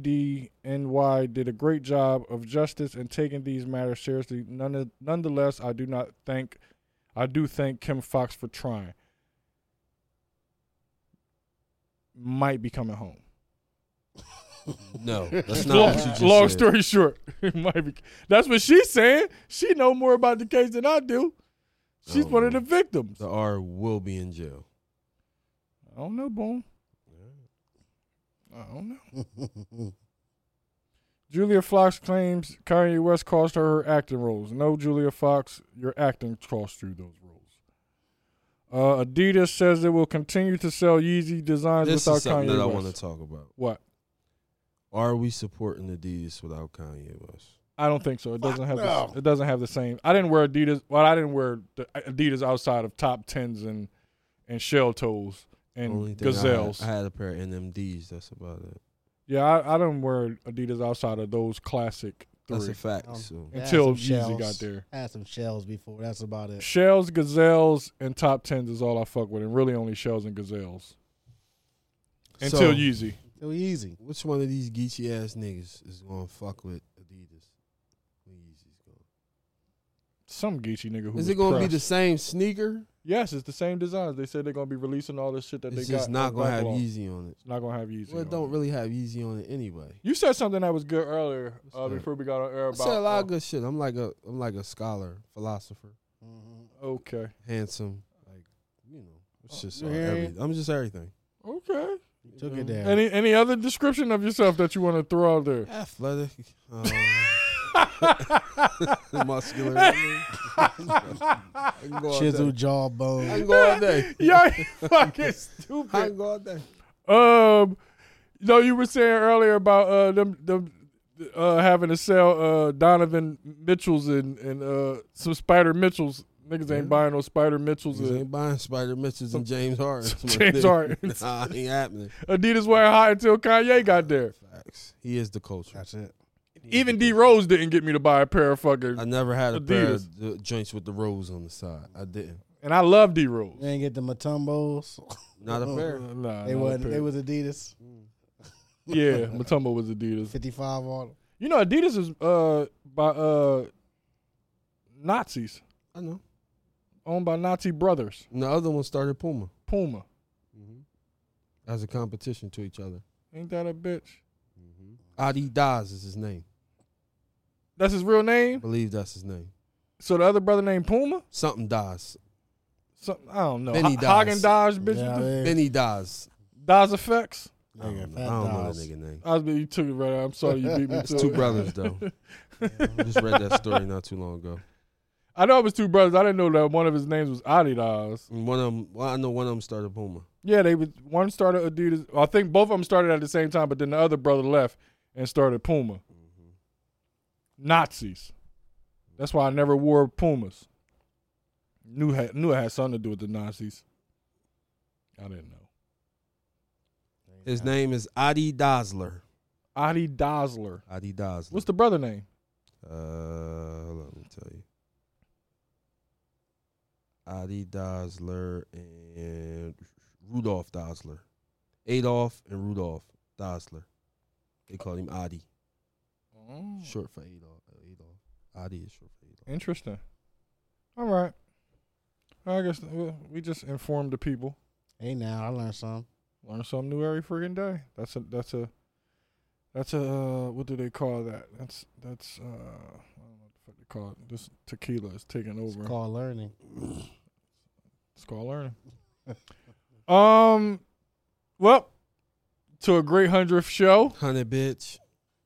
A: EDNY did a great job of justice and taking these matters seriously. None, nonetheless, I do not thank, I do thank Kim Fox for trying. Might be coming home.
B: <laughs> No, that's
A: long
B: not what you just
A: long
B: said.
A: story short, <laughs> it might be. That's what she's saying. She know more about the case than I do. She's
B: Oh.
A: one of the victims.
B: The R will be in jail.
A: I don't know, Boom. I don't know. <laughs> Julia Fox claims Kanye West cost her her acting roles. No, Julia Fox, your acting cost you those roles. Uh, Adidas says it will continue to sell Yeezy designs
B: This
A: without
B: is something
A: Kanye
B: that I
A: West.
B: want to talk about.
A: What?
B: Are we supporting Adidas without Kanye West?
A: I don't think so. It doesn't have
C: no.
A: the, it doesn't have the same. I didn't wear Adidas. Well, I didn't wear the uh, Adidas outside of top tens and and shell toes and
B: thing I had-
A: gazelles.
B: I had, a pair of NMDs. That's about it.
A: yeah, I, I didn't wear Adidas outside of those classic
B: That's
A: three.
B: a fact.
C: Um,
B: so
C: Had
A: Until
C: some
A: Yeezy
C: shells.
A: got there.
C: Had some shells before. That's about it.
A: Shells, gazelles, and top tens is all I fuck with, and really only shells and gazelles until
B: So,
A: Yeezy.
C: Too easy.
B: Which one of these geeky ass niggas is gonna fuck with Adidas? when Yeezy's gone?
A: Some Geechee nigga who
B: Is
A: was
B: it gonna be the
A: pressed.
B: same sneaker?
A: Yes, it's the same designs. They said they're gonna be releasing all this shit that
B: It's
A: they got.
B: just not
A: on
B: gonna have
A: backlog.
B: Yeezy on it.
A: It's not gonna have Yeezy.
B: Well,
A: on
B: it don't
A: it.
B: really have Yeezy on it anyway.
A: You said something that was good earlier uh,
B: that?
A: before we got on air
B: I
A: about.
B: said a lot
A: uh,
B: of good shit. I'm like a I'm like a scholar, philosopher,
A: Okay.
B: handsome, like Oh, you know. It's just
C: you
B: all
C: hear
B: every, I'm just everything.
A: Okay.
C: Took it down.
A: Any any other description of yourself that you want to throw
B: <laughs>
A: out there?
B: Athletic, um, <laughs> muscular. <laughs> I can go all
C: Chisel
B: day. I
C: jawbone.
B: can go all <laughs> day.
A: Yo, you fucking
B: I
A: stupid.
B: can go all day.
A: Um, no, you were saying earlier about uh them them uh having to sell uh Donovan Mitchells and and uh some Spider Mitchells. Niggas ain't buying no Spider Mitchells.
B: Niggas
A: and
B: ain't buying Spider Mitchells and James Harden.
A: James Harden.
B: <laughs> nah, ain't happening.
A: Adidas wearing hot until Kanye got there.
B: Facts. He is the culture.
C: That's it.
A: Even D Rose didn't get me to buy a pair of fucking.
B: I never had a pair of
A: Adidas.
B: the joints with the rose on the side. I didn't.
A: And I love D Rose.
C: They ain't get the Matumbos.
B: Not
C: Oh,
B: a pair.
A: Nah,
C: They
A: not a
C: wasn't. They
A: pair.
C: was Adidas. <laughs>
A: yeah, Matumbo was Adidas.
C: Fifty five on them.
A: You know, Adidas is uh by uh Nazis,
B: I know.
A: owned by Nazi brothers,
B: And the other one started Puma
A: Puma.
C: Mm-hmm.
B: as a competition to each other.
A: Ain't that a bitch?
C: Mm-hmm.
B: Adi Daz is his name.
A: That's his real
B: I
A: name.
B: believe that's his name.
A: So the other brother named Puma.
B: Something Daz.
A: Something I don't know.
B: Benny Daz.
A: Hagen Dodge, bitch.
C: Yeah,
A: Dodge
C: man.
B: Benny Daz.
A: effects.
B: I don't,
C: Nigga,
B: know.
C: Fat
B: I don't know
C: Daz.
B: the nigga name.
A: I was, you took it right. out. I'm sorry, you beat me
B: It's
A: to
B: two
A: it.
B: brothers
C: <laughs>
B: though. I just read that story not too long ago.
A: I know it was two brothers. I didn't know that one of his names was Adidas.
B: And one of them, well, I know one of them started Puma.
A: Yeah, they was one started Adidas. I think both of them started at the same time, but then the other brother left and started Puma. Nazis. That's why I never wore Pumas. Knew had, knew it had something to do with the Nazis. I didn't know.
B: His name is Adi Dazler.
A: Adi Dosler.
B: Adi Dazler.
A: What's the brother name?
B: Uh, hold on, let me tell you. Adi Dosler and Rudolph Dosler. Adolf and Rudolph Dosler. They called him Adi. Short for uh, Adolf. Adolf. Adi is short for Adolf.
A: Interesting. All right. I guess uh, we just informed the people.
C: Hey now, I learned something.
A: Learn something new every friggin' day. That's a that's a that's a uh, what do they call that? That's that's uh I don't know what the fuck they call it. This tequila is taking
C: It's
A: over.
C: called learning.
A: It's called
C: <laughs>
A: learning. um, well, to a great hundredth show,
B: Hundred bitch.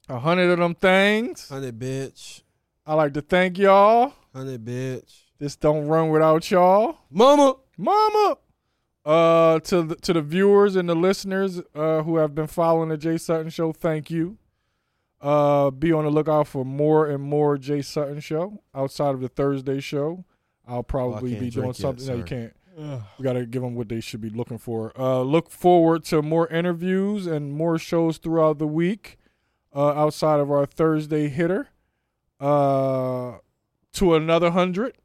A: a hundred of them things.
B: Hundred bitch.
A: I like to thank y'all.
B: Hundred bitch.
A: This don't run without y'all.
B: Mama.
A: mama uh to the, to the viewers and the listeners uh who have been following the jay sutton show thank you uh be on the lookout for more and more jay sutton show outside of the thursday show i'll probably
B: can't
A: be doing
B: drink yet,
A: something no you
B: sorry.
A: can't we gotta give them what they should be looking for uh look forward to more interviews and more shows throughout the week uh outside of our thursday hitter uh to another hundred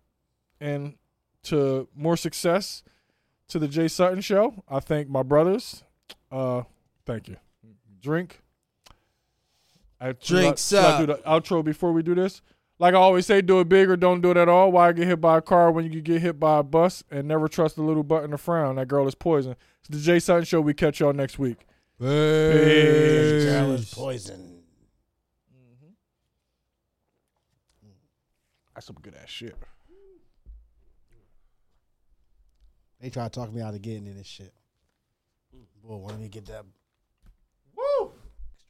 A: and to more success to the Jay Sutton show. I thank my brothers. Uh, thank you. Drink. I
B: Drink
A: should I, should I do
B: up.
A: the outro before we do this? Like I always say, do it big or don't do it at all. Why get hit by a car when you could get hit by a bus? And never trust the little button to frown. That girl is poison. It's the Jay Sutton show. We catch y'all next week.
C: This
A: Peace.
C: girl is poison.
A: That's some good ass shit.
C: They try to talk me out of getting in this shit. Boy, when we get that